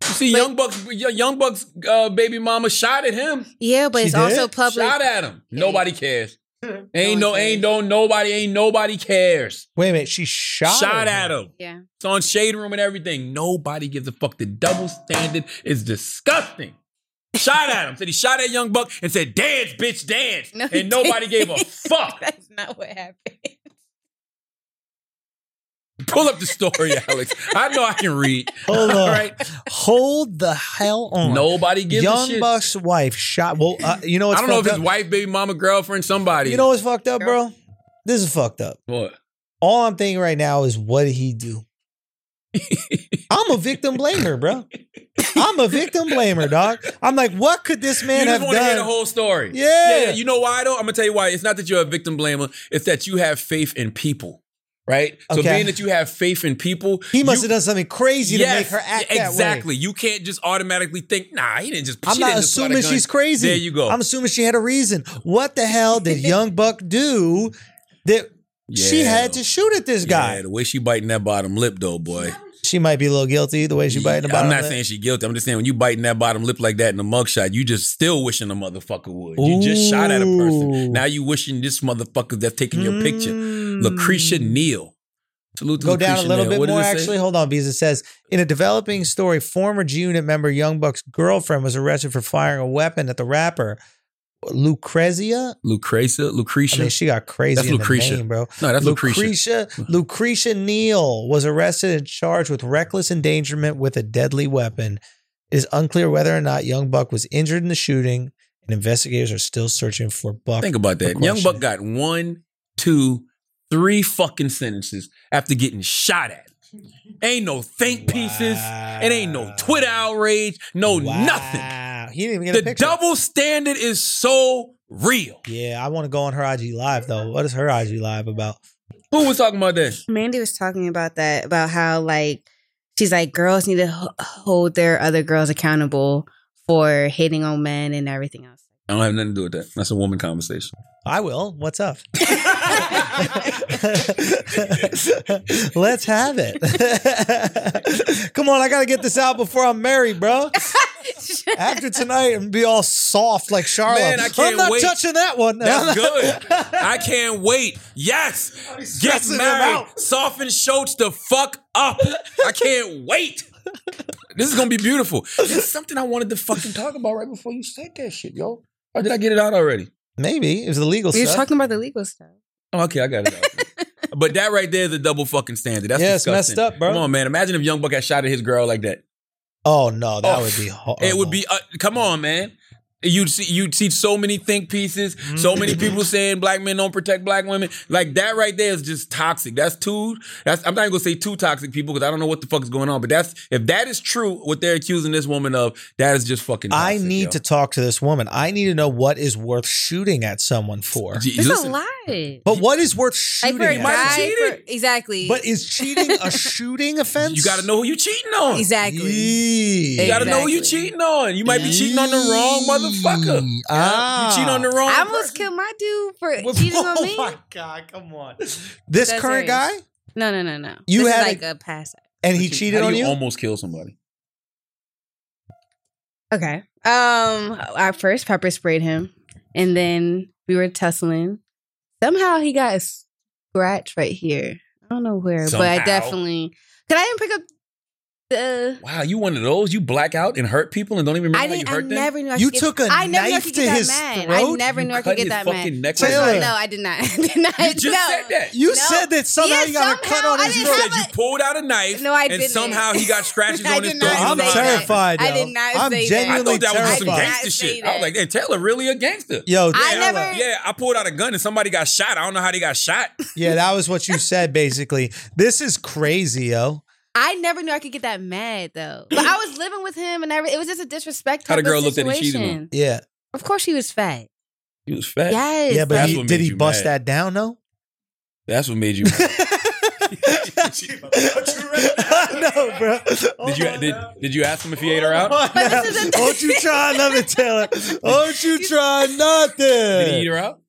[SPEAKER 3] You see, Young Bucks, Young Bucks, uh, baby mama shot at him.
[SPEAKER 5] Yeah, but
[SPEAKER 4] She
[SPEAKER 5] it's
[SPEAKER 4] did?
[SPEAKER 5] also public.
[SPEAKER 3] Shot at him.
[SPEAKER 5] Yeah.
[SPEAKER 3] Nobody cares. Ain't
[SPEAKER 5] *laughs* No
[SPEAKER 3] no,
[SPEAKER 5] one
[SPEAKER 3] ain't no, nobody, ain't nobody cares.
[SPEAKER 4] Wait a minute, she shot
[SPEAKER 3] Shot at him.
[SPEAKER 5] Yeah, *laughs*
[SPEAKER 3] It's on Shade Room and everything. Nobody gives a fuck. The double standard is disgusting. Shot at him. Said he shot at Young Buck and said, dance, bitch, dance.
[SPEAKER 5] No, he
[SPEAKER 3] and nobody gave
[SPEAKER 5] didn't.
[SPEAKER 3] a fuck. *laughs*
[SPEAKER 5] that's not what happened.
[SPEAKER 3] Pull up the story, Alex. I know I can read.
[SPEAKER 4] Hold
[SPEAKER 3] All
[SPEAKER 4] on.
[SPEAKER 3] right.
[SPEAKER 4] Hold the hell on.
[SPEAKER 3] Nobody gives a
[SPEAKER 4] Young
[SPEAKER 3] shit.
[SPEAKER 4] Buck's wife shot. Well, uh, you know
[SPEAKER 3] I
[SPEAKER 4] what's
[SPEAKER 3] don't know if
[SPEAKER 4] fucked
[SPEAKER 3] his
[SPEAKER 4] up?
[SPEAKER 3] wife, baby mama, girlfriend, somebody.
[SPEAKER 4] You know what's fucked up, bro? This is fucked up.
[SPEAKER 3] what?
[SPEAKER 4] All I'm thinking right now is what did
[SPEAKER 3] *laughs*
[SPEAKER 4] he do? I'm a victim blamer, bro. I'm a victim blamer, dog. I'm like, what could this
[SPEAKER 3] You
[SPEAKER 4] man
[SPEAKER 3] just
[SPEAKER 4] have
[SPEAKER 3] want to hear the
[SPEAKER 4] done?
[SPEAKER 3] whole story.
[SPEAKER 4] Yeah.
[SPEAKER 3] yeah. You know why though? I'm gonna tell you why. It's not that you're a victim blamer. It's that you have faith in people, right? So
[SPEAKER 4] Okay.
[SPEAKER 3] being that you have faith in people,
[SPEAKER 4] He must
[SPEAKER 3] you-
[SPEAKER 4] have done something crazy to make her act
[SPEAKER 3] exactly.
[SPEAKER 4] that way.
[SPEAKER 3] You can't just automatically think, nah, he didn't just.
[SPEAKER 4] I'm
[SPEAKER 3] she
[SPEAKER 4] not
[SPEAKER 3] didn't just pull out a
[SPEAKER 4] assuming
[SPEAKER 3] gun.
[SPEAKER 4] she's crazy.
[SPEAKER 3] There you go.
[SPEAKER 4] I'm assuming she had a reason. What the
[SPEAKER 3] *laughs*
[SPEAKER 4] hell did Young Buck do that she
[SPEAKER 3] Yeah.
[SPEAKER 4] had to shoot at this guy?
[SPEAKER 3] Yeah, the way she biting that bottom lip, though, boy.
[SPEAKER 4] She might be a little guilty the way she biting the bottom
[SPEAKER 3] I'm not
[SPEAKER 4] lip.
[SPEAKER 3] saying she guilty. I'm just saying when you biting that bottom lip like that in a mugshot, you just still wishing a motherfucker would. You just shot at a
[SPEAKER 4] Ooh. Mm.
[SPEAKER 3] person. Now you wishing this motherfucker that's taking your picture,
[SPEAKER 4] Hmm.
[SPEAKER 3] Lucretia Neal. Salute to
[SPEAKER 4] Go
[SPEAKER 3] Lucretia
[SPEAKER 4] down a little
[SPEAKER 3] Neal.
[SPEAKER 4] bit
[SPEAKER 3] What did
[SPEAKER 4] more,
[SPEAKER 3] it say?
[SPEAKER 4] actually. Hold on, because it says in a developing story, former G Unit member Young Buck's girlfriend was arrested for firing a weapon at the rapper. Lucrezia.
[SPEAKER 3] Lucretia,
[SPEAKER 4] I
[SPEAKER 3] Lucretia.
[SPEAKER 4] mean, she got crazy.
[SPEAKER 3] That's
[SPEAKER 4] in the
[SPEAKER 3] Lucretia.
[SPEAKER 4] name, bro.
[SPEAKER 3] no, that's Lucretia.
[SPEAKER 4] Lucretia. Lucretia Neal was arrested and charged with reckless endangerment with a deadly weapon. It is unclear whether or not Young Buck was injured in the shooting, and investigators are still searching for Buck.
[SPEAKER 3] Think about that.
[SPEAKER 4] Good
[SPEAKER 3] Young Buck
[SPEAKER 4] question.
[SPEAKER 3] got one, two, three fucking sentences after getting shot at. Ain't no think pieces. It ain't no Twitter outrage. No
[SPEAKER 4] Wow.
[SPEAKER 3] nothing.
[SPEAKER 4] He didn't even get a
[SPEAKER 3] The
[SPEAKER 4] picture.
[SPEAKER 3] double standard is so real.
[SPEAKER 4] yeah, I want to go on her IG live though. What is her IG live about?
[SPEAKER 3] Who was talking about that?
[SPEAKER 5] *laughs* Mandy was talking about that, about how like she's like girls need to h- hold their other girls accountable for hitting on men and everything else.
[SPEAKER 3] I don't have nothing to do with that. That's a woman conversation.
[SPEAKER 4] I will. What's up? Let's have it. *laughs* Come on, I gotta get this out before I'm married,
[SPEAKER 5] *laughs*
[SPEAKER 4] bro. After tonight and be all soft like Charlotte.
[SPEAKER 3] Man, I can't
[SPEAKER 4] am not
[SPEAKER 3] wait.
[SPEAKER 4] touching that one. *laughs*
[SPEAKER 3] That's *laughs* good. I can't wait. Yes. Get
[SPEAKER 4] stressing him
[SPEAKER 3] married.
[SPEAKER 4] out.
[SPEAKER 3] Soften Schultz the fuck up. I can't wait. This is gonna be beautiful. This is something I wanted to fucking talk about right before you said that shit, yo. Or did I get it out already?
[SPEAKER 4] Maybe it was illegal
[SPEAKER 5] We were
[SPEAKER 4] stuff.
[SPEAKER 5] talking about the legal stuff.
[SPEAKER 3] Oh, okay, I got it
[SPEAKER 4] *laughs*
[SPEAKER 3] out. but that right there is a double fucking standard. That's
[SPEAKER 4] yeah, it's
[SPEAKER 3] disgusting.
[SPEAKER 4] messed up, bro.
[SPEAKER 3] Come on, man. Imagine if Young Buck had shot at his girl like that.
[SPEAKER 4] Oh no, that
[SPEAKER 3] Oh,
[SPEAKER 4] would be horrible.
[SPEAKER 3] It would be. Uh, come on, man. You'd see you'd see so many think pieces, so many
[SPEAKER 4] Mm-hmm. *laughs*
[SPEAKER 3] people saying black men don't protect black women. Like that right there is just toxic. That's too. That's I'm not even gonna say two toxic people because I don't know what the fuck is going on. But that's if that is true, what they're accusing this woman of, that is just fucking.
[SPEAKER 4] I
[SPEAKER 3] toxic,
[SPEAKER 4] need
[SPEAKER 3] yo.
[SPEAKER 4] to talk to this woman. I need to know what is worth shooting at someone for.
[SPEAKER 3] Gee,
[SPEAKER 5] There's
[SPEAKER 3] listen,
[SPEAKER 5] a lot. Like
[SPEAKER 4] But what is worth shooting
[SPEAKER 5] for a
[SPEAKER 4] at?
[SPEAKER 5] guy,
[SPEAKER 3] cheated.
[SPEAKER 5] for- exactly.
[SPEAKER 4] But is cheating a shooting offense?
[SPEAKER 3] You got to know who you cheating on.
[SPEAKER 5] exactly.
[SPEAKER 4] Yee.
[SPEAKER 3] You got to know who you
[SPEAKER 5] Exactly.
[SPEAKER 3] cheating on. You might be cheating on the wrong motherfucker.
[SPEAKER 4] Yee. Ah.
[SPEAKER 3] You cheat on the wrong.
[SPEAKER 5] I almost
[SPEAKER 3] person.
[SPEAKER 5] killed my dude for cheating
[SPEAKER 4] *laughs* oh
[SPEAKER 5] on me.
[SPEAKER 6] God, come on.
[SPEAKER 4] This
[SPEAKER 5] That's
[SPEAKER 4] current guy,
[SPEAKER 5] serious. No, no, no, no.
[SPEAKER 4] You
[SPEAKER 5] This is
[SPEAKER 4] had
[SPEAKER 5] like a, pass.
[SPEAKER 4] and he
[SPEAKER 3] How
[SPEAKER 4] cheated
[SPEAKER 3] do
[SPEAKER 4] on you.
[SPEAKER 3] Almost kill somebody.
[SPEAKER 5] Okay. Um, I first pepper sprayed him, and then we were tussling. Somehow he got a scratch right here. I don't know where, but
[SPEAKER 3] Somehow.
[SPEAKER 5] I definitely. Cause I didn't pick up the.
[SPEAKER 3] Wow, you one of those? You black out and hurt people and don't even remember
[SPEAKER 5] I
[SPEAKER 3] how you
[SPEAKER 5] didn't. I
[SPEAKER 3] hurt them?
[SPEAKER 5] never knew. I
[SPEAKER 4] You
[SPEAKER 5] could get-
[SPEAKER 4] took a
[SPEAKER 5] I never knew I
[SPEAKER 4] knife
[SPEAKER 5] could
[SPEAKER 4] to
[SPEAKER 5] get
[SPEAKER 4] his
[SPEAKER 5] that mad. I
[SPEAKER 4] throat?
[SPEAKER 5] never knew I
[SPEAKER 3] cut
[SPEAKER 5] could get
[SPEAKER 3] his
[SPEAKER 5] that
[SPEAKER 3] fucking
[SPEAKER 5] mad.
[SPEAKER 3] neck
[SPEAKER 5] First of all,
[SPEAKER 4] Taylor.
[SPEAKER 5] No, I did not. *laughs* I
[SPEAKER 3] You just
[SPEAKER 5] did not. no.
[SPEAKER 3] said that.
[SPEAKER 4] You
[SPEAKER 5] No.
[SPEAKER 4] said that somehow
[SPEAKER 5] Yeah,
[SPEAKER 4] you got a cut
[SPEAKER 5] somehow
[SPEAKER 4] on
[SPEAKER 5] I
[SPEAKER 4] his
[SPEAKER 5] didn't
[SPEAKER 4] throat.
[SPEAKER 5] have
[SPEAKER 3] you pulled out a knife.
[SPEAKER 5] No, I
[SPEAKER 3] and
[SPEAKER 5] didn't.
[SPEAKER 3] somehow
[SPEAKER 5] *laughs*
[SPEAKER 3] he got scratches
[SPEAKER 5] I
[SPEAKER 3] on his
[SPEAKER 5] did
[SPEAKER 3] throat.
[SPEAKER 5] not
[SPEAKER 3] You
[SPEAKER 4] I'm
[SPEAKER 3] know how
[SPEAKER 5] say
[SPEAKER 3] that
[SPEAKER 5] that.
[SPEAKER 3] happened?
[SPEAKER 4] terrified.
[SPEAKER 5] I
[SPEAKER 4] yo.
[SPEAKER 5] did not
[SPEAKER 4] I'm
[SPEAKER 5] say that.
[SPEAKER 3] I
[SPEAKER 4] genuinely
[SPEAKER 3] thought that was
[SPEAKER 5] I
[SPEAKER 3] some
[SPEAKER 5] did
[SPEAKER 4] terrified.
[SPEAKER 5] not
[SPEAKER 3] gangster
[SPEAKER 5] say
[SPEAKER 3] shit. I was
[SPEAKER 5] that.
[SPEAKER 3] like, "Hey, Taylor really a gangster."
[SPEAKER 4] Yo,
[SPEAKER 5] I
[SPEAKER 4] Taylor.
[SPEAKER 5] never-
[SPEAKER 3] Yeah, I pulled out a gun and somebody got shot. I don't know how they got
[SPEAKER 5] *laughs*
[SPEAKER 3] shot.
[SPEAKER 4] *laughs* Yeah, that was what you said basically. This is crazy, yo.
[SPEAKER 5] I never knew I could get that mad though. But I was living with him, and every, it was just a disrespect.
[SPEAKER 3] How the
[SPEAKER 5] type of
[SPEAKER 3] girl looked at him, cheated on him?
[SPEAKER 5] situation.
[SPEAKER 4] Yeah,
[SPEAKER 5] Of course, she was fat.
[SPEAKER 3] He was fat.
[SPEAKER 5] Yes.
[SPEAKER 4] yeah, but
[SPEAKER 3] That's
[SPEAKER 5] like-
[SPEAKER 4] he,
[SPEAKER 3] what
[SPEAKER 4] did
[SPEAKER 3] made
[SPEAKER 4] he
[SPEAKER 3] you
[SPEAKER 4] bust
[SPEAKER 3] mad.
[SPEAKER 4] that down though?
[SPEAKER 3] That's what made you.
[SPEAKER 5] *laughs*
[SPEAKER 4] *laughs*
[SPEAKER 3] Mad.
[SPEAKER 4] no, bro. Oh
[SPEAKER 3] did you did, did you ask him if he ate her out?
[SPEAKER 5] But
[SPEAKER 4] *laughs*
[SPEAKER 5] this is a-
[SPEAKER 4] Don't you try nothing, Taylor. Don't
[SPEAKER 5] *laughs*
[SPEAKER 4] you try
[SPEAKER 3] Did he eat
[SPEAKER 4] nothing.
[SPEAKER 3] her out?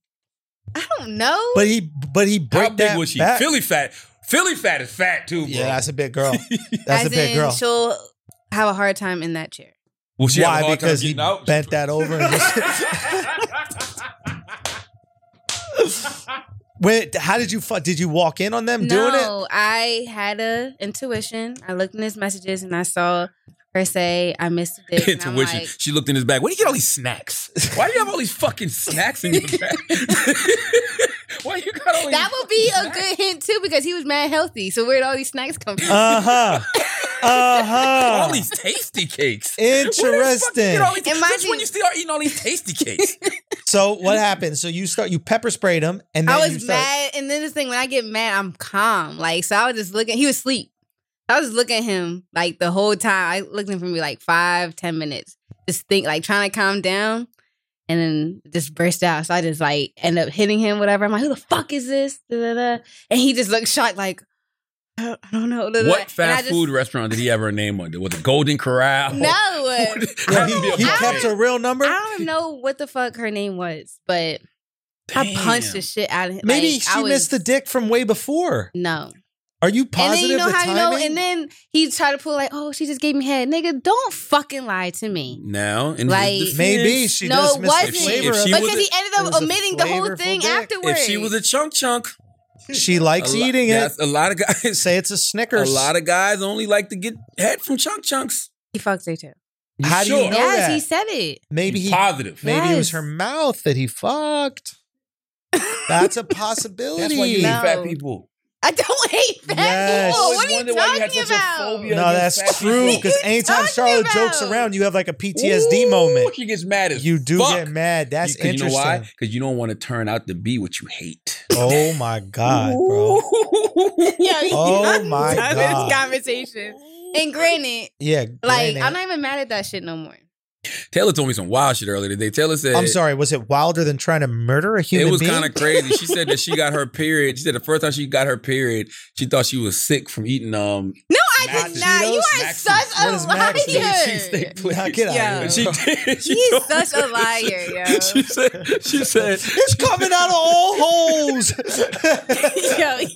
[SPEAKER 5] I don't know.
[SPEAKER 4] But he, but he
[SPEAKER 3] How
[SPEAKER 4] broke
[SPEAKER 3] big
[SPEAKER 4] that
[SPEAKER 3] was she?
[SPEAKER 4] back.
[SPEAKER 3] Philly fat. Philly fat is fat too, bro.
[SPEAKER 4] Yeah, that's a
[SPEAKER 3] *laughs*
[SPEAKER 4] big girl. That's
[SPEAKER 5] As
[SPEAKER 4] a big
[SPEAKER 5] in,
[SPEAKER 4] girl.
[SPEAKER 5] she'll have a hard time in that chair.
[SPEAKER 3] Well, she had a
[SPEAKER 4] Why?
[SPEAKER 3] hard time
[SPEAKER 4] Because he
[SPEAKER 3] getting out.
[SPEAKER 4] bent that over.
[SPEAKER 3] *laughs*
[SPEAKER 4] And just, wait, how did you? fu- Did you walk in on them doing it?
[SPEAKER 5] no, I had a intuition. I looked in his messages and I saw her say, "I missed it."
[SPEAKER 3] Intuition. she looked in his bag. Where do you get all these snacks? Why do you have all these fucking snacks
[SPEAKER 5] *laughs*
[SPEAKER 3] in your bag? *laughs* Why you got all these?
[SPEAKER 5] that would be a good hint too, because he was mad healthy. So where did all these snacks come from?
[SPEAKER 4] Uh huh. Uh
[SPEAKER 3] all
[SPEAKER 4] huh.
[SPEAKER 3] these tasty cakes. Where the fuck you
[SPEAKER 4] *laughs* Interesting.
[SPEAKER 3] get all these-
[SPEAKER 5] And mind
[SPEAKER 3] That's
[SPEAKER 5] you-
[SPEAKER 3] when you start eating all these tasty
[SPEAKER 5] *laughs*
[SPEAKER 3] cakes.
[SPEAKER 4] *laughs* So what happened? So you start. You pepper sprayed him, and then
[SPEAKER 5] I
[SPEAKER 4] you
[SPEAKER 5] was
[SPEAKER 4] start,
[SPEAKER 5] mad, and then this thing when I get mad, I'm calm. Like so, I was just looking. He was asleep. I was just looking at him like the whole time. I looked at him for me like five, ten minutes, just think like trying to calm down, and then just burst out. So I just like end up hitting him, whatever. I'm like, who the fuck is this? Da, da, da. And he just looked shocked, like I don't, I don't know. Da, da, da.
[SPEAKER 3] what
[SPEAKER 5] And
[SPEAKER 3] fast
[SPEAKER 5] I just-
[SPEAKER 3] food restaurant did he have her name under? Was it Golden Corral? *laughs*
[SPEAKER 5] No, I
[SPEAKER 3] Had to *laughs*
[SPEAKER 4] *laughs* Yeah,
[SPEAKER 3] be a
[SPEAKER 4] he, he
[SPEAKER 3] buffet.
[SPEAKER 4] kept a real number.
[SPEAKER 5] don't know what the fuck her name was, but I punched the
[SPEAKER 3] Damn.
[SPEAKER 5] shit out of him.
[SPEAKER 4] Maybe
[SPEAKER 5] Like,
[SPEAKER 4] she
[SPEAKER 5] I
[SPEAKER 4] missed the
[SPEAKER 5] was-
[SPEAKER 4] dick from way before.
[SPEAKER 5] No.
[SPEAKER 4] Are you positive
[SPEAKER 5] and then you know
[SPEAKER 4] the
[SPEAKER 5] how
[SPEAKER 4] timing?
[SPEAKER 5] you know, and then he tried to pull like, oh, she just gave me head, nigga. Don't fucking lie to me.
[SPEAKER 3] Now, in his
[SPEAKER 5] Like-
[SPEAKER 3] defense,
[SPEAKER 4] Maybe she
[SPEAKER 5] No,
[SPEAKER 4] just
[SPEAKER 5] it
[SPEAKER 4] missed
[SPEAKER 5] wasn't.
[SPEAKER 4] the flavor
[SPEAKER 3] If she
[SPEAKER 4] of
[SPEAKER 5] because
[SPEAKER 3] was
[SPEAKER 5] he
[SPEAKER 3] a-
[SPEAKER 4] it
[SPEAKER 5] ended
[SPEAKER 4] was a
[SPEAKER 5] up omitting the whole
[SPEAKER 4] flavorful
[SPEAKER 5] thing
[SPEAKER 4] dick.
[SPEAKER 5] afterwards.
[SPEAKER 3] if she was a chunk chunk,
[SPEAKER 4] it. She likes
[SPEAKER 3] a lot-
[SPEAKER 4] eating it.
[SPEAKER 3] that's A lot of guys,
[SPEAKER 4] *laughs* Say it's a
[SPEAKER 3] a
[SPEAKER 4] Snickers.
[SPEAKER 3] lot of guys only like to get head from chunk chunks.
[SPEAKER 5] he fucked her too.
[SPEAKER 4] How do you
[SPEAKER 3] sure?
[SPEAKER 4] know
[SPEAKER 5] yes,
[SPEAKER 4] that.
[SPEAKER 5] he said it.
[SPEAKER 4] Maybe he,
[SPEAKER 3] positive.
[SPEAKER 4] maybe it was
[SPEAKER 5] Yes.
[SPEAKER 4] her mouth that he fucked. That's a possibility.
[SPEAKER 3] That's why you hate
[SPEAKER 5] No.
[SPEAKER 3] fat people.
[SPEAKER 5] I don't *laughs* hate fat
[SPEAKER 4] Yes.
[SPEAKER 5] people.
[SPEAKER 4] Always
[SPEAKER 5] What are you
[SPEAKER 3] wondered
[SPEAKER 5] talking
[SPEAKER 3] why you had such a
[SPEAKER 5] about?
[SPEAKER 3] phobia.
[SPEAKER 4] No,
[SPEAKER 3] against
[SPEAKER 4] that's
[SPEAKER 3] fat people.
[SPEAKER 4] true. Because
[SPEAKER 5] What are you
[SPEAKER 4] anytime
[SPEAKER 5] talking
[SPEAKER 4] Charlotte jokes
[SPEAKER 5] about?
[SPEAKER 4] around, you have like a PTSD moment.
[SPEAKER 3] Ooh, She gets mad as
[SPEAKER 4] You do
[SPEAKER 3] fuck.
[SPEAKER 4] get mad. That's
[SPEAKER 3] You- 'cause
[SPEAKER 4] interesting.
[SPEAKER 3] You know why? Because you don't want to turn out to be what you hate.
[SPEAKER 4] Oh my god, bro.
[SPEAKER 5] *laughs* Yeah, you
[SPEAKER 4] Oh
[SPEAKER 5] know, *laughs*
[SPEAKER 4] my
[SPEAKER 5] this
[SPEAKER 4] God.
[SPEAKER 5] conversation. And granted,
[SPEAKER 4] Yeah,
[SPEAKER 5] like
[SPEAKER 4] granted.
[SPEAKER 5] I'm not even mad at that shit no more.
[SPEAKER 3] Taylor told me some wild shit earlier today. Taylor said,
[SPEAKER 4] I'm sorry. Was it wilder than trying to murder a human
[SPEAKER 3] it was
[SPEAKER 4] being? *laughs*
[SPEAKER 3] kind of crazy. She said that she got her period. She said the first time she got her period, she thought she was sick from eating
[SPEAKER 5] *laughs*
[SPEAKER 3] um.
[SPEAKER 5] No, I
[SPEAKER 3] Mac-
[SPEAKER 5] did not. You are
[SPEAKER 3] Maxi.
[SPEAKER 5] such
[SPEAKER 4] What
[SPEAKER 5] a
[SPEAKER 4] is Maxi?
[SPEAKER 3] She
[SPEAKER 5] liar.
[SPEAKER 3] steak plate.
[SPEAKER 4] Nah, get out
[SPEAKER 5] Yeah.
[SPEAKER 4] of
[SPEAKER 3] She
[SPEAKER 4] here.
[SPEAKER 3] did. *laughs* She
[SPEAKER 5] He's
[SPEAKER 3] told me
[SPEAKER 5] such a
[SPEAKER 3] that
[SPEAKER 5] liar,
[SPEAKER 4] *laughs*
[SPEAKER 3] shit.
[SPEAKER 5] yo.
[SPEAKER 3] She said. She said.
[SPEAKER 4] It's coming out of all holes. *laughs*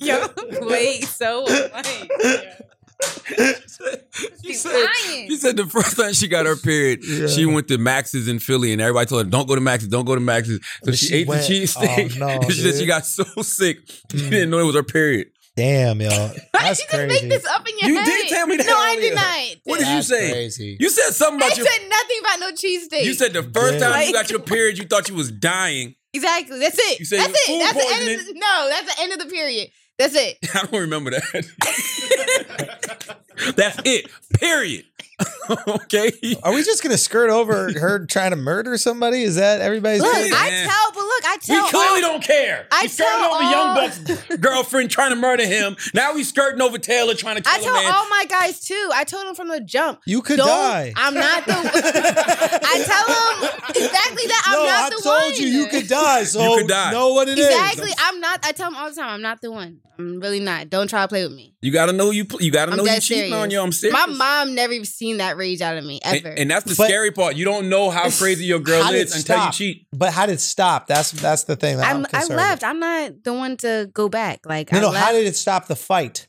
[SPEAKER 5] *laughs* yo, yo, wait, so what?
[SPEAKER 3] *laughs* She
[SPEAKER 5] She's
[SPEAKER 3] said,
[SPEAKER 5] lying.
[SPEAKER 3] she said the first time she got her period,
[SPEAKER 4] *laughs* Yeah.
[SPEAKER 3] she went to Max's in Philly, and everybody told her, "Don't go to Max's, don't go to Max's." So
[SPEAKER 4] And
[SPEAKER 3] she,
[SPEAKER 4] she
[SPEAKER 3] ate
[SPEAKER 4] went.
[SPEAKER 3] the cheese steak.
[SPEAKER 4] Oh, no,
[SPEAKER 3] and *laughs* she said she
[SPEAKER 4] dude. Mm.
[SPEAKER 3] got so sick, *laughs* she didn't know it was her period.
[SPEAKER 4] Damn, yo,
[SPEAKER 5] Why
[SPEAKER 4] that's
[SPEAKER 5] did you just
[SPEAKER 4] crazy.
[SPEAKER 5] make this up in your
[SPEAKER 3] You
[SPEAKER 5] head?
[SPEAKER 3] did tell me that
[SPEAKER 5] No, I
[SPEAKER 3] earlier.
[SPEAKER 5] did not.
[SPEAKER 3] What did you
[SPEAKER 4] That's
[SPEAKER 3] say?
[SPEAKER 4] Crazy.
[SPEAKER 3] You said something
[SPEAKER 5] I
[SPEAKER 3] about your.
[SPEAKER 5] said nothing about no cheesesteak.
[SPEAKER 3] You said the first
[SPEAKER 4] Yeah.
[SPEAKER 3] time you
[SPEAKER 5] Like-
[SPEAKER 3] got your period, you thought you was dying. *laughs*
[SPEAKER 5] exactly. That's it.
[SPEAKER 3] You said
[SPEAKER 5] that's
[SPEAKER 3] food
[SPEAKER 5] it. That's the end of
[SPEAKER 3] poisoning.
[SPEAKER 5] the, no. That's the end of the period. That's it.
[SPEAKER 3] I don't remember that. *laughs* That's it. Period. *laughs* okay.
[SPEAKER 4] Are we just gonna skirt over her trying to murder somebody? Is that everybody's?
[SPEAKER 5] Look,
[SPEAKER 3] good,
[SPEAKER 5] I
[SPEAKER 3] man.
[SPEAKER 5] tell, but look, I
[SPEAKER 3] We
[SPEAKER 5] tell.
[SPEAKER 3] clearly
[SPEAKER 5] all-
[SPEAKER 3] don't care.
[SPEAKER 5] I
[SPEAKER 3] we skirting
[SPEAKER 5] tell
[SPEAKER 3] over
[SPEAKER 5] all-
[SPEAKER 3] Young Buck's girlfriend trying to murder him. Now we skirting over Taylor trying to kill
[SPEAKER 5] I
[SPEAKER 3] a
[SPEAKER 5] tell
[SPEAKER 3] man.
[SPEAKER 5] all my guys too. I told them from the jump.
[SPEAKER 4] You could
[SPEAKER 5] don't,
[SPEAKER 4] die.
[SPEAKER 3] *laughs*
[SPEAKER 5] I'm not the. *laughs* I tell them exactly that I'm
[SPEAKER 4] no,
[SPEAKER 5] not
[SPEAKER 4] I
[SPEAKER 5] the
[SPEAKER 4] told
[SPEAKER 5] one.
[SPEAKER 4] you you could die. So
[SPEAKER 3] could die.
[SPEAKER 4] know what it is.
[SPEAKER 5] Exactly. I'm not. I tell them all the time. I'm not the one. I'm really not. Don't try to play with me.
[SPEAKER 3] You gotta know you. pl- You gotta
[SPEAKER 5] I'm
[SPEAKER 3] know you
[SPEAKER 5] dead
[SPEAKER 3] cheating
[SPEAKER 5] serious.
[SPEAKER 3] on you. I'm serious.
[SPEAKER 5] My mom never seen that rage out of me
[SPEAKER 3] and,
[SPEAKER 5] ever.
[SPEAKER 3] and that's the
[SPEAKER 4] But-
[SPEAKER 3] scary part. You don't know
[SPEAKER 4] *laughs*
[SPEAKER 3] how crazy your girl
[SPEAKER 4] How did
[SPEAKER 3] is
[SPEAKER 4] it
[SPEAKER 3] until you
[SPEAKER 4] stop?
[SPEAKER 3] cheat.
[SPEAKER 4] But how did it stop? That's that's the thing. That I'm,
[SPEAKER 5] I'm, I
[SPEAKER 4] concerned
[SPEAKER 5] left. I'm not the one to go back. Like
[SPEAKER 4] with. No,
[SPEAKER 5] I
[SPEAKER 4] no.
[SPEAKER 5] left.
[SPEAKER 4] How did it stop the fight?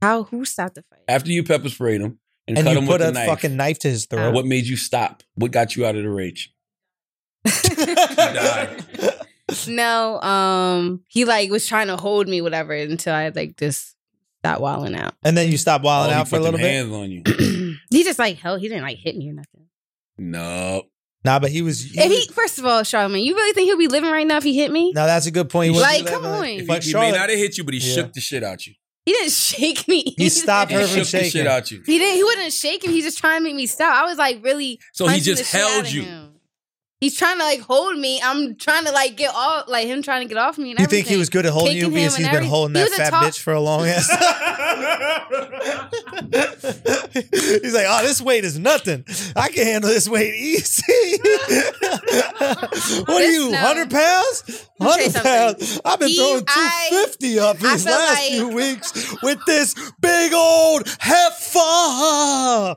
[SPEAKER 5] How? Who stopped the fight?
[SPEAKER 3] After you pepper sprayed him and,
[SPEAKER 4] And
[SPEAKER 3] cut
[SPEAKER 4] you
[SPEAKER 3] him
[SPEAKER 4] put
[SPEAKER 3] with
[SPEAKER 4] a
[SPEAKER 3] a knife.
[SPEAKER 4] fucking knife to
[SPEAKER 5] Oh.
[SPEAKER 4] his throat.
[SPEAKER 3] what made you stop? What got you out of the rage? died.
[SPEAKER 5] no. Um. He like was trying to hold me, whatever, until I like just stopped wilding out. *clears throat*
[SPEAKER 4] And then you stopped
[SPEAKER 3] Oh,
[SPEAKER 4] wilding
[SPEAKER 3] he
[SPEAKER 4] out for a
[SPEAKER 3] put
[SPEAKER 4] little
[SPEAKER 3] them
[SPEAKER 4] bit.
[SPEAKER 3] hands on you.
[SPEAKER 5] he just like hell. He didn't like hit me or nothing.
[SPEAKER 3] no.
[SPEAKER 4] Nah, but he was. He
[SPEAKER 5] If
[SPEAKER 4] was-
[SPEAKER 5] he, first of all, Charlamagne, you really think he'll be living right now if he hit me?
[SPEAKER 4] no, that's a good point. He
[SPEAKER 5] Like,
[SPEAKER 4] wasn't-
[SPEAKER 5] come on.
[SPEAKER 3] If
[SPEAKER 5] If
[SPEAKER 3] he,
[SPEAKER 4] But
[SPEAKER 3] he may
[SPEAKER 4] Charlotte,
[SPEAKER 3] not have hit you, but he
[SPEAKER 4] Yeah.
[SPEAKER 3] shook the shit out you.
[SPEAKER 5] He didn't *laughs* shake me.
[SPEAKER 4] He
[SPEAKER 5] *laughs*
[SPEAKER 4] stopped
[SPEAKER 3] He
[SPEAKER 4] her
[SPEAKER 3] shook
[SPEAKER 4] from
[SPEAKER 3] the shit
[SPEAKER 4] shaking.
[SPEAKER 3] out you.
[SPEAKER 5] He didn't. He wouldn't shake him. He's just trying to make me stop. I was like really.
[SPEAKER 3] So he
[SPEAKER 5] punching
[SPEAKER 3] just
[SPEAKER 5] the shit
[SPEAKER 3] held
[SPEAKER 5] out of
[SPEAKER 3] you.
[SPEAKER 5] him. He's trying to like hold me. I'm trying to like get off, like him trying to get off me. And
[SPEAKER 4] You think he
[SPEAKER 5] everything.
[SPEAKER 4] was good at holding you
[SPEAKER 5] Kicking
[SPEAKER 4] because
[SPEAKER 5] him
[SPEAKER 4] he's
[SPEAKER 5] and
[SPEAKER 4] been holding that
[SPEAKER 5] everything.
[SPEAKER 4] fat
[SPEAKER 5] He was
[SPEAKER 4] bitch for a long
[SPEAKER 5] *laughs*
[SPEAKER 4] ass? *laughs* he's like, oh, this weight is nothing. I can handle this weight easy. *laughs* what are
[SPEAKER 5] This
[SPEAKER 4] you,
[SPEAKER 5] no.
[SPEAKER 4] 100 pounds?
[SPEAKER 5] Let me
[SPEAKER 4] 100
[SPEAKER 5] tell you
[SPEAKER 4] pounds.
[SPEAKER 5] something.
[SPEAKER 4] I've been
[SPEAKER 5] He-
[SPEAKER 4] throwing
[SPEAKER 5] I-
[SPEAKER 4] 250 up
[SPEAKER 5] I
[SPEAKER 4] these
[SPEAKER 5] feel
[SPEAKER 4] last
[SPEAKER 5] like-
[SPEAKER 4] few weeks with this big old heifer.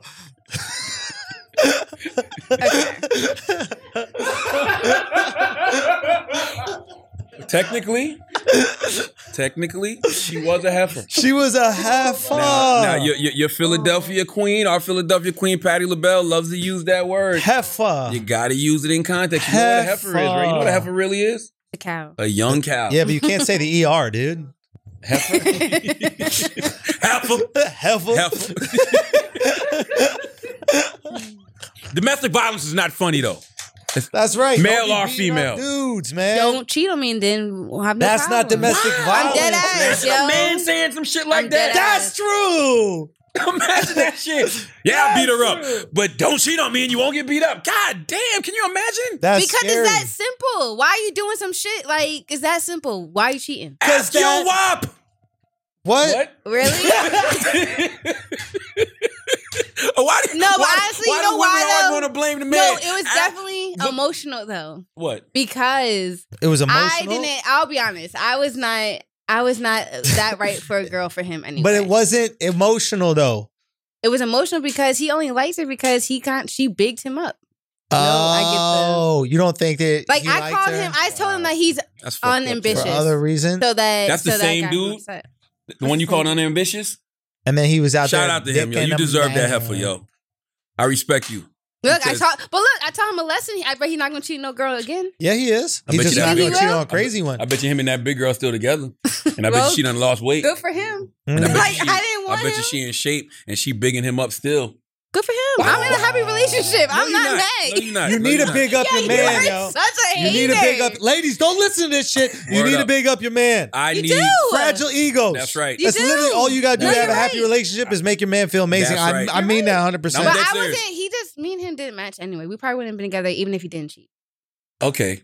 [SPEAKER 3] Technically, technically, she was a heifer.
[SPEAKER 4] She was a heifer.
[SPEAKER 3] Now, now your, your, your Philadelphia queen, our Philadelphia queen, Patty LaBelle, loves to use that word.
[SPEAKER 4] heifer.
[SPEAKER 3] You gotta use it in context. You know what a heifer is, right? You know what a heifer really is?
[SPEAKER 5] a cow.
[SPEAKER 3] A young cow.
[SPEAKER 4] Yeah, but you can't say the ER, dude. *laughs*
[SPEAKER 3] Heifer. heifer.
[SPEAKER 4] heifer.
[SPEAKER 3] Heifer. Domestic violence is not funny though.
[SPEAKER 4] That's right.
[SPEAKER 3] Male or
[SPEAKER 4] Don't be beating up
[SPEAKER 3] female?
[SPEAKER 4] Dudes, man.
[SPEAKER 5] Don't cheat on me and then we'll have no
[SPEAKER 4] That's not
[SPEAKER 5] problem.
[SPEAKER 4] domestic
[SPEAKER 5] I'm
[SPEAKER 4] violence.
[SPEAKER 5] dead ass, yo.
[SPEAKER 3] A man saying some shit like
[SPEAKER 5] I'm
[SPEAKER 3] that.
[SPEAKER 5] dead
[SPEAKER 4] That's true.
[SPEAKER 3] *laughs* Imagine that shit. Yeah, I beat her up, but don't cheat on me and you won't get beat up. God damn, can you imagine?
[SPEAKER 4] That's
[SPEAKER 5] because
[SPEAKER 4] scary.
[SPEAKER 5] it's that simple. Why are you doing some shit? Like, it's that simple. Why are you
[SPEAKER 4] *laughs*
[SPEAKER 5] cheating?
[SPEAKER 3] Ask
[SPEAKER 4] that-
[SPEAKER 3] your wop.
[SPEAKER 4] what? *laughs*
[SPEAKER 5] Really?
[SPEAKER 3] Uh, Why do,
[SPEAKER 5] No, but
[SPEAKER 3] why,
[SPEAKER 5] honestly,
[SPEAKER 3] why
[SPEAKER 5] you
[SPEAKER 3] do
[SPEAKER 5] know
[SPEAKER 3] women
[SPEAKER 5] why,
[SPEAKER 3] always
[SPEAKER 5] though?
[SPEAKER 3] want to blame the man?
[SPEAKER 5] no, it was
[SPEAKER 3] Ask-
[SPEAKER 5] definitely
[SPEAKER 3] the-
[SPEAKER 5] emotional though.
[SPEAKER 3] what
[SPEAKER 5] Because
[SPEAKER 4] It was emotional.
[SPEAKER 5] I didn't I'll be honest. I was not I was not
[SPEAKER 4] *laughs*
[SPEAKER 5] that right for a girl for him anyway.
[SPEAKER 4] But it wasn't emotional though.
[SPEAKER 5] it was emotional because he only likes her because he can't she bigged him up.
[SPEAKER 4] oh,
[SPEAKER 5] No, I get the-
[SPEAKER 4] you don't think that
[SPEAKER 5] Like
[SPEAKER 4] you
[SPEAKER 5] I
[SPEAKER 4] liked
[SPEAKER 5] called
[SPEAKER 4] her
[SPEAKER 5] him, I told him that he's
[SPEAKER 3] that's fucked up, yo.
[SPEAKER 5] unambitious.
[SPEAKER 4] for other reason,
[SPEAKER 5] so that
[SPEAKER 3] That's the
[SPEAKER 5] so that
[SPEAKER 3] same
[SPEAKER 5] got him
[SPEAKER 3] dude?
[SPEAKER 5] upset.
[SPEAKER 3] The one you called unambitious.
[SPEAKER 4] and then he was out there.
[SPEAKER 3] Shout out to him, yo.
[SPEAKER 4] dicking
[SPEAKER 3] You
[SPEAKER 4] a
[SPEAKER 3] deserve that
[SPEAKER 4] man.
[SPEAKER 3] heifer, yo. I respect you.
[SPEAKER 5] Look,
[SPEAKER 3] Because-
[SPEAKER 5] I taught but look, I taught him a lesson. I bet he's not gonna cheat no girl again.
[SPEAKER 4] Yeah, he is.
[SPEAKER 3] I
[SPEAKER 4] He's
[SPEAKER 3] bet
[SPEAKER 4] just
[SPEAKER 3] you
[SPEAKER 4] not
[SPEAKER 5] that
[SPEAKER 4] going to
[SPEAKER 5] big-
[SPEAKER 4] cheat on a crazy one.
[SPEAKER 3] I bet you him and that big girl still
[SPEAKER 4] *laughs*
[SPEAKER 3] together, and I bet
[SPEAKER 5] Well,
[SPEAKER 3] you she done lost weight.
[SPEAKER 5] Good for him.
[SPEAKER 4] Mm.
[SPEAKER 3] I bet you
[SPEAKER 5] Like
[SPEAKER 3] she-
[SPEAKER 5] I didn't want
[SPEAKER 3] I bet
[SPEAKER 5] him.
[SPEAKER 3] you she in shape and she bigging him up still.
[SPEAKER 5] Good for him. I'm in a happy relationship. I'm
[SPEAKER 3] you're
[SPEAKER 5] not,
[SPEAKER 3] No,
[SPEAKER 5] mad.
[SPEAKER 3] you're not.
[SPEAKER 4] You
[SPEAKER 3] No,
[SPEAKER 4] need
[SPEAKER 3] you're
[SPEAKER 4] to
[SPEAKER 3] not.
[SPEAKER 4] big up
[SPEAKER 5] yeah,
[SPEAKER 4] your
[SPEAKER 5] you
[SPEAKER 4] man,
[SPEAKER 5] are
[SPEAKER 4] yo.
[SPEAKER 5] such a
[SPEAKER 4] You need to big up, ladies. Don't listen to this shit. You
[SPEAKER 3] Word
[SPEAKER 4] need to
[SPEAKER 3] up.
[SPEAKER 4] big up your man.
[SPEAKER 3] I
[SPEAKER 5] You
[SPEAKER 3] need.
[SPEAKER 5] do.
[SPEAKER 4] Fragile egos.
[SPEAKER 3] That's right.
[SPEAKER 5] You
[SPEAKER 4] That's literally
[SPEAKER 5] do.
[SPEAKER 4] all you gotta do
[SPEAKER 5] No,
[SPEAKER 4] to have a
[SPEAKER 5] you're
[SPEAKER 4] happy
[SPEAKER 5] right.
[SPEAKER 4] relationship is make your man feel amazing.
[SPEAKER 3] That's
[SPEAKER 4] I,
[SPEAKER 3] right.
[SPEAKER 4] I mean that 100.
[SPEAKER 3] I'm
[SPEAKER 5] But
[SPEAKER 4] percent
[SPEAKER 3] dead
[SPEAKER 5] I
[SPEAKER 3] serious.
[SPEAKER 5] wasn't. He just me and him didn't match anyway. We probably wouldn't have been together even if he didn't cheat.
[SPEAKER 3] Okay,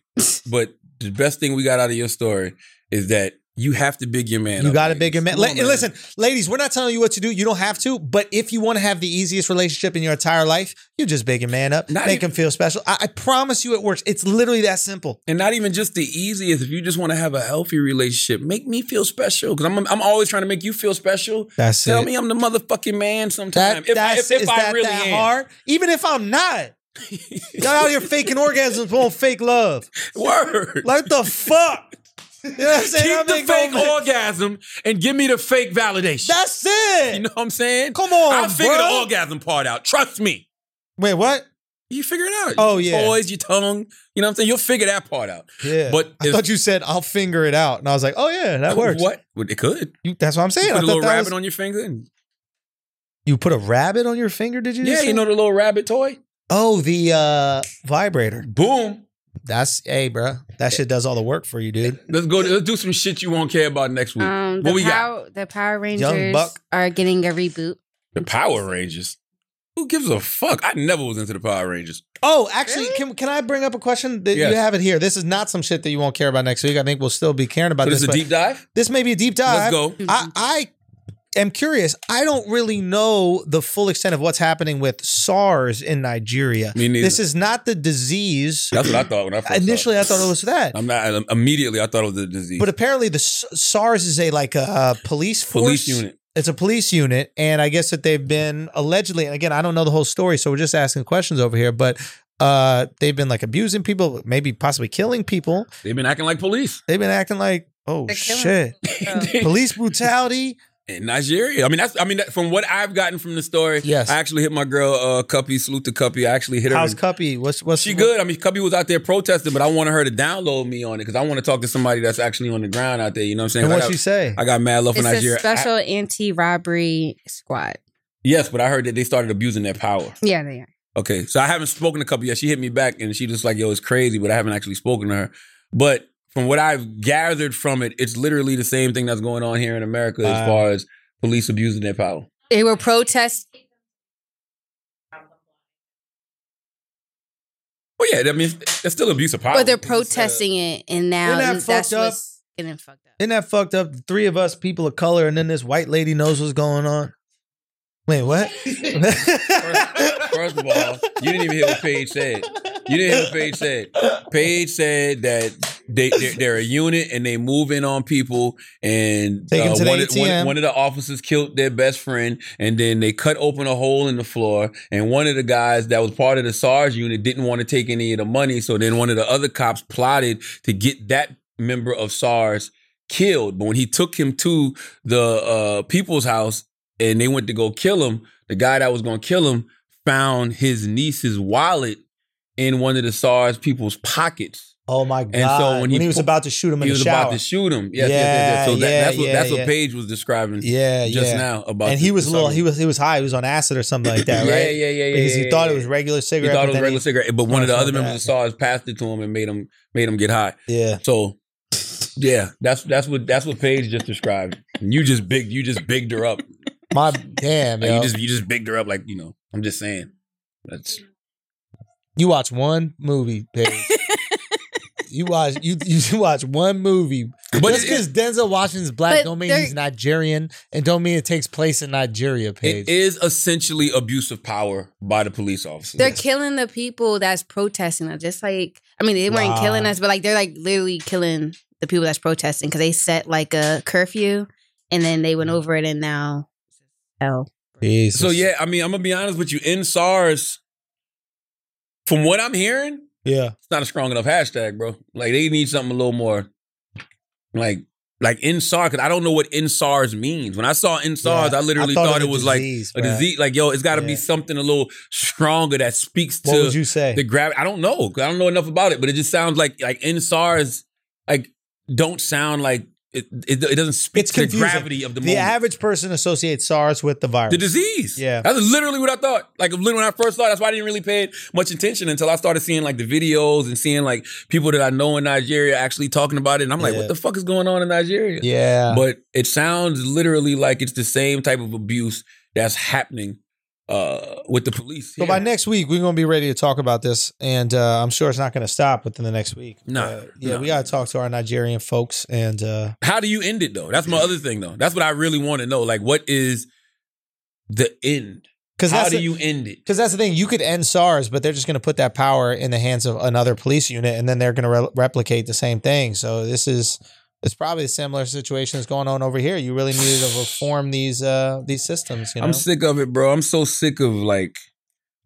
[SPEAKER 3] but the best thing we got out of your story is that you have to big your man.
[SPEAKER 4] You
[SPEAKER 3] up,
[SPEAKER 4] got to
[SPEAKER 3] ladies.
[SPEAKER 4] big your man.
[SPEAKER 3] Come
[SPEAKER 4] La-
[SPEAKER 3] on,
[SPEAKER 4] and listen, ladies, we're not telling you what to do. You don't have to. But if you want to have the easiest relationship in your entire life, you just big your man up,
[SPEAKER 3] Not
[SPEAKER 4] make
[SPEAKER 3] even-
[SPEAKER 4] him feel special. I-, I promise you, it works. It's literally that simple.
[SPEAKER 3] and not even just the easiest. If you just want to have a healthy relationship, make me feel special because I'm I'm always trying to make you feel special.
[SPEAKER 4] That's
[SPEAKER 3] Tell
[SPEAKER 4] it.
[SPEAKER 3] me I'm the motherfucking man sometime.
[SPEAKER 4] That
[SPEAKER 3] if I,
[SPEAKER 4] that's
[SPEAKER 3] if, if
[SPEAKER 4] is
[SPEAKER 3] I
[SPEAKER 4] that
[SPEAKER 3] really
[SPEAKER 4] that
[SPEAKER 3] am.
[SPEAKER 4] hard? Even if
[SPEAKER 3] *laughs*
[SPEAKER 4] I'm not, y'all out here faking orgasms on fake love.
[SPEAKER 3] Word.
[SPEAKER 4] Like the fuck. You know what I'm saying?
[SPEAKER 3] Keep
[SPEAKER 4] I'm
[SPEAKER 3] the
[SPEAKER 4] like, no,
[SPEAKER 3] fake
[SPEAKER 4] man.
[SPEAKER 3] orgasm and give me the fake validation.
[SPEAKER 4] That's it.
[SPEAKER 3] you know what I'm saying?
[SPEAKER 4] Come on,
[SPEAKER 3] I'll figure the
[SPEAKER 4] bro.
[SPEAKER 3] orgasm part out. Trust me.
[SPEAKER 4] Wait, what?
[SPEAKER 3] You figure it out.
[SPEAKER 4] Oh,
[SPEAKER 3] Your
[SPEAKER 4] yeah.
[SPEAKER 3] Toys, your tongue. You know what I'm saying? You'll figure that part out.
[SPEAKER 4] Yeah.
[SPEAKER 3] But
[SPEAKER 4] I
[SPEAKER 3] if- Uh,
[SPEAKER 4] thought you said I'll finger it out, and I was like, oh yeah, that works.
[SPEAKER 3] What? Well, It could.
[SPEAKER 4] You- that's what I'm saying.
[SPEAKER 3] Put
[SPEAKER 4] I
[SPEAKER 3] a
[SPEAKER 4] thought
[SPEAKER 3] little
[SPEAKER 4] that
[SPEAKER 3] rabbit
[SPEAKER 4] was-
[SPEAKER 3] on your finger. And,
[SPEAKER 4] You put a rabbit on your finger? Did you? just
[SPEAKER 3] yeah,
[SPEAKER 4] say?
[SPEAKER 3] you know the little rabbit toy?
[SPEAKER 4] Oh, the uh, vibrator.
[SPEAKER 3] Boom.
[SPEAKER 4] That's hey, bro. That shit does all the work for you, dude.
[SPEAKER 3] Let's go. Let's do some shit you won't care about next week.
[SPEAKER 5] Um,
[SPEAKER 3] what
[SPEAKER 5] the
[SPEAKER 3] we got?
[SPEAKER 5] Power, the Power Rangers
[SPEAKER 4] Buck.
[SPEAKER 5] are getting a
[SPEAKER 3] *laughs*
[SPEAKER 5] reboot.
[SPEAKER 3] The Power Rangers. Who gives a fuck? I never was into the Power Rangers.
[SPEAKER 4] Oh, actually,
[SPEAKER 5] Really?
[SPEAKER 4] can can I bring up a question that
[SPEAKER 3] Yes.
[SPEAKER 4] you have it here? This is not some shit that you won't care about next week. I think we'll still be caring about
[SPEAKER 3] So this
[SPEAKER 4] this.
[SPEAKER 3] is a
[SPEAKER 4] but
[SPEAKER 3] deep dive.
[SPEAKER 4] this may be a deep
[SPEAKER 3] Let's
[SPEAKER 4] dive.
[SPEAKER 3] go.
[SPEAKER 4] I, I am curious. I don't really know the full extent of what's happening with SARS in Nigeria.
[SPEAKER 3] Me neither.
[SPEAKER 4] This is not the disease.
[SPEAKER 3] That's what I thought when I first
[SPEAKER 4] Initially, I thought it was that.
[SPEAKER 3] saw it. I'm not um, immediately. I thought it was a disease.
[SPEAKER 4] but apparently, the S- SARS is a like a, uh police force.
[SPEAKER 3] police unit.
[SPEAKER 4] It's a police unit, and I guess that they've been allegedly, and again, I don't know the whole story, so we're just asking questions over here. But uh, they've been like abusing people, maybe possibly killing people.
[SPEAKER 3] They've been acting like police
[SPEAKER 4] They've been acting like, oh
[SPEAKER 5] They're killing *laughs*
[SPEAKER 4] shit, police brutality.
[SPEAKER 3] in Nigeria. I mean, that's. I mean, that, from what I've gotten from the story,
[SPEAKER 4] Yes.
[SPEAKER 3] I actually hit my girl uh, Cuppy. Salute to Cuppy. I actually hit her.
[SPEAKER 4] How's
[SPEAKER 3] in-
[SPEAKER 4] Cuppy? What's what's
[SPEAKER 3] She good. I mean, Cubby was out there protesting, but I wanted her to download me on it because I want to talk to somebody that's actually on the ground out there. You know what I'm saying?
[SPEAKER 4] And
[SPEAKER 3] 'Cause I,
[SPEAKER 4] what she
[SPEAKER 3] got,
[SPEAKER 4] say?
[SPEAKER 3] I got mad love for
[SPEAKER 5] It's
[SPEAKER 3] Nigeria.
[SPEAKER 5] a special anti-robbery squad.
[SPEAKER 3] yes, but I heard that they started abusing their power.
[SPEAKER 5] Yeah, they are.
[SPEAKER 3] Okay, so I haven't spoken to Cubby yet. She hit me back and she just like, yo, it's crazy, but I haven't actually spoken to her. But from what I've gathered from it, it's literally the same thing that's going on here in America as
[SPEAKER 4] Wow.
[SPEAKER 3] far as police abusing their power.
[SPEAKER 5] They were protest.
[SPEAKER 3] Well, yeah, I mean, it's, it's still abuse of power.
[SPEAKER 5] But they're protesting it, and now
[SPEAKER 4] Isn't that
[SPEAKER 5] and that's
[SPEAKER 4] fucked up?
[SPEAKER 5] what's getting fucked up.
[SPEAKER 4] Isn't that fucked up? The three of us, people of color, and then this white lady knows what's going on. Wait, what?
[SPEAKER 5] *laughs*
[SPEAKER 4] *laughs*
[SPEAKER 3] First of all, you didn't even hear what Paige said. You didn't hear what Paige said. Paige said that they they're, they're a unit and they move in on people and uh,
[SPEAKER 4] Take 'em to the
[SPEAKER 3] one, of- one-
[SPEAKER 4] ATM.
[SPEAKER 3] one of the officers killed their best friend and then they cut open a hole in the floor and one of the guys that was part of the SARS unit didn't want to take any of the money so then one of the other cops plotted to get that member of SARS killed but when he took him to the uh, people's house and they went to go kill him the guy that was going to kill him found his niece's wallet in one of the SARS people's pockets.
[SPEAKER 4] oh my god!
[SPEAKER 3] And so when
[SPEAKER 4] when,
[SPEAKER 3] he
[SPEAKER 4] he, was
[SPEAKER 3] pu-
[SPEAKER 4] about to shoot him
[SPEAKER 3] He
[SPEAKER 4] in the
[SPEAKER 3] was
[SPEAKER 4] shower,
[SPEAKER 3] about to shoot him. Yes, yes,
[SPEAKER 4] Yeah,
[SPEAKER 3] yes, yes. So that,
[SPEAKER 4] yeah,
[SPEAKER 3] that's what
[SPEAKER 4] yeah,
[SPEAKER 3] that's
[SPEAKER 4] yeah.
[SPEAKER 3] what Paige was describing
[SPEAKER 4] yeah,
[SPEAKER 3] just
[SPEAKER 4] yeah.
[SPEAKER 3] now about.
[SPEAKER 4] And
[SPEAKER 3] the-
[SPEAKER 4] he was
[SPEAKER 3] the
[SPEAKER 4] a little. He
[SPEAKER 3] subject.
[SPEAKER 4] was he was high. He was on acid or something
[SPEAKER 3] *laughs*
[SPEAKER 4] like that,
[SPEAKER 3] yeah,
[SPEAKER 4] right?
[SPEAKER 3] yeah, yeah, yeah.
[SPEAKER 4] Because he
[SPEAKER 3] yeah,
[SPEAKER 4] thought
[SPEAKER 3] yeah.
[SPEAKER 4] it was regular
[SPEAKER 3] He
[SPEAKER 4] cigarette.
[SPEAKER 3] thought it
[SPEAKER 4] but
[SPEAKER 3] was
[SPEAKER 4] then
[SPEAKER 3] regular cigarette, but one of the
[SPEAKER 4] Oh,
[SPEAKER 3] other
[SPEAKER 4] so
[SPEAKER 3] members of SARS passed it to him and made him made him get high.
[SPEAKER 4] he- yeah.
[SPEAKER 3] So, yeah, that's that's what that's what Paige just described. And you just big, you just bigged her up.
[SPEAKER 4] My
[SPEAKER 3] *laughs*
[SPEAKER 4] damn,
[SPEAKER 3] Like,
[SPEAKER 4] yo.
[SPEAKER 3] you
[SPEAKER 4] you,
[SPEAKER 3] just you just bigged her up. Like you know, I'm just saying. That's
[SPEAKER 4] watch one movie,
[SPEAKER 3] *laughs*
[SPEAKER 4] Paige. you watch you you *laughs* watch one movie.
[SPEAKER 3] But
[SPEAKER 4] But just
[SPEAKER 3] it-
[SPEAKER 4] because Denzel Washington's black,
[SPEAKER 5] But
[SPEAKER 4] don't mean
[SPEAKER 5] they're-
[SPEAKER 4] he's Nigerian, and don't mean it takes place in Nigeria, Paige.
[SPEAKER 3] It is essentially abuse of power by the police officers.
[SPEAKER 5] They're killing the people that's protesting us. Just like I mean, they weren't
[SPEAKER 4] Wow.
[SPEAKER 5] killing us, but like they're like literally killing the people that's protesting because they set like a curfew, and then they went
[SPEAKER 3] Mm-hmm.
[SPEAKER 5] over it, and now hell.
[SPEAKER 4] Jesus.
[SPEAKER 3] so yeah, I mean, I'm gonna be honest with you. In SARS, from what I'm hearing, it's
[SPEAKER 4] yeah.
[SPEAKER 3] not a strong enough hashtag, bro. Like they need something a little more, like like in SARS. Because I don't know what in SARS means. When I saw in SARS,
[SPEAKER 4] Yeah.
[SPEAKER 3] I literally
[SPEAKER 4] thought
[SPEAKER 3] thought,
[SPEAKER 4] of
[SPEAKER 3] it
[SPEAKER 4] a
[SPEAKER 3] was
[SPEAKER 4] disease,
[SPEAKER 3] like a
[SPEAKER 4] bruh.
[SPEAKER 3] disease. Like yo, it's got to be
[SPEAKER 4] Yeah.
[SPEAKER 3] something a little stronger that speaks
[SPEAKER 4] What
[SPEAKER 3] to
[SPEAKER 4] would you say?
[SPEAKER 3] the gravity. I don't know. 'cause I don't know enough about it, but it just sounds like like in SARS, like don't sound like it, it, it doesn't speak
[SPEAKER 4] It's
[SPEAKER 3] to the
[SPEAKER 4] confusing.
[SPEAKER 3] gravity of the,
[SPEAKER 4] The
[SPEAKER 3] moment.
[SPEAKER 4] average person associates SARS with the virus.
[SPEAKER 3] the disease.
[SPEAKER 4] Yeah.
[SPEAKER 3] that's literally what I thought. Like literally when I first thought, that's why I didn't really pay much attention until I started seeing like the videos and seeing like people that I know in Nigeria actually talking about it, and I'm like,
[SPEAKER 4] Yeah.
[SPEAKER 3] what the fuck is going on in Nigeria?
[SPEAKER 4] yeah.
[SPEAKER 3] But it sounds literally like it's the same type of abuse that's happening uh, with the police.
[SPEAKER 4] so
[SPEAKER 3] here.
[SPEAKER 4] by next week, we're going to be ready to talk about this. And uh, I'm sure it's not going to stop within the next week.
[SPEAKER 3] No,
[SPEAKER 4] Uh, yeah,
[SPEAKER 3] no.
[SPEAKER 4] we got to talk to our Nigerian folks. And uh,
[SPEAKER 3] How do you end it though? That's my other thing though. That's what I really want to know. Like, what is the end?
[SPEAKER 4] cause
[SPEAKER 3] How
[SPEAKER 4] that's
[SPEAKER 3] do
[SPEAKER 4] the-
[SPEAKER 3] you end it?
[SPEAKER 4] Because that's the thing, you could end SARS, but they're just going to put that power in the hands of another police unit, and then they're going to re- replicate the same thing. So this is it's probably a similar situation that's going on over here. You really needed to reform these uh these systems. You know,
[SPEAKER 3] I'm sick of it, bro. I'm so sick of like,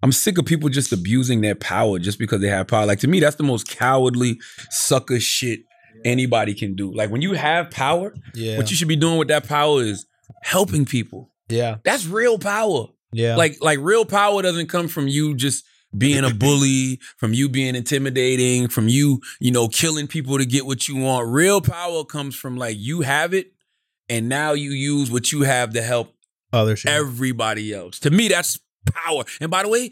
[SPEAKER 3] I'm sick of people just abusing their power just because they have power. Like to me, that's the most cowardly sucker shit anybody can do. Like when you have power,
[SPEAKER 4] yeah,
[SPEAKER 3] what you should be doing with that power is helping people.
[SPEAKER 4] yeah,
[SPEAKER 3] That's real power.
[SPEAKER 4] yeah,
[SPEAKER 3] Like like real power doesn't come from you just being
[SPEAKER 4] *laughs*
[SPEAKER 3] a bully, from you being intimidating, from you, you know, killing people to get what you want. Real power comes from like you have it and now you use what you have to help
[SPEAKER 4] other shit.
[SPEAKER 3] everybody else. To me, that's power. And by the way,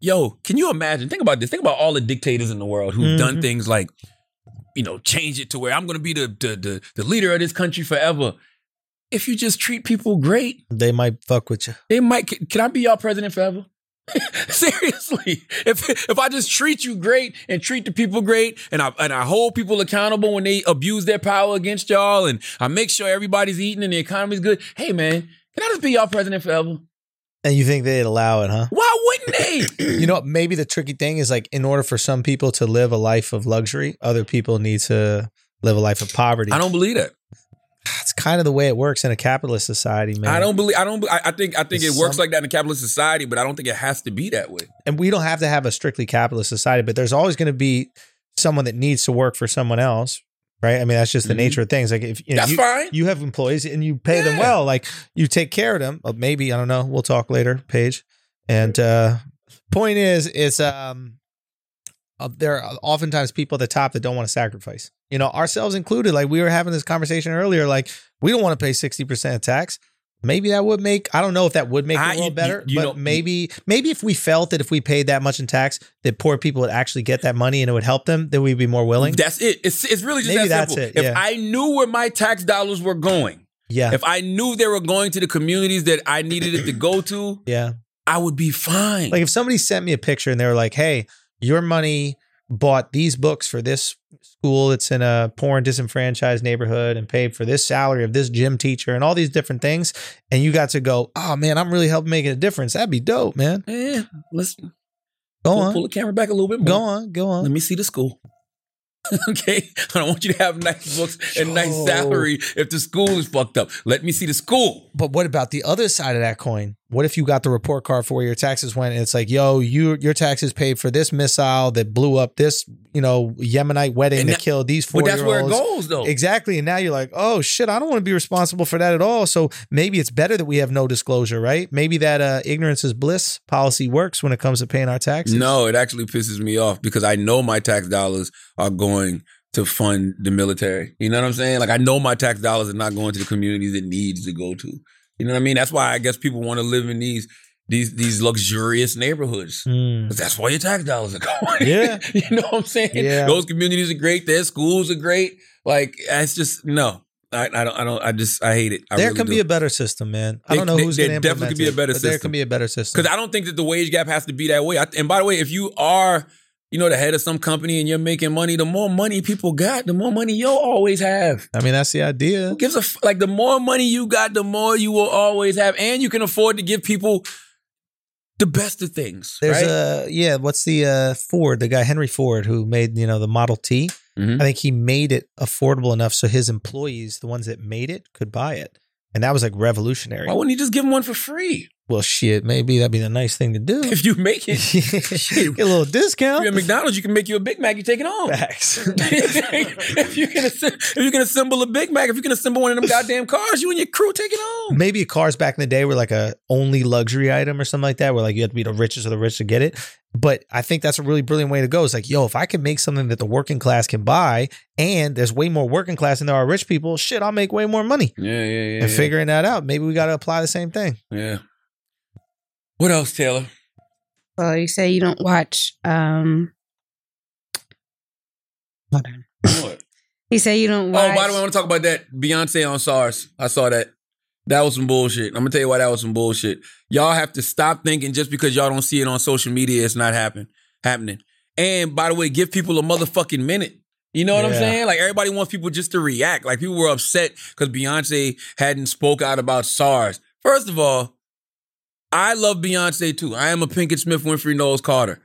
[SPEAKER 3] yo, can you imagine? Think about this. Think about all the dictators in the world who've done
[SPEAKER 4] Mhm.
[SPEAKER 3] things like, you know, change it to where I'm gonna be the the the, the leader of this country forever. If you just treat people great,
[SPEAKER 4] they might fuck with you.
[SPEAKER 3] they might. Can, can I be y'all president forever? *laughs* Seriously, if if I just treat you great and treat the people great, and I and I hold people accountable when they abuse their power against y'all, and I make sure everybody's eating and the economy's good. Hey man, can I just be y'all president forever?
[SPEAKER 4] And you think they'd allow it, huh?
[SPEAKER 3] Why wouldn't
[SPEAKER 4] *clears throat*
[SPEAKER 3] they?
[SPEAKER 4] You know, maybe the tricky thing is like, in order for some people to live a life of luxury, other people need to live a life of poverty.
[SPEAKER 3] I don't believe that.
[SPEAKER 4] That's kind of the way it works in a capitalist society, man.
[SPEAKER 3] I don't believe. I don't. I, I think. I think
[SPEAKER 4] It's
[SPEAKER 3] it works
[SPEAKER 4] some-
[SPEAKER 3] like that in a capitalist society, but I don't think it has to be that way.
[SPEAKER 4] and we don't have to have a strictly capitalist society, but there's always going to be someone that needs to work for someone else, right? I mean, that's just the
[SPEAKER 3] Mhm.
[SPEAKER 4] nature of things. Like if you, know,
[SPEAKER 3] That's
[SPEAKER 4] you,
[SPEAKER 3] fine.
[SPEAKER 4] you have employees and you pay them
[SPEAKER 3] Yeah.
[SPEAKER 4] well, like you take care of them. Or maybe I don't know. We'll talk later, Paige. And uh, point is, it's um, uh, there are oftentimes people at the top that don't want to sacrifice. You know, ourselves included. Like we were having this conversation earlier. Like we don't want to pay sixty percent of tax. Maybe that would make I don't know if that would make
[SPEAKER 3] I-
[SPEAKER 4] the world
[SPEAKER 3] you-
[SPEAKER 4] better,
[SPEAKER 3] you- you
[SPEAKER 4] but
[SPEAKER 3] know-
[SPEAKER 4] maybe maybe if we felt that if we paid that much in tax, that poor people would actually get that money and it would help them, then we'd be more willing.
[SPEAKER 3] That's it. It's it's really just
[SPEAKER 4] Maybe
[SPEAKER 3] that
[SPEAKER 4] that's
[SPEAKER 3] simple.
[SPEAKER 4] it, yeah.
[SPEAKER 3] If I knew where my tax dollars were going,
[SPEAKER 4] yeah,
[SPEAKER 3] if I knew they were going to the communities that I needed it to go to,
[SPEAKER 4] yeah.
[SPEAKER 3] I would be fine.
[SPEAKER 4] Like if somebody sent me a picture and they were like, "Hey, your money bought these books for this school that's in a poor and disenfranchised neighborhood and paid for this salary of this gym teacher and all these different things," and you got to go, "Oh man, I'm really helping make a difference." That'd be dope, man.
[SPEAKER 3] Eh, let's pull,
[SPEAKER 4] Go on,
[SPEAKER 3] pull the camera back a little bit more.
[SPEAKER 4] go on, go
[SPEAKER 3] Let
[SPEAKER 4] on.
[SPEAKER 3] me see the school. *laughs* okay, I don't want you to have nice books and nice
[SPEAKER 4] Yo.
[SPEAKER 3] salary if the school is fucked up. Let me see the school.
[SPEAKER 4] But what about the other side of that coin? What if you got the report card for where your taxes went and it's like, yo, you your taxes paid for this missile that blew up this, you know, Yemenite wedding
[SPEAKER 3] And
[SPEAKER 4] that
[SPEAKER 3] that-
[SPEAKER 4] killed these four
[SPEAKER 3] But that's where it goes, though.
[SPEAKER 4] Exactly. And now you're like, oh shit, I don't want to be responsible for that at all. So maybe it's better that we have no disclosure, right? Maybe that uh, ignorance is bliss policy works when it comes to paying our taxes.
[SPEAKER 3] No, it actually pisses me off because I know my tax dollars are going to fund the military. You know what I'm saying? Like I know my tax dollars are not going to the communities it needs to go to. You know what I mean? That's why I guess people want to live in these these these luxurious neighborhoods.
[SPEAKER 4] Mm.
[SPEAKER 3] 'Cause That's where your tax dollars are *laughs* going.
[SPEAKER 4] Yeah.
[SPEAKER 3] you know what I'm saying?
[SPEAKER 4] Yeah.
[SPEAKER 3] Those communities are great. Their schools are great. Like it's just no. I, I don't. I don't. I just. I hate it. I
[SPEAKER 4] there
[SPEAKER 3] really
[SPEAKER 4] can
[SPEAKER 3] do.
[SPEAKER 4] be a better system, man. I
[SPEAKER 3] There-
[SPEAKER 4] don't know
[SPEAKER 3] there-
[SPEAKER 4] who's
[SPEAKER 3] there
[SPEAKER 4] going to
[SPEAKER 3] definitely could be a better
[SPEAKER 4] it, but There
[SPEAKER 3] system.
[SPEAKER 4] can be a better system.
[SPEAKER 3] Because I don't think that the wage gap has to be that way. I, and by the way, if you are, you know, the head of some company and you're making money, the more money people got, the more money you'll always have.
[SPEAKER 4] I mean, that's the idea.
[SPEAKER 3] Who gives a f- like? The more money you got, the more you will always have, and you can afford to give people the best of things.
[SPEAKER 4] There's
[SPEAKER 3] right?
[SPEAKER 4] a yeah. What's the uh, Ford? The guy Henry Ford who made you know the Model T. I
[SPEAKER 3] Mhm.
[SPEAKER 4] think he made it affordable enough so his employees, the ones that made it, could buy it, and that was like revolutionary.
[SPEAKER 3] Why wouldn't you just give them one for free? *laughs*
[SPEAKER 4] Well, shit, maybe that'd be the nice thing to do.
[SPEAKER 3] If you make
[SPEAKER 4] *laughs*
[SPEAKER 3] it, if
[SPEAKER 4] Get *laughs* a little
[SPEAKER 3] you're at
[SPEAKER 4] discount.
[SPEAKER 3] McDonald's, you can make you a Big Mac. You take it
[SPEAKER 4] *laughs*
[SPEAKER 3] home. *laughs*
[SPEAKER 4] Facts.
[SPEAKER 3] if you can assemb- if you can assemble a Big Mac, if you can assemble
[SPEAKER 4] *laughs*
[SPEAKER 3] one of them goddamn cars, you and your crew take it home.
[SPEAKER 4] Maybe cars back in the day were like a only luxury item or something like that, where like you had to be the richest of the rich to get it. But I think that's a really brilliant way to go. It's like, yo, if I can make something that the working class can buy, and there's way more working class than there are rich people, shit, I'll make way more money.
[SPEAKER 3] Yeah, yeah, yeah.
[SPEAKER 4] and figuring that out, maybe we got to apply the same thing.
[SPEAKER 3] Yeah. What else, Taylor?
[SPEAKER 5] Well, Oh, you say you don't watch. Um, hold on.
[SPEAKER 3] What?
[SPEAKER 5] You say you don't watch.
[SPEAKER 3] Oh, by the way, I want to talk about that Beyonce on SARS. I saw that. That was some bullshit. I'm gonna tell you why that was some bullshit. Y'all have to stop thinking just because y'all don't see it on social media, it's not happen happening. And by the way, give people a motherfucking minute. You know what I'm
[SPEAKER 4] Yeah.
[SPEAKER 3] saying? Like everybody wants people just to react. Like people were upset because Beyonce hadn't spoke out about SARS. First of all, I love Beyonce too. I am a Pinkett Smith Winfrey Knowles Carter.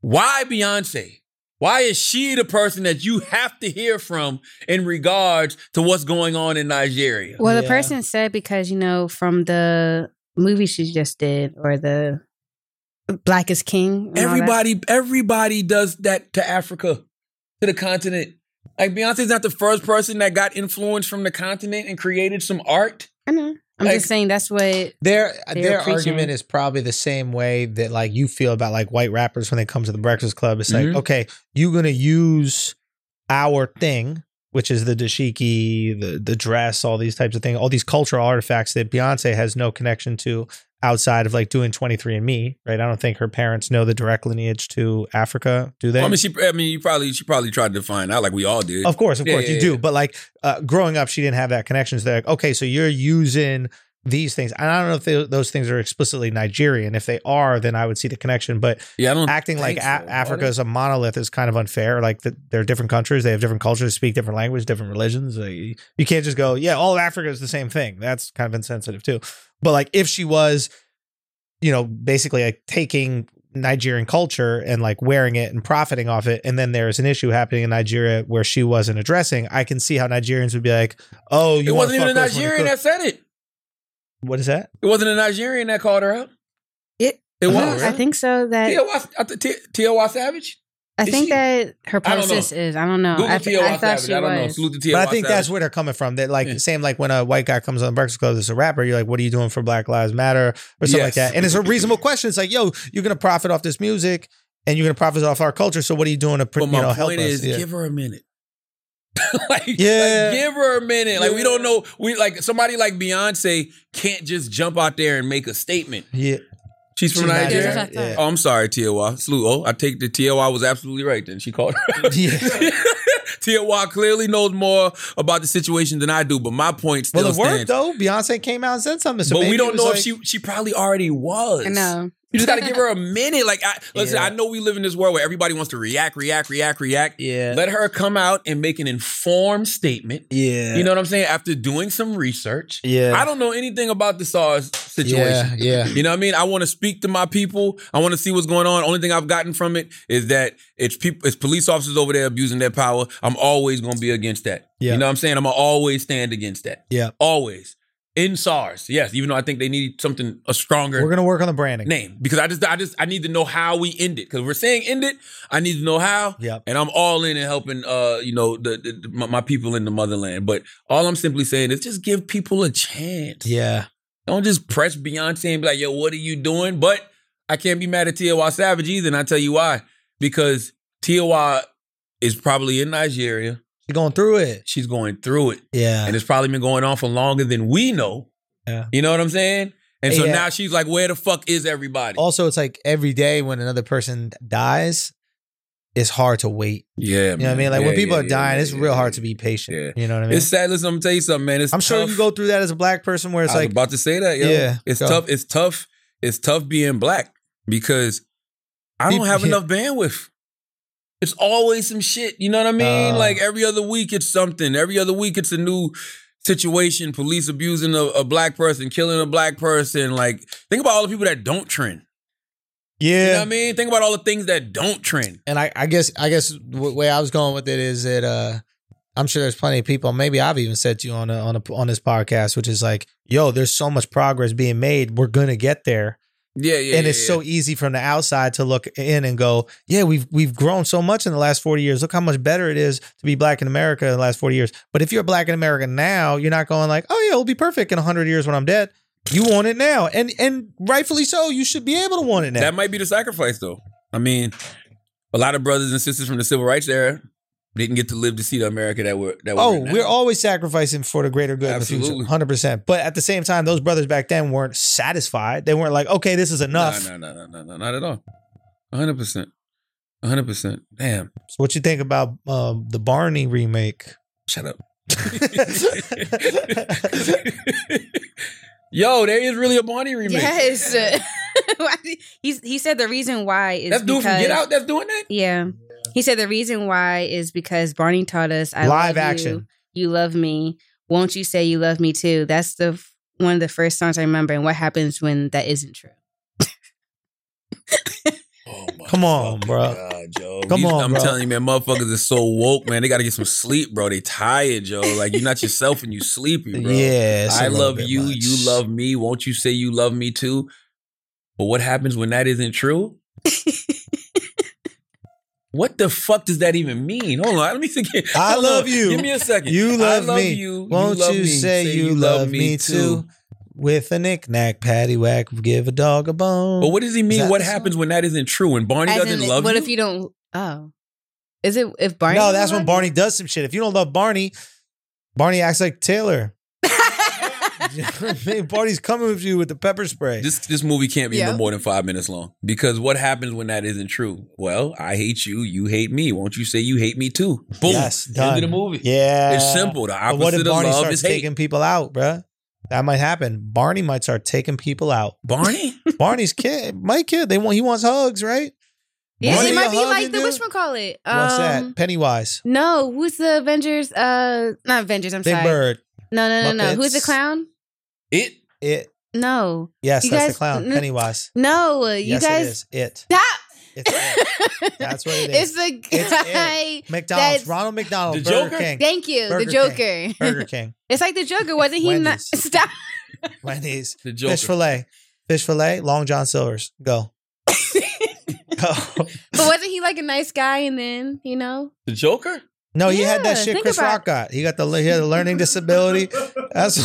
[SPEAKER 3] Why Beyonce? Why is she the person that you have to hear from in regards to what's going on in Nigeria?
[SPEAKER 5] Well, the
[SPEAKER 4] Yeah.
[SPEAKER 5] person said because you know from the movie she just did or the Black is King. and all that.
[SPEAKER 3] Everybody, everybody does that to Africa, to the continent. Like Beyonce's not the first person that got influence from the continent and created some art.
[SPEAKER 5] I know. I'm
[SPEAKER 3] Like-
[SPEAKER 5] just saying that's what.
[SPEAKER 4] Their their
[SPEAKER 5] preaching.
[SPEAKER 4] argument is probably the same way that like you feel about like white rappers when they come to the Breakfast Club. It's
[SPEAKER 3] Mhm.
[SPEAKER 4] like, okay, you're gonna use our thing, which is the dashiki, the the dress, all these types of things, all these cultural artifacts that Beyonce has no connection to outside of like doing 23andMe, right? I don't think her parents know the direct lineage to Africa, do they?
[SPEAKER 3] I mean, she. I mean, you probably she probably tried to find out like we all did.
[SPEAKER 4] Of course, of
[SPEAKER 3] Yeah,
[SPEAKER 4] course,
[SPEAKER 3] yeah,
[SPEAKER 4] you do.
[SPEAKER 3] yeah.
[SPEAKER 4] But like uh, growing up, she didn't have that connection. So they're like, okay, so you're using these things. And I don't know if they, those things are explicitly Nigerian. If they are, then I would see the connection. But
[SPEAKER 3] yeah, I *laughs* don't
[SPEAKER 4] acting like
[SPEAKER 3] think
[SPEAKER 4] a-
[SPEAKER 3] so.
[SPEAKER 4] Africa is a monolith is kind of unfair. Like the, they're different countries, they have different cultures, speak different language, different religions. Like, you you can't just go, yeah, all of Africa is the same thing. That's kind of insensitive too. But like if she was, you know, basically like taking Nigerian culture and like wearing it and profiting off it, and then there's an issue happening in Nigeria where she wasn't addressing. I can see how Nigerians would be like, oh, you
[SPEAKER 3] It wasn't even a
[SPEAKER 4] motherfuckers wanna
[SPEAKER 3] Nigerian
[SPEAKER 4] cook-
[SPEAKER 3] that said it.
[SPEAKER 4] What is that?
[SPEAKER 3] It wasn't a Nigerian that called her out.
[SPEAKER 5] It-
[SPEAKER 3] It
[SPEAKER 5] I
[SPEAKER 3] was.
[SPEAKER 5] don't- I think so. That
[SPEAKER 3] T.O.Y. I th- T- T.O.Y. Savage.
[SPEAKER 5] I
[SPEAKER 3] Is
[SPEAKER 5] think
[SPEAKER 3] she-
[SPEAKER 5] that her
[SPEAKER 3] I don't
[SPEAKER 5] process is. I don't know.
[SPEAKER 3] Google
[SPEAKER 5] Uh, I, I
[SPEAKER 3] T.O.Y.
[SPEAKER 5] thought
[SPEAKER 3] Savage.
[SPEAKER 5] she
[SPEAKER 3] I don't know.
[SPEAKER 5] was.
[SPEAKER 3] Salute to T.O.Y.
[SPEAKER 4] But I think that's
[SPEAKER 3] Savage.
[SPEAKER 4] where they're coming from. That like
[SPEAKER 3] Yeah.
[SPEAKER 4] same like when a white guy comes on the Breakfast Club as a rapper, you're like, what are you doing for Black Lives Matter or something like
[SPEAKER 3] Yes.
[SPEAKER 4] that?
[SPEAKER 3] *laughs*
[SPEAKER 4] And it's a reasonable question. It's like, yo, you're gonna profit off this music and you're gonna profit off our culture. So what are you doing to pr-
[SPEAKER 3] But
[SPEAKER 4] you
[SPEAKER 3] my
[SPEAKER 4] know help
[SPEAKER 3] point
[SPEAKER 4] us?
[SPEAKER 3] is,
[SPEAKER 4] Yeah.
[SPEAKER 3] give her a minute. *laughs* like,
[SPEAKER 4] Yeah.
[SPEAKER 3] like, give her a minute. Like, we don't know. We like somebody like Beyonce can't just jump out there and make a statement.
[SPEAKER 4] yeah.
[SPEAKER 3] She's from
[SPEAKER 4] She's not
[SPEAKER 3] Nigeria.
[SPEAKER 5] Nigerian.
[SPEAKER 4] Yeah.
[SPEAKER 3] Oh, I'm sorry, T.O.Y. Salute. Oh, I take the T.O.Y. was absolutely right. Then she called her. out. *laughs*
[SPEAKER 4] Yeah.
[SPEAKER 3] T.O.Y. clearly knows more about the situation than I do. But my point still
[SPEAKER 4] Well, it
[SPEAKER 3] stands.
[SPEAKER 4] worked though. Beyonce came out and said something. So
[SPEAKER 3] but
[SPEAKER 4] maybe
[SPEAKER 3] we
[SPEAKER 4] it
[SPEAKER 3] don't
[SPEAKER 4] was
[SPEAKER 3] know
[SPEAKER 4] like-
[SPEAKER 3] if she she probably already was.
[SPEAKER 5] I know.
[SPEAKER 3] You just got to give
[SPEAKER 5] *laughs*
[SPEAKER 3] her a minute. Like, I, listen,
[SPEAKER 4] Yeah.
[SPEAKER 3] I know we live in this world where everybody wants to react, react, react, react.
[SPEAKER 4] Yeah.
[SPEAKER 3] Let her come out and make an informed statement.
[SPEAKER 4] yeah.
[SPEAKER 3] You know what I'm saying? After doing some research.
[SPEAKER 4] Yeah.
[SPEAKER 3] I don't know anything about the SARS
[SPEAKER 4] yeah.
[SPEAKER 3] situation.
[SPEAKER 4] Yeah.
[SPEAKER 3] You know what I mean? I want to speak to my people. I want to see what's going on. Only thing I've gotten from it is that it's people, it's police officers over there abusing their power. I'm always going to be against that.
[SPEAKER 4] Yeah.
[SPEAKER 3] You know what I'm saying? I'm gonna always stand against that.
[SPEAKER 4] Yeah.
[SPEAKER 3] Always. In SARS, yes. Even though I think they need something a stronger
[SPEAKER 4] We're gonna work on the branding.
[SPEAKER 3] name because I just I just I need to know how we end it because we're saying end it. I need to know how.
[SPEAKER 4] Yep.
[SPEAKER 3] And I'm all in and helping uh you know the, the, the- my, my people in the motherland. But all I'm simply saying is just give people a chance.
[SPEAKER 4] Yeah.
[SPEAKER 3] Don't just press Beyonce and be like, yo, what are you doing? But I can't be mad at T.O.Y. Savage either, and I tell you why because T.O.Y. is probably in Nigeria.
[SPEAKER 4] She's going through it.
[SPEAKER 3] She's going through it
[SPEAKER 4] Yeah.
[SPEAKER 3] and it's probably been going on for longer than we know.
[SPEAKER 4] Yeah.
[SPEAKER 3] You know what I'm saying? And so
[SPEAKER 4] Yeah. Oh.
[SPEAKER 3] now she's like, where the fuck is everybody?
[SPEAKER 4] Also, it's like every day when another person dies, it's hard to wait.
[SPEAKER 3] yeah,
[SPEAKER 4] You know what I mean? Like when people are dying, it's real hard to be patient.
[SPEAKER 3] yeah.
[SPEAKER 4] You know what I mean?
[SPEAKER 3] It's sad. Listen, I'm gonna tell you something, man. It's
[SPEAKER 4] I'm sure
[SPEAKER 3] tough.
[SPEAKER 4] you go through that as a black person where it's
[SPEAKER 3] I was
[SPEAKER 4] like,
[SPEAKER 3] about to say that. Yo.
[SPEAKER 4] Yeah,
[SPEAKER 3] it's
[SPEAKER 4] go.
[SPEAKER 3] tough. It's tough. It's tough being black because I don't
[SPEAKER 4] People-
[SPEAKER 3] have
[SPEAKER 4] yeah.
[SPEAKER 3] enough bandwidth. It's always some shit. You know what I mean?
[SPEAKER 4] Uh.
[SPEAKER 3] like every other week, it's something. Every other week, it's a new situation. Police abusing a, a black person, killing a black person. Like think about all the people that don't trend.
[SPEAKER 4] yeah.
[SPEAKER 3] You know what I mean? Think about all the things that don't trend.
[SPEAKER 4] And I, I guess, I guess the way I was going with it is that uh, I'm sure there's plenty of people. Maybe I've even said to you on a, on a, on this podcast, which is like, yo, there's so much progress being made. We're gonna get there,
[SPEAKER 3] Yeah, yeah.
[SPEAKER 4] and
[SPEAKER 3] yeah,
[SPEAKER 4] it's
[SPEAKER 3] yeah.
[SPEAKER 4] so easy from the outside to look in and go, yeah, we've we've grown so much in the last 40 years. Look how much better it is to be black in America in the last 40 years. But if you're black in America now, you're not going like, oh yeah, it'll be perfect in 100 years when I'm dead. You want it now, and and rightfully so. You should be able to want it now.
[SPEAKER 3] That might be the sacrifice, though. I mean, a lot of brothers and sisters from the civil rights era didn't get to live to see the America that we're that
[SPEAKER 4] Oh,
[SPEAKER 3] we're, in now.
[SPEAKER 4] we're always sacrificing for the greater good in the
[SPEAKER 3] Absolutely.
[SPEAKER 4] future, hundred percent. But at the same time, those brothers back then weren't satisfied. They weren't like, okay, this is enough.
[SPEAKER 3] No, no, no, no, no, no, not at all. hundred percent, hundred percent. Damn,
[SPEAKER 4] So what you think about um, the Barney remake?
[SPEAKER 3] shut up. *laughs* Yo, there is really a Barney remake.
[SPEAKER 5] Yes. *laughs* Why did- He's, he said the reason why is
[SPEAKER 3] That's dude from Get
[SPEAKER 5] because-
[SPEAKER 3] Out. That's doing that.
[SPEAKER 5] Yeah. He said the reason why is because Barney taught us I
[SPEAKER 4] Live
[SPEAKER 5] love you,
[SPEAKER 4] action.
[SPEAKER 5] You, love me. Won't you say you love me too? That's the f- one of the first songs I remember. And what happens when that isn't true?
[SPEAKER 3] Oh my
[SPEAKER 4] Come on,
[SPEAKER 3] fucking
[SPEAKER 4] bro.
[SPEAKER 3] God, yo.
[SPEAKER 4] Come on,
[SPEAKER 3] I'm
[SPEAKER 4] bro.
[SPEAKER 3] telling you, man, motherfuckers is so woke, man. They got to get some sleep, bro. They tired, yo. Like you're not yourself and you sleepy, bro.
[SPEAKER 4] *laughs* yeah, it's a
[SPEAKER 3] I
[SPEAKER 4] little
[SPEAKER 3] love
[SPEAKER 4] bit
[SPEAKER 3] you.
[SPEAKER 4] much.
[SPEAKER 3] You love me. Won't you say you love me too? But what happens when that isn't true?
[SPEAKER 4] *laughs*
[SPEAKER 3] what the fuck does that even mean? Hold on, let me think.
[SPEAKER 4] *laughs* I
[SPEAKER 3] Hold on.
[SPEAKER 4] love you.
[SPEAKER 3] Give me a second.
[SPEAKER 4] You love,
[SPEAKER 3] I love
[SPEAKER 4] me.
[SPEAKER 3] you.
[SPEAKER 4] Won't you,
[SPEAKER 3] love me.
[SPEAKER 4] say, you love me too? With a knick knack, patty whack, give a dog a bone.
[SPEAKER 3] But what does he
[SPEAKER 4] Is
[SPEAKER 3] mean?
[SPEAKER 4] that
[SPEAKER 3] What
[SPEAKER 4] the song?
[SPEAKER 3] happens when that isn't true? When Barney
[SPEAKER 5] As in,
[SPEAKER 3] doesn't
[SPEAKER 5] like,
[SPEAKER 3] love
[SPEAKER 5] what
[SPEAKER 3] you?
[SPEAKER 5] if you don't? Oh. Is it if Barney?
[SPEAKER 4] no, that's when
[SPEAKER 5] doesn't love
[SPEAKER 4] Barney does some shit. If you don't love Barney, Barney acts
[SPEAKER 3] *laughs*
[SPEAKER 4] like Taylor. *laughs*
[SPEAKER 5] *laughs*
[SPEAKER 4] You know what I mean? Barney's coming with you with the pepper spray.
[SPEAKER 3] This this movie can't be
[SPEAKER 5] Yeah.
[SPEAKER 3] no more than five minutes long because what happens when that isn't true? Well, I hate you. You hate me. Won't you say you hate me too? Boom.
[SPEAKER 4] Yes,
[SPEAKER 3] End
[SPEAKER 4] done.
[SPEAKER 3] of the movie.
[SPEAKER 4] Yeah,
[SPEAKER 3] It's simple. The
[SPEAKER 4] But
[SPEAKER 3] opposite
[SPEAKER 4] what if
[SPEAKER 3] of
[SPEAKER 4] Barney
[SPEAKER 3] love
[SPEAKER 4] starts
[SPEAKER 3] is hate.
[SPEAKER 4] taking people out, bruh? That might happen. Barney might start taking people out.
[SPEAKER 3] *laughs* Barney?
[SPEAKER 4] Barney's kid, my kid, they want he wants hugs, right?
[SPEAKER 5] Yeah,
[SPEAKER 4] Barney
[SPEAKER 5] it
[SPEAKER 4] a
[SPEAKER 5] might be
[SPEAKER 4] hug
[SPEAKER 5] like
[SPEAKER 4] and
[SPEAKER 5] the
[SPEAKER 4] do-
[SPEAKER 5] which one call it. Um,
[SPEAKER 4] What's that? Pennywise,
[SPEAKER 5] No, who's the Avengers? Uh, not Avengers. I'm
[SPEAKER 4] Big
[SPEAKER 5] sorry.
[SPEAKER 4] Bird,
[SPEAKER 5] No, no, no, no. Who's the
[SPEAKER 4] Muppets.
[SPEAKER 5] clown?
[SPEAKER 3] It?
[SPEAKER 4] it.
[SPEAKER 5] No,
[SPEAKER 4] Yes,
[SPEAKER 5] You
[SPEAKER 4] that's
[SPEAKER 5] guys-
[SPEAKER 4] the clown,
[SPEAKER 5] n-
[SPEAKER 4] Pennywise.
[SPEAKER 5] no. You
[SPEAKER 4] yes, it
[SPEAKER 5] guys
[SPEAKER 4] is. It.
[SPEAKER 5] stop. *laughs*
[SPEAKER 4] It's it. That's what it is.
[SPEAKER 5] It's the
[SPEAKER 4] It's it.
[SPEAKER 5] guy.
[SPEAKER 4] McDonald's,
[SPEAKER 5] That's-
[SPEAKER 4] Ronald McDonald,
[SPEAKER 3] The
[SPEAKER 4] Burger
[SPEAKER 3] Joker?
[SPEAKER 4] King,
[SPEAKER 5] *laughs* Thank you,
[SPEAKER 4] Burger
[SPEAKER 5] the
[SPEAKER 4] King.
[SPEAKER 5] Joker.
[SPEAKER 4] Burger King,
[SPEAKER 5] *laughs* it's like the Joker, wasn't he? Not, *laughs*
[SPEAKER 4] Wendy's.
[SPEAKER 5] stop.
[SPEAKER 4] Wendy's,
[SPEAKER 3] The Joker.
[SPEAKER 4] fish fillet, fish fillet, Long John Silver's.
[SPEAKER 5] *laughs*
[SPEAKER 4] Go. Go.
[SPEAKER 5] But wasn't he like a nice guy? And then you know,
[SPEAKER 3] The Joker?
[SPEAKER 4] No, he had that
[SPEAKER 5] Yeah,
[SPEAKER 4] shit
[SPEAKER 5] think
[SPEAKER 4] Chris
[SPEAKER 5] about-
[SPEAKER 4] Rock got. He got the he had a learning disability. That's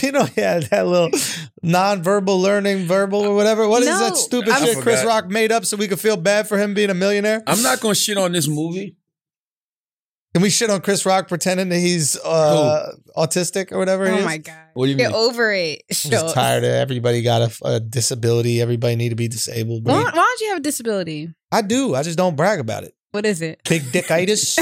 [SPEAKER 4] *laughs* you know he had that little nonverbal learning verbal or whatever. What is that
[SPEAKER 5] No,
[SPEAKER 4] stupid
[SPEAKER 3] I
[SPEAKER 4] shit Chris
[SPEAKER 3] forgot.
[SPEAKER 4] Rock made up so we could feel bad for him being a millionaire?
[SPEAKER 3] I'm not gonna shit on this movie.
[SPEAKER 4] Can we shit on Chris Rock pretending that he's uh, autistic or whatever? he
[SPEAKER 5] oh
[SPEAKER 4] is?
[SPEAKER 5] my god,
[SPEAKER 3] What do you
[SPEAKER 5] get
[SPEAKER 3] mean?
[SPEAKER 5] over it.
[SPEAKER 4] I'm
[SPEAKER 5] Sure.
[SPEAKER 4] just tired of everybody got a, a disability. Everybody need to be disabled.
[SPEAKER 5] Why,
[SPEAKER 4] bro.
[SPEAKER 5] why don't you have a disability?
[SPEAKER 4] I do. I just don't brag about it.
[SPEAKER 5] What is it?
[SPEAKER 4] Big *laughs* dickitis.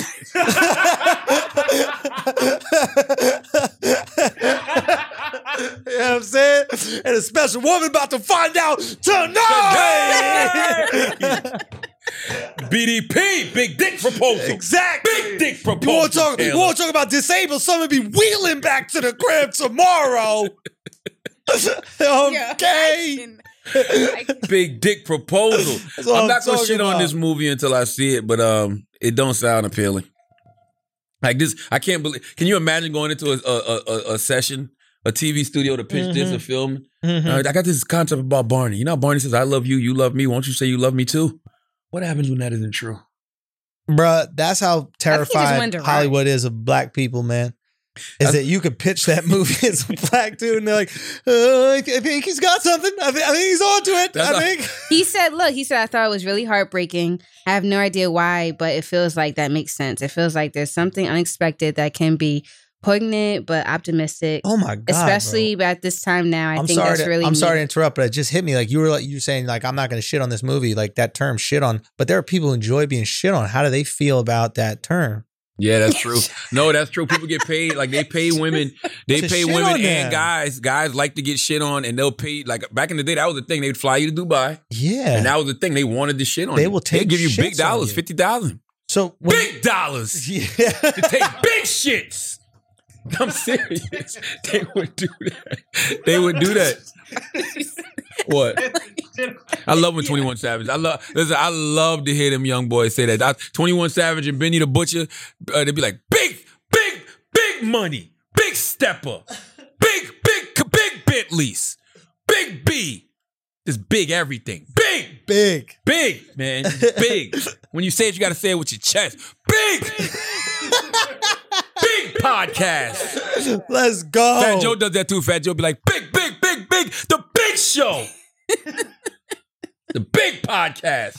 [SPEAKER 4] You know what I'm saying? And a special woman about to find out tonight.
[SPEAKER 3] BDP, big dick proposal.
[SPEAKER 4] exactly.
[SPEAKER 3] Big dick
[SPEAKER 4] You
[SPEAKER 3] proposal.
[SPEAKER 4] want to talk? You
[SPEAKER 3] Taylor.
[SPEAKER 4] want to talk about disabled? Someone be wheeling back to the crib *laughs* tomorrow.
[SPEAKER 5] Yeah.
[SPEAKER 4] okay.
[SPEAKER 5] I
[SPEAKER 4] *laughs*
[SPEAKER 5] can-
[SPEAKER 3] big dick proposal.
[SPEAKER 4] That's what
[SPEAKER 3] I'm
[SPEAKER 4] I'm
[SPEAKER 3] not gonna
[SPEAKER 4] talking
[SPEAKER 3] shit
[SPEAKER 4] about.
[SPEAKER 3] on this movie until I see it, but um, it don't sound appealing. Like this, I can't believe. Can you imagine going into a a, a, a- a session, a TV studio to pitch
[SPEAKER 4] Mm-hmm.
[SPEAKER 3] this, a film?
[SPEAKER 4] Mhm.
[SPEAKER 3] Uh, I got this concept about Barney. You know, how Barney says, "I love you, you love me." Won't you say you love me too? What happens when that isn't true?
[SPEAKER 4] Bruh, that's how terrified
[SPEAKER 5] went to
[SPEAKER 4] Hollywood is of black people, man. Is that you could pitch that movie as a black dude and they're like, uh, I think he's got something. I think, I think he's on to it.
[SPEAKER 3] That's
[SPEAKER 4] I
[SPEAKER 3] not- *laughs*
[SPEAKER 4] think.
[SPEAKER 5] he said, "Look, he said I thought it was really heartbreaking. I have no idea why, but it feels like that makes sense. It feels like there's something unexpected that can be poignant but optimistic."
[SPEAKER 4] oh my God. bro.
[SPEAKER 5] especially at this time now. I
[SPEAKER 4] I'm
[SPEAKER 5] think
[SPEAKER 4] sorry.
[SPEAKER 5] that's
[SPEAKER 4] To,
[SPEAKER 5] really.
[SPEAKER 4] I'm sorry to
[SPEAKER 5] neat.
[SPEAKER 4] interrupt, but it just hit me like you were like you were saying like I'm not going to shit on this movie, like that term shit on. But there are people who enjoy being shit on. How do they feel about that term?
[SPEAKER 3] Yeah, that's
[SPEAKER 4] *laughs*
[SPEAKER 3] true. No, that's true. People get paid like they pay women. They
[SPEAKER 4] To
[SPEAKER 3] pay
[SPEAKER 4] shit
[SPEAKER 3] women
[SPEAKER 4] on
[SPEAKER 3] and
[SPEAKER 4] them.
[SPEAKER 3] guys. Guys like to get shit on, and they'll pay. Like back in the day, that was the thing. They'd fly you to Dubai.
[SPEAKER 4] Yeah.
[SPEAKER 3] And that was the thing. They wanted the shit on
[SPEAKER 4] They
[SPEAKER 3] you.
[SPEAKER 4] will take
[SPEAKER 3] They give you big
[SPEAKER 4] shits on
[SPEAKER 3] dollars,
[SPEAKER 4] you.
[SPEAKER 3] fifty thousand.
[SPEAKER 4] so *laughs* when,
[SPEAKER 3] Big dollars.
[SPEAKER 4] yeah.
[SPEAKER 3] to take big shits. I'm serious. They would do that. They would do that. What?
[SPEAKER 6] Did-
[SPEAKER 3] I love when 21 Savage. I love listen, I love to hear them young boys say that. I, 21 Savage and Benny the Butcher, uh, they'd be like, big, big, big money, big stepper, big, big, big Bentleys, big B. Just big everything. Big, *laughs*
[SPEAKER 4] Big.
[SPEAKER 3] big, man. Big. when you say it, you gotta say it with your chest. Big! big podcast.
[SPEAKER 4] Let's go.
[SPEAKER 3] Fat Joe does that too. Fat Joe be like, big, big, big, big, the big show. the big podcast.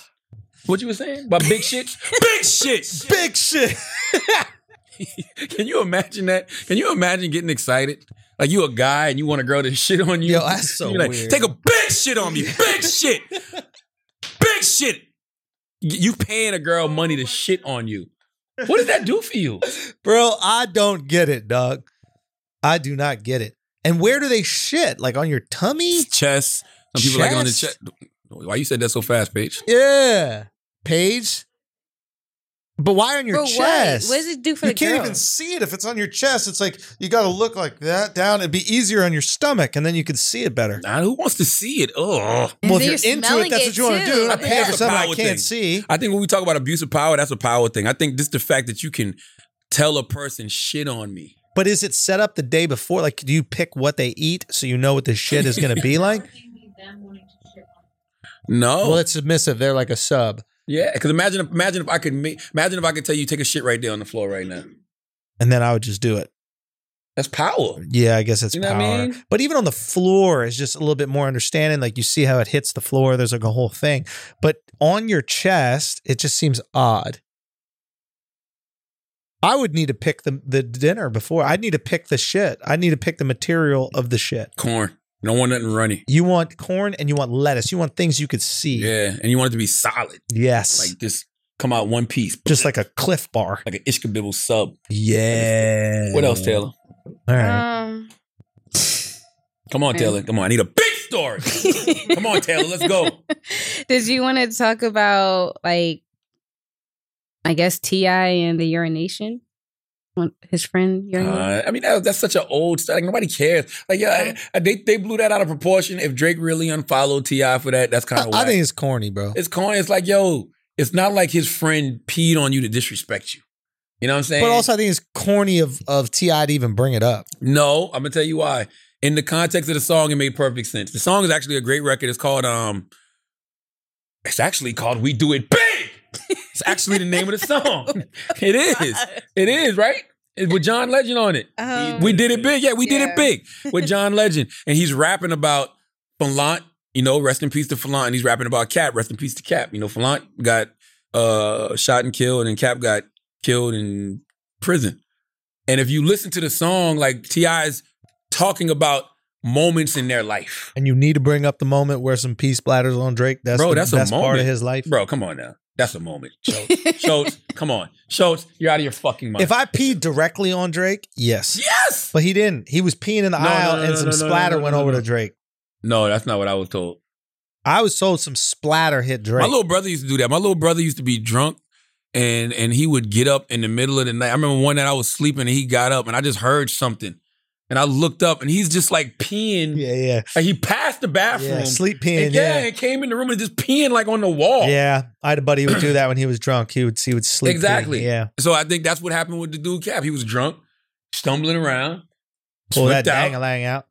[SPEAKER 3] What you were saying? About big shits? big shits.
[SPEAKER 4] Big shit.
[SPEAKER 3] Can you imagine that? Can you imagine getting excited? Like you a guy and you want a girl to *laughs* shit on you.
[SPEAKER 4] Yo, that's so
[SPEAKER 3] You're like,
[SPEAKER 4] weird.
[SPEAKER 3] Take a big shit on me. Big shit. big shit. Y- You paying a girl money to shit on you. What does that do for you?
[SPEAKER 4] Bro, I don't get it, dog. I do not get it. And where do they shit? Like on your
[SPEAKER 5] *laughs*
[SPEAKER 4] tummy?
[SPEAKER 3] Chest. Some people like it on the
[SPEAKER 4] Chest?
[SPEAKER 3] chest. Why you said that so fast, Paige?
[SPEAKER 4] Yeah. Paige. But why on your
[SPEAKER 5] For
[SPEAKER 4] chest?
[SPEAKER 5] what? What does it do for
[SPEAKER 4] you
[SPEAKER 5] the
[SPEAKER 4] can't
[SPEAKER 5] girl?
[SPEAKER 4] even see it if it's on your chest. It's like you got to look like that down. It'd be easier on your stomach, and then you could see it better.
[SPEAKER 3] Nah, who wants to see it? Ugh.
[SPEAKER 5] And
[SPEAKER 4] well,
[SPEAKER 5] then
[SPEAKER 4] if you're
[SPEAKER 5] you're
[SPEAKER 4] into it,
[SPEAKER 5] smelling
[SPEAKER 4] that's
[SPEAKER 5] it
[SPEAKER 4] what you want to
[SPEAKER 5] too.
[SPEAKER 4] do.
[SPEAKER 5] I
[SPEAKER 4] I'm
[SPEAKER 5] think
[SPEAKER 4] paying
[SPEAKER 5] *laughs* that's
[SPEAKER 4] for
[SPEAKER 5] a
[SPEAKER 4] something I
[SPEAKER 3] power
[SPEAKER 4] can't
[SPEAKER 3] thing.
[SPEAKER 4] see.
[SPEAKER 3] I think when we talk about abuse of power, that's a power thing. I think just the fact that you can tell a person shit on me.
[SPEAKER 4] But is it set up the day before? Like, do you pick what they eat so you know what the shit is going to
[SPEAKER 5] *laughs*
[SPEAKER 4] be like?
[SPEAKER 3] No.
[SPEAKER 4] Well, it's submissive. They're like a sub,
[SPEAKER 3] yeah, because imagine if- imagine if I could make imagine if I could tell you take a shit right there on the floor right now.
[SPEAKER 4] and then I would just do it.
[SPEAKER 3] That's power.
[SPEAKER 4] Yeah, I guess it's
[SPEAKER 3] You know
[SPEAKER 4] power.
[SPEAKER 3] what I mean?
[SPEAKER 4] But even on the floor is just a little bit more understanding. Like you see how it hits the floor. There's like a whole thing. But on your chest, it just seems odd. I would need to pick the the dinner before. I'd need to pick the shit. I need to pick the material of the shit.
[SPEAKER 3] Corn. You don't want nothing runny.
[SPEAKER 4] You want corn and you want lettuce. You want things you could see.
[SPEAKER 3] Yeah. And you want it to be solid.
[SPEAKER 4] Yes.
[SPEAKER 3] Like just come out one piece.
[SPEAKER 4] just like a cliff bar.
[SPEAKER 3] Like an Ishkabibble sub.
[SPEAKER 4] Yeah.
[SPEAKER 3] What else, Taylor?
[SPEAKER 4] All right.
[SPEAKER 5] Um,
[SPEAKER 3] Come on,
[SPEAKER 5] Mm.
[SPEAKER 3] Taylor. Come on. I need a big story. *laughs* Come on, Taylor. Let's go.
[SPEAKER 5] *laughs* Did you want to talk about like, I guess Ti and the urination, When his friend urinated?
[SPEAKER 3] Uh, I mean, that, that's such an old stuff. Like, nobody cares. Like, yeah, I, I, they they blew that out of proportion. If Drake really unfollowed Ti for that, that's kind of.
[SPEAKER 4] I, I think it's corny, bro.
[SPEAKER 3] it's corny. It's like, yo, it's not like his friend peed on you to disrespect you. You know what I'm saying?
[SPEAKER 4] But also, I think it's corny of of Ti to even bring it up.
[SPEAKER 3] no. I'm gonna tell you why. In the context of the song, it made perfect sense. The song is actually a great record. It's called um. It's actually called "We Do It Big." It's actually the name of the song. It is. It is right. It's with John Legend on it.
[SPEAKER 5] Um,
[SPEAKER 3] We
[SPEAKER 4] Mm-hmm.
[SPEAKER 3] did it big. Yeah, we did
[SPEAKER 5] Yeah.
[SPEAKER 3] it big
[SPEAKER 4] *laughs*
[SPEAKER 3] with John Legend. And he's rapping about Falant, you know, rest in peace to Falant. And he's rapping about Cap, rest in peace to Cap. You know, Falant got uh, shot and killed, and Cap got killed in prison. And if you listen to the song, like T.I.'s talking about moments in their life.
[SPEAKER 4] And you need to bring up the moment where some pee splatters on Drake. That's
[SPEAKER 3] Bro,
[SPEAKER 4] the
[SPEAKER 3] that's a
[SPEAKER 4] best part of
[SPEAKER 3] moment.
[SPEAKER 4] his life.
[SPEAKER 3] Bro, come on now. That's a
[SPEAKER 4] *laughs*
[SPEAKER 3] moment. Schultz, Schultz come on. Schultz, you're out of your fucking mind.
[SPEAKER 4] If I peed directly on Drake, yes.
[SPEAKER 3] yes!
[SPEAKER 4] But he didn't. He was peeing in the
[SPEAKER 3] No, no,
[SPEAKER 4] aisle
[SPEAKER 3] no,
[SPEAKER 4] and
[SPEAKER 3] no,
[SPEAKER 4] some
[SPEAKER 3] no, no,
[SPEAKER 4] splatter
[SPEAKER 3] no, no,
[SPEAKER 4] went
[SPEAKER 3] no,
[SPEAKER 4] over
[SPEAKER 3] no.
[SPEAKER 4] to Drake.
[SPEAKER 3] No, that's not what I was told.
[SPEAKER 4] I was told some splatter hit Drake.
[SPEAKER 3] My little brother used to do that. My little brother used to be drunk and and he would get up in the middle of the night. I remember one night I was sleeping and he got up and I just heard something. And I looked up and he's just like peeing.
[SPEAKER 4] yeah, yeah.
[SPEAKER 3] Like he passed the bathroom.
[SPEAKER 4] yeah. Sleep peeing.
[SPEAKER 3] and yeah,
[SPEAKER 4] Yeah.
[SPEAKER 3] and came in the room and just peeing like on the wall.
[SPEAKER 4] Yeah. I had a buddy who would do that when he was drunk. He would he would sleep. peeing.
[SPEAKER 3] Exactly. *laughs*
[SPEAKER 4] Yeah.
[SPEAKER 3] So I think that's what happened with the dude Cap. He was drunk, stumbling around.
[SPEAKER 4] Pull that
[SPEAKER 3] slipped out.
[SPEAKER 4] dang lang out.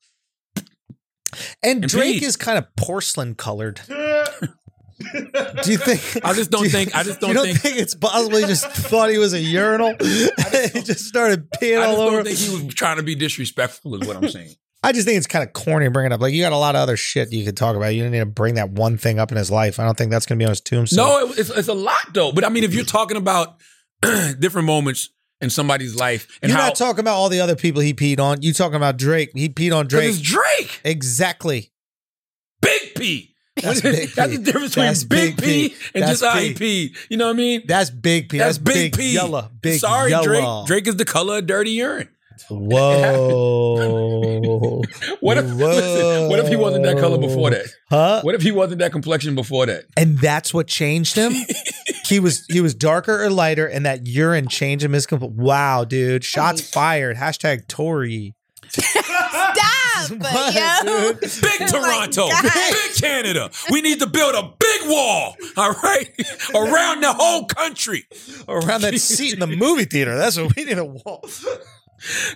[SPEAKER 4] And,
[SPEAKER 3] And
[SPEAKER 4] Drake
[SPEAKER 3] peed.
[SPEAKER 4] is kind of porcelain colored. Do you
[SPEAKER 3] *laughs*
[SPEAKER 4] think?
[SPEAKER 3] I just don't
[SPEAKER 4] *laughs* do you-
[SPEAKER 3] think- I just
[SPEAKER 4] you
[SPEAKER 3] don't
[SPEAKER 4] don't
[SPEAKER 3] think-
[SPEAKER 4] it's possible. He just thought he was
[SPEAKER 3] *laughs*
[SPEAKER 4] a urinal. *laughs* he just started peeing
[SPEAKER 3] I
[SPEAKER 4] all
[SPEAKER 3] just
[SPEAKER 4] over.
[SPEAKER 3] don't think he was trying to be disrespectful, is what I'm saying.
[SPEAKER 4] I just think it's kind of corny to bring it up. Like you got a lot of other shit you could talk about. You didn't need to bring that one thing up in his life. I don't think that's gonna be on his tombstone.
[SPEAKER 3] No, it, it's, it's a lot though. But I mean, if you're talking about *clears throat* different moments in somebody's life and
[SPEAKER 4] you're
[SPEAKER 3] how
[SPEAKER 4] not talking about all the other people he peed on. You talking about Drake? He peed on
[SPEAKER 3] 'Cause
[SPEAKER 4] Drake.
[SPEAKER 3] it's Drake,
[SPEAKER 4] Exactly.
[SPEAKER 3] Big P.
[SPEAKER 4] *laughs* That's Big
[SPEAKER 3] That's
[SPEAKER 4] P.
[SPEAKER 3] the difference
[SPEAKER 4] That's
[SPEAKER 3] between Big,
[SPEAKER 4] Big
[SPEAKER 3] P,
[SPEAKER 4] P.
[SPEAKER 3] and
[SPEAKER 4] That's
[SPEAKER 3] just how he
[SPEAKER 4] Big.
[SPEAKER 3] peed. You know what I mean?
[SPEAKER 4] That's big P.
[SPEAKER 3] That's, Big, P.
[SPEAKER 4] Yellow. Big
[SPEAKER 3] Sorry,
[SPEAKER 4] yellow.
[SPEAKER 3] Drake. Drake is the color of dirty urine. *laughs*
[SPEAKER 4] Whoa.
[SPEAKER 3] What if listen, what if he wasn't that color before that?
[SPEAKER 4] huh?
[SPEAKER 3] What if he wasn't that complexion before
[SPEAKER 4] *laughs*
[SPEAKER 3] that?
[SPEAKER 4] And that's what
[SPEAKER 3] *laughs*
[SPEAKER 4] changed him. he was he was darker or lighter, and that urine changed him. His compl- wow, dude! Shots fired. Hashtag Tory.
[SPEAKER 5] Stop!
[SPEAKER 3] *laughs*
[SPEAKER 5] up, but Uh, yo.
[SPEAKER 4] dude?
[SPEAKER 3] Big
[SPEAKER 5] Oh my
[SPEAKER 3] Toronto,
[SPEAKER 5] God.
[SPEAKER 3] big Canada. We need to build a big wall, all right, *laughs* around the whole country.
[SPEAKER 4] Around that seat in the movie theater. That's what we need a wall.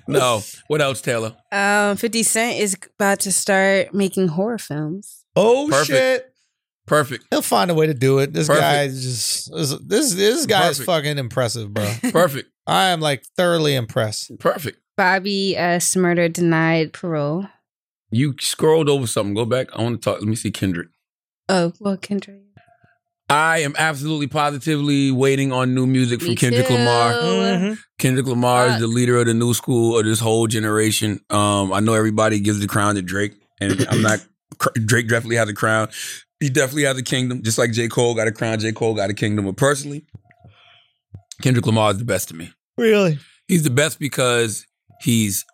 [SPEAKER 3] No, what else, Taylor?
[SPEAKER 5] Um, 50 Cent is about to start making horror films.
[SPEAKER 4] Oh
[SPEAKER 3] Perfect.
[SPEAKER 4] shit.
[SPEAKER 3] Perfect,
[SPEAKER 4] He'll find a way to do it. This
[SPEAKER 3] Perfect.
[SPEAKER 4] guy is just this this, this guy is
[SPEAKER 3] Perfect.
[SPEAKER 4] fucking impressive, bro.
[SPEAKER 5] *laughs*
[SPEAKER 3] perfect,
[SPEAKER 4] I am like thoroughly impressed.
[SPEAKER 3] perfect.
[SPEAKER 5] Bobby uh, Smurder denied parole.
[SPEAKER 3] You scrolled over something. Go back. I want to talk. Let me see Kendrick.
[SPEAKER 5] Oh, well, Kendrick.
[SPEAKER 3] I am absolutely positively waiting on new music from
[SPEAKER 5] Me
[SPEAKER 3] Kendrick
[SPEAKER 5] too. Mm-hmm.
[SPEAKER 3] Lamar. Kendrick Lamar is
[SPEAKER 5] Fuck.
[SPEAKER 3] the leader of the new school of this whole generation. Um, I know everybody gives the crown to Drake, and I'm not. cr- Drake definitely has a crown. He definitely has a kingdom, just like J. Cole got a crown. J. Cole got a kingdom. But personally, Kendrick Lamar is the best to me.
[SPEAKER 4] Really?
[SPEAKER 3] He's the best because he's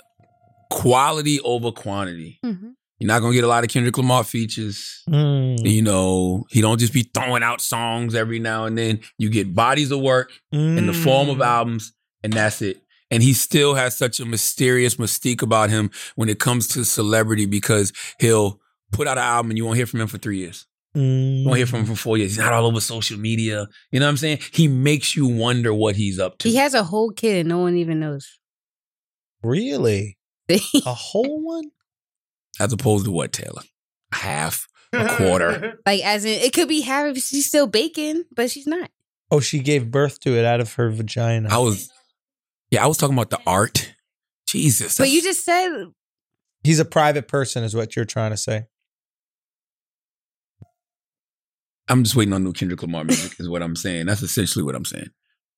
[SPEAKER 3] quality over quantity.
[SPEAKER 5] Mhm.
[SPEAKER 3] You're not gonna get a lot of Kendrick Lamar features.
[SPEAKER 5] Mm-hmm.
[SPEAKER 4] Mm.
[SPEAKER 3] You know, he don't just be throwing out songs every now and then. You get bodies of work in the form
[SPEAKER 5] Mm.
[SPEAKER 3] of albums, and that's it. And he still has such a mysterious mystique about him when it comes to celebrity because he'll put out an album and you won't hear from him for three years.
[SPEAKER 4] Mm-hmm.
[SPEAKER 3] You won't hear from him
[SPEAKER 5] Mm-hmm.
[SPEAKER 3] for four years. He's not all over social media. You know what I'm saying? He makes you wonder what he's up to.
[SPEAKER 5] He has a whole kid and no one even knows. *laughs*
[SPEAKER 4] Really?
[SPEAKER 5] like
[SPEAKER 4] A whole one?
[SPEAKER 3] As opposed to what, Taylor? Half, *laughs* a quarter.
[SPEAKER 6] *laughs*
[SPEAKER 5] as in it could be Harry, but she's still baking, but she's not.
[SPEAKER 4] Oh, she gave birth to it out of her vagina.
[SPEAKER 3] I was, yeah, I was talking about the art. Jesus. *laughs*
[SPEAKER 5] But you
[SPEAKER 3] that's-
[SPEAKER 5] just said
[SPEAKER 4] He's a private person, is what you're trying to say.
[SPEAKER 3] I'm just waiting on new Kendrick Lamar music, is what I'm saying. That's essentially what I'm saying.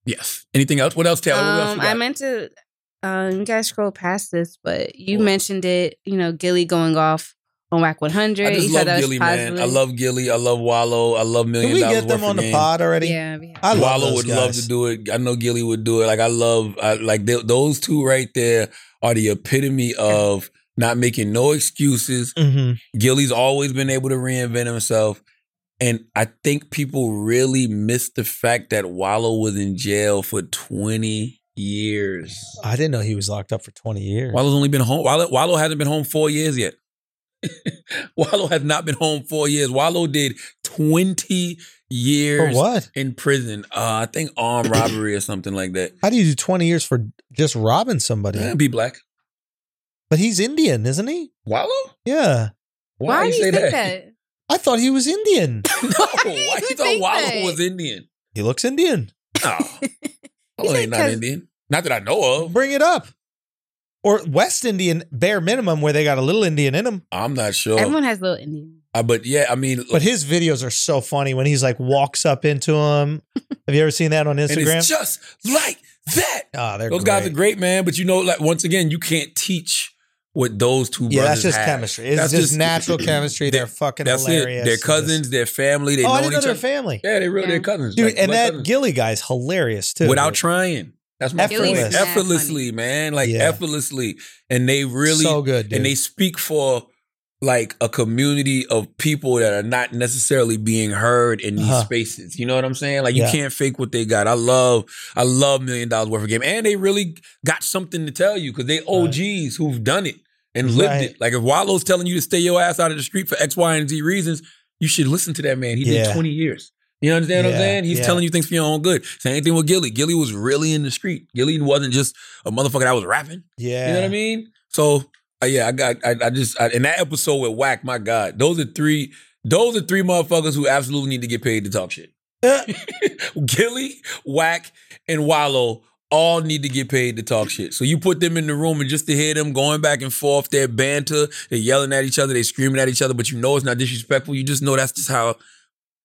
[SPEAKER 3] Yes. Anything else? What else, Taylor? what else
[SPEAKER 5] um,
[SPEAKER 3] you
[SPEAKER 5] I
[SPEAKER 3] got?
[SPEAKER 5] meant to um you guys scroll past this, but you
[SPEAKER 3] Cool.
[SPEAKER 5] mentioned it, you know, Gilly going off on Whack 100.
[SPEAKER 3] I
[SPEAKER 5] You
[SPEAKER 3] just
[SPEAKER 5] said
[SPEAKER 3] love
[SPEAKER 5] that was
[SPEAKER 3] Gilly, man. I
[SPEAKER 5] positive.
[SPEAKER 3] love Gilly. I love Wallow. I love Million
[SPEAKER 4] Can we
[SPEAKER 3] Dollars
[SPEAKER 4] get them
[SPEAKER 3] Worth
[SPEAKER 4] on
[SPEAKER 3] of
[SPEAKER 4] the
[SPEAKER 3] Game.
[SPEAKER 4] pod already?
[SPEAKER 5] Yeah, yeah.
[SPEAKER 4] I love
[SPEAKER 3] Wallow
[SPEAKER 4] those
[SPEAKER 3] would
[SPEAKER 4] guys.
[SPEAKER 3] love to do it. I know Gilly would do it. Like I love, I, like th- those two right there are the epitome of not making no excuses.
[SPEAKER 4] Mhm.
[SPEAKER 3] Gilly's always been able to reinvent himself. And I think people really miss the fact that Wallow was in jail for 20 years.
[SPEAKER 4] I didn't know he was locked up for 20 years.
[SPEAKER 3] Wallow's only been home. Wallow, Wallow hasn't been home four years yet. *laughs* Wallow has not been home four years. Wallow did 20
[SPEAKER 4] for
[SPEAKER 3] years
[SPEAKER 4] what?
[SPEAKER 3] in prison. Uh, I think armed robbery or something like that.
[SPEAKER 4] How do you do 20 years for just robbing somebody?
[SPEAKER 3] Eh, Be black.
[SPEAKER 4] But he's Indian, isn't he?
[SPEAKER 3] Wallow?
[SPEAKER 4] Yeah.
[SPEAKER 5] Why, do you think that?
[SPEAKER 3] *laughs*
[SPEAKER 4] I thought he was Indian.
[SPEAKER 3] no, why
[SPEAKER 5] *laughs* Why do
[SPEAKER 3] you
[SPEAKER 5] you
[SPEAKER 3] thought
[SPEAKER 5] think
[SPEAKER 3] Wallow
[SPEAKER 5] that?
[SPEAKER 3] was Indian?
[SPEAKER 4] He looks Indian.
[SPEAKER 5] *laughs*
[SPEAKER 3] No. Wallow
[SPEAKER 5] said
[SPEAKER 3] ain't not
[SPEAKER 5] 'cause-
[SPEAKER 3] Indian. Not that I know of.
[SPEAKER 4] Bring it up. Or West Indian, bare minimum, where they got a little Indian in them.
[SPEAKER 3] I'm not sure.
[SPEAKER 5] Everyone has little Indian.
[SPEAKER 3] Uh, but yeah, I mean,
[SPEAKER 4] But his videos are so funny when he's like walks up into him. Have you ever seen that on
[SPEAKER 3] and it's
[SPEAKER 4] Instagram?
[SPEAKER 3] just like that.
[SPEAKER 4] Ah, they're
[SPEAKER 3] Those
[SPEAKER 4] great.
[SPEAKER 3] guys are great, man. But you know, like once again, you can't teach what those two
[SPEAKER 4] Yeah, that's
[SPEAKER 3] brothers
[SPEAKER 4] just
[SPEAKER 3] have.
[SPEAKER 4] chemistry. It's
[SPEAKER 3] That's
[SPEAKER 4] just,
[SPEAKER 3] just-
[SPEAKER 4] natural chemistry. They're fucking
[SPEAKER 3] That's
[SPEAKER 4] hilarious.
[SPEAKER 3] it. They're cousins, their family. They
[SPEAKER 4] oh,
[SPEAKER 3] know
[SPEAKER 4] I didn't know
[SPEAKER 3] each
[SPEAKER 4] they're
[SPEAKER 3] other.
[SPEAKER 4] family.
[SPEAKER 3] Yeah, they're real.
[SPEAKER 5] Yeah.
[SPEAKER 3] They're cousins,
[SPEAKER 4] Dude,
[SPEAKER 3] Like
[SPEAKER 4] and
[SPEAKER 3] blood
[SPEAKER 4] that
[SPEAKER 3] cousins.
[SPEAKER 4] Gilly guy's hilarious too.
[SPEAKER 3] without
[SPEAKER 4] Dude.
[SPEAKER 3] trying. That's my
[SPEAKER 4] Effortless.
[SPEAKER 3] point.
[SPEAKER 4] Gilly's
[SPEAKER 5] mad funny.
[SPEAKER 3] Effortlessly, man. Like
[SPEAKER 4] Yeah.
[SPEAKER 3] effortlessly, and they really
[SPEAKER 4] so good, dude.
[SPEAKER 3] and they speak for like a community of people that are not necessarily being heard in these
[SPEAKER 4] Uh-huh.
[SPEAKER 3] spaces. You know what I'm saying? Like you
[SPEAKER 4] Yeah.
[SPEAKER 3] can't fake what they got. I love, I love Million Dollars Worth of Game, and they really got something to tell you because they OGs who've done it and lived
[SPEAKER 4] Right.
[SPEAKER 3] it. Like if Wallow's telling you to stay your ass out of the street for X, Y, and Z reasons, you should listen to that man. He did
[SPEAKER 4] Yeah.
[SPEAKER 3] 20 years. You understand what I'm
[SPEAKER 4] Yeah,
[SPEAKER 3] saying? He's
[SPEAKER 4] yeah.
[SPEAKER 3] telling you things for your own good. Same thing with Gilly. Gilly was really in the street. Gilly wasn't just a motherfucker that was rapping.
[SPEAKER 4] yeah.
[SPEAKER 3] You know what I mean? So uh, yeah, I got I, I just I, in that episode with Whack, my God, those are three those are three motherfuckers who absolutely need to get paid to talk shit.
[SPEAKER 4] Uh,
[SPEAKER 3] Gilly, Whack, and Wallow all need to get paid to talk shit. So you put them in the room and just to hear them going back and forth, their banter, they're yelling at each other, they screaming at each other, but you know it's not disrespectful. You just know that's just how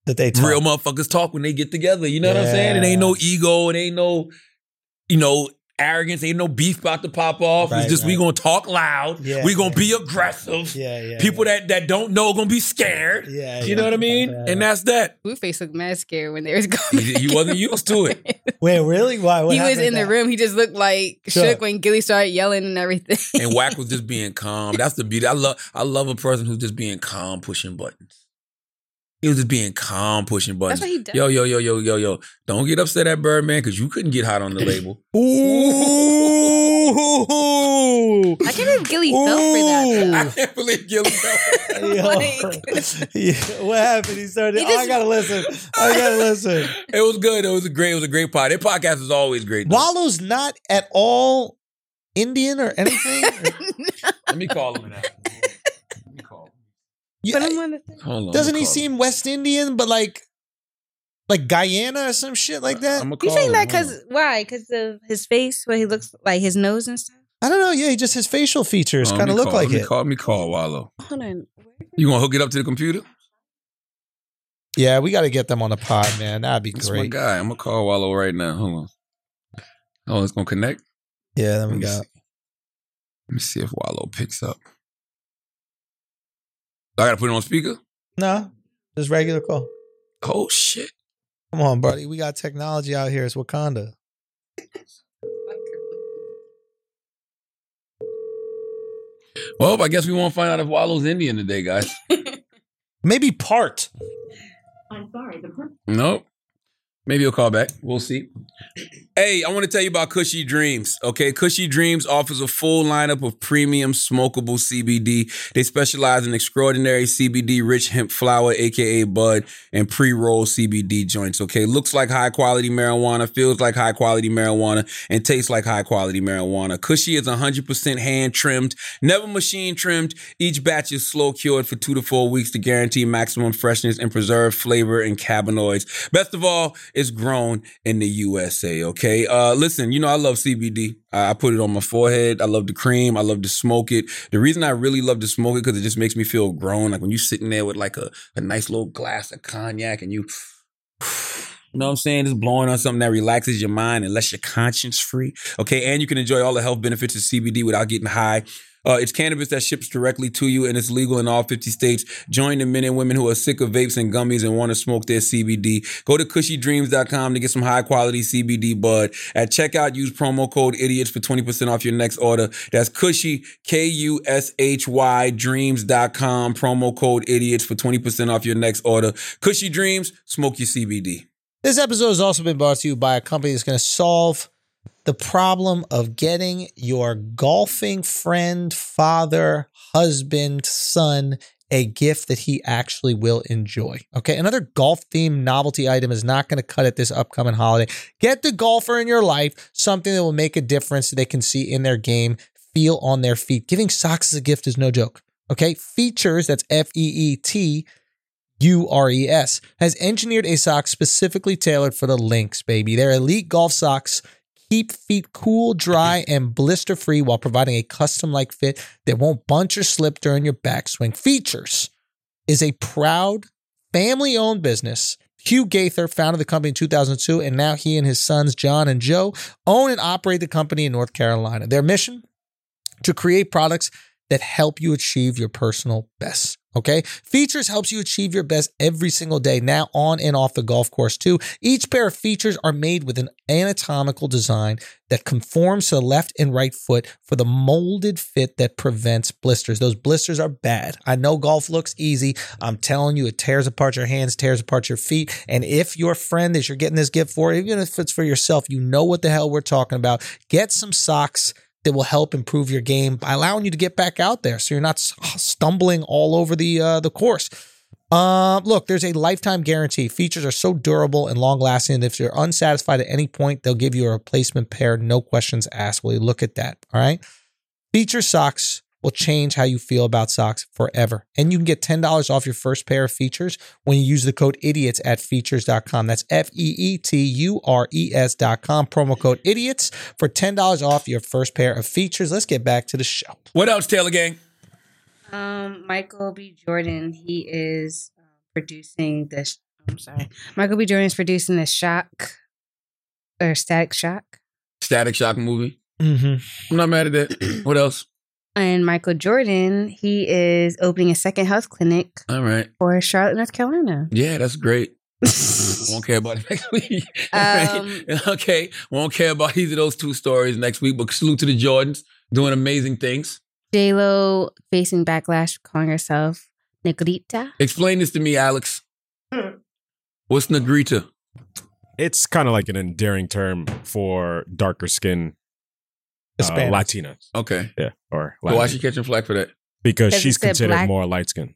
[SPEAKER 4] That they talk.
[SPEAKER 3] real motherfuckers talk when they get together. You know what I'm saying? It
[SPEAKER 4] Yeah.
[SPEAKER 3] ain't no ego. It ain't no, you know, arrogance. Ain't no beef about to pop off.
[SPEAKER 4] Right,
[SPEAKER 3] it's just we
[SPEAKER 4] right.
[SPEAKER 3] gonna talk loud.
[SPEAKER 4] Yeah,
[SPEAKER 3] we gonna
[SPEAKER 4] yeah.
[SPEAKER 3] be aggressive.
[SPEAKER 4] yeah, yeah.
[SPEAKER 3] People
[SPEAKER 4] yeah.
[SPEAKER 3] that that don't know gonna be scared.
[SPEAKER 4] Yeah,
[SPEAKER 3] you
[SPEAKER 4] yeah,
[SPEAKER 3] know what I
[SPEAKER 4] yeah,
[SPEAKER 3] mean?
[SPEAKER 4] yeah,
[SPEAKER 3] And
[SPEAKER 4] yeah.
[SPEAKER 3] that's that.
[SPEAKER 5] Blueface looked mad scared when they was *laughs* going.
[SPEAKER 3] He, he wasn't used to it.
[SPEAKER 4] Wait, really? Why? What
[SPEAKER 5] he was
[SPEAKER 4] happened
[SPEAKER 5] in
[SPEAKER 4] with
[SPEAKER 5] the
[SPEAKER 4] that?
[SPEAKER 5] room. He just looked like
[SPEAKER 4] Sure.
[SPEAKER 5] shook when Gilly started yelling and everything.
[SPEAKER 3] And Whack was just being calm. That's the beauty. I love I love a person who's just being calm, pushing buttons. He was just being calm, pushing buttons.
[SPEAKER 5] That's what he does.
[SPEAKER 3] Yo, yo, yo,
[SPEAKER 5] *laughs*
[SPEAKER 3] yo, yo, yo. Don't get upset at Birdman because you couldn't get hot on the label.
[SPEAKER 4] Ooh. Ooh.
[SPEAKER 5] *laughs* I can't believe Gilly fell for
[SPEAKER 3] *laughs*
[SPEAKER 5] that.
[SPEAKER 3] I can't believe Gilly. fell.
[SPEAKER 5] *laughs*
[SPEAKER 3] *laughs*
[SPEAKER 4] Yo.
[SPEAKER 5] Like-
[SPEAKER 4] *laughs* yeah, what happened? He started.
[SPEAKER 5] He
[SPEAKER 4] oh, I
[SPEAKER 5] just-
[SPEAKER 4] gotta listen. I gotta
[SPEAKER 5] *laughs*
[SPEAKER 4] listen.
[SPEAKER 3] it was good. It was a great. It was a great pod. Their podcast is always great. though.
[SPEAKER 4] Wallow's not at all Indian or
[SPEAKER 5] *laughs*
[SPEAKER 4] anything.
[SPEAKER 3] Let me call him now.
[SPEAKER 4] You-
[SPEAKER 5] Put him on the thing.
[SPEAKER 3] Hold on.
[SPEAKER 4] doesn't he
[SPEAKER 3] see?
[SPEAKER 4] seem West Indian, but like, like Guyana or some shit
[SPEAKER 3] Uh,
[SPEAKER 4] like that?
[SPEAKER 5] You think that because why? Because of his face, what he looks like, his nose and stuff.
[SPEAKER 4] I don't know. Yeah, he just his facial features kind of look like
[SPEAKER 3] me
[SPEAKER 4] it.
[SPEAKER 3] Call me. Call Wallow.
[SPEAKER 5] Hold on,
[SPEAKER 3] You gonna hook it up to the computer?
[SPEAKER 4] Yeah, we got to get them on the pod, man. That'd be
[SPEAKER 3] That's my
[SPEAKER 4] great.
[SPEAKER 3] guy. I'm gonna call Wallow right now. Hold on. Oh, it's gonna connect.
[SPEAKER 4] Yeah, then
[SPEAKER 3] Let
[SPEAKER 4] we
[SPEAKER 3] me,
[SPEAKER 4] got.
[SPEAKER 3] see. Let me see if Wallow picks up. I gotta put it on speaker.
[SPEAKER 4] No, just regular call.
[SPEAKER 3] Oh shit!
[SPEAKER 4] Come on, buddy. We got technology out here. It's Wakanda.
[SPEAKER 3] Well, I guess we won't find out if Wallow's Indian today, guys.
[SPEAKER 4] Maybe part.
[SPEAKER 7] I'm sorry, the person
[SPEAKER 3] Nope. Maybe he'll call back. We'll see. Hey, I want to tell you about Cushy Dreams. Okay, Cushy Dreams offers a full lineup of premium smokable CBD. They specialize in extraordinary CBD rich hemp flower, aka bud, and pre roll CBD joints. Okay, looks like high quality marijuana, feels like high quality marijuana, and tastes like high quality marijuana. Cushy is 100% hand trimmed, never machine trimmed. Each batch is slow cured for two to four weeks to guarantee maximum freshness and preserve flavor and cannabinoids. Best of all, it's grown in the USA. Okay, uh, listen, you know I love CBD. I I put it on my forehead. I love the cream. I love to smoke it. The reason I really love to smoke it because it just makes me feel grown. Like when you're sitting there with like a, a nice little glass of cognac and you. *sighs* You know what I'm saying? Just blowing on something that relaxes your mind and lets your conscience free. Okay. And you can enjoy all the health benefits of CBD without getting high. Uh, it's cannabis that ships directly to you and it's legal in all 50 states. Join the men and women who are sick of vapes and gummies and want to smoke their CBD. Go to cushydreams.com to get some high quality CBD bud. At checkout, use promo code IDIOTS for 20% off your next order. That's cushy, K U S H Y, dreams.com, promo code IDIOTS for 20% off your next order. Cushy Dreams, smoke your CBD.
[SPEAKER 4] This episode has also been brought to you by a company that's going to solve the problem of getting your golfing friend, father, husband, son a gift that he actually will enjoy. Okay. Another golf themed novelty item is not going to cut it this upcoming holiday. Get the golfer in your life something that will make a difference that they can see in their game, feel on their feet. Giving socks as a gift is no joke. Okay. Features, that's F E E T, U R E S, has engineered a sock specifically tailored for the Lynx, baby. Their elite golf socks keep feet cool, dry, and blister free while providing a custom like fit that won't bunch or slip during your backswing. Features is a proud family owned business. Hugh Gaither founded the company in 2002, and now he and his sons, John and Joe, own and operate the company in North Carolina. Their mission to create products that help you achieve your personal best. Okay. Features helps you achieve your best every single day, now on and off the golf course, too. Each pair of features are made with an anatomical design that conforms to the left and right foot for the molded fit that prevents blisters. Those blisters are bad. I know golf looks easy. I'm telling you, it tears apart your hands, tears apart your feet. And if your friend that you're getting this gift for, even if it's for yourself, you know what the hell we're talking about. Get some socks that will help improve your game by allowing you to get back out there so you're not s- stumbling all over the uh, the course. Um, look, there's a lifetime guarantee. Features are so durable and long lasting that if you're unsatisfied at any point, they'll give you a replacement pair, no questions asked. Will you look at that? All right. Feature socks will change how you feel about socks forever. And you can get $10 off your first pair of features when you use the code idiots at features.com. That's F E E T U R E S.com, promo code idiots for $10 off your first pair of features. Let's get back to the show.
[SPEAKER 3] What else, Taylor Gang?
[SPEAKER 5] um, Michael B. Jordan. He is uh, producing this. I'm sorry, Michael B. Jordan is producing the Shock or Static Shock,
[SPEAKER 3] Static Shock movie.
[SPEAKER 4] Mm-hmm.
[SPEAKER 3] I'm not mad at *clears throat* that. what else?
[SPEAKER 5] and Michael Jordan. He is opening a second health clinic
[SPEAKER 3] All right.
[SPEAKER 5] for Charlotte,
[SPEAKER 4] *laughs*
[SPEAKER 5] North Carolina.
[SPEAKER 3] Yeah, that's great. Won't care about *laughs* it next week. All
[SPEAKER 4] Um,
[SPEAKER 5] Um,
[SPEAKER 3] right. *laughs* Okay. Won't care about either of those two stories next week, but salute to the Jordans doing amazing things.
[SPEAKER 5] J Lo facing backlash, calling herself Negrita.
[SPEAKER 3] Explain this to me, Alex.
[SPEAKER 4] Hmm.
[SPEAKER 3] What's Negrita?
[SPEAKER 9] It's kind of like an endearing term for darker skin uh,
[SPEAKER 4] Hispanic.
[SPEAKER 9] Latinas.
[SPEAKER 3] Okay.
[SPEAKER 9] Yeah, or
[SPEAKER 3] But why
[SPEAKER 9] Latin.
[SPEAKER 3] she catching flack for that?
[SPEAKER 9] because
[SPEAKER 5] Has it
[SPEAKER 9] she's
[SPEAKER 5] said
[SPEAKER 9] considered
[SPEAKER 5] black?
[SPEAKER 9] more light skinned.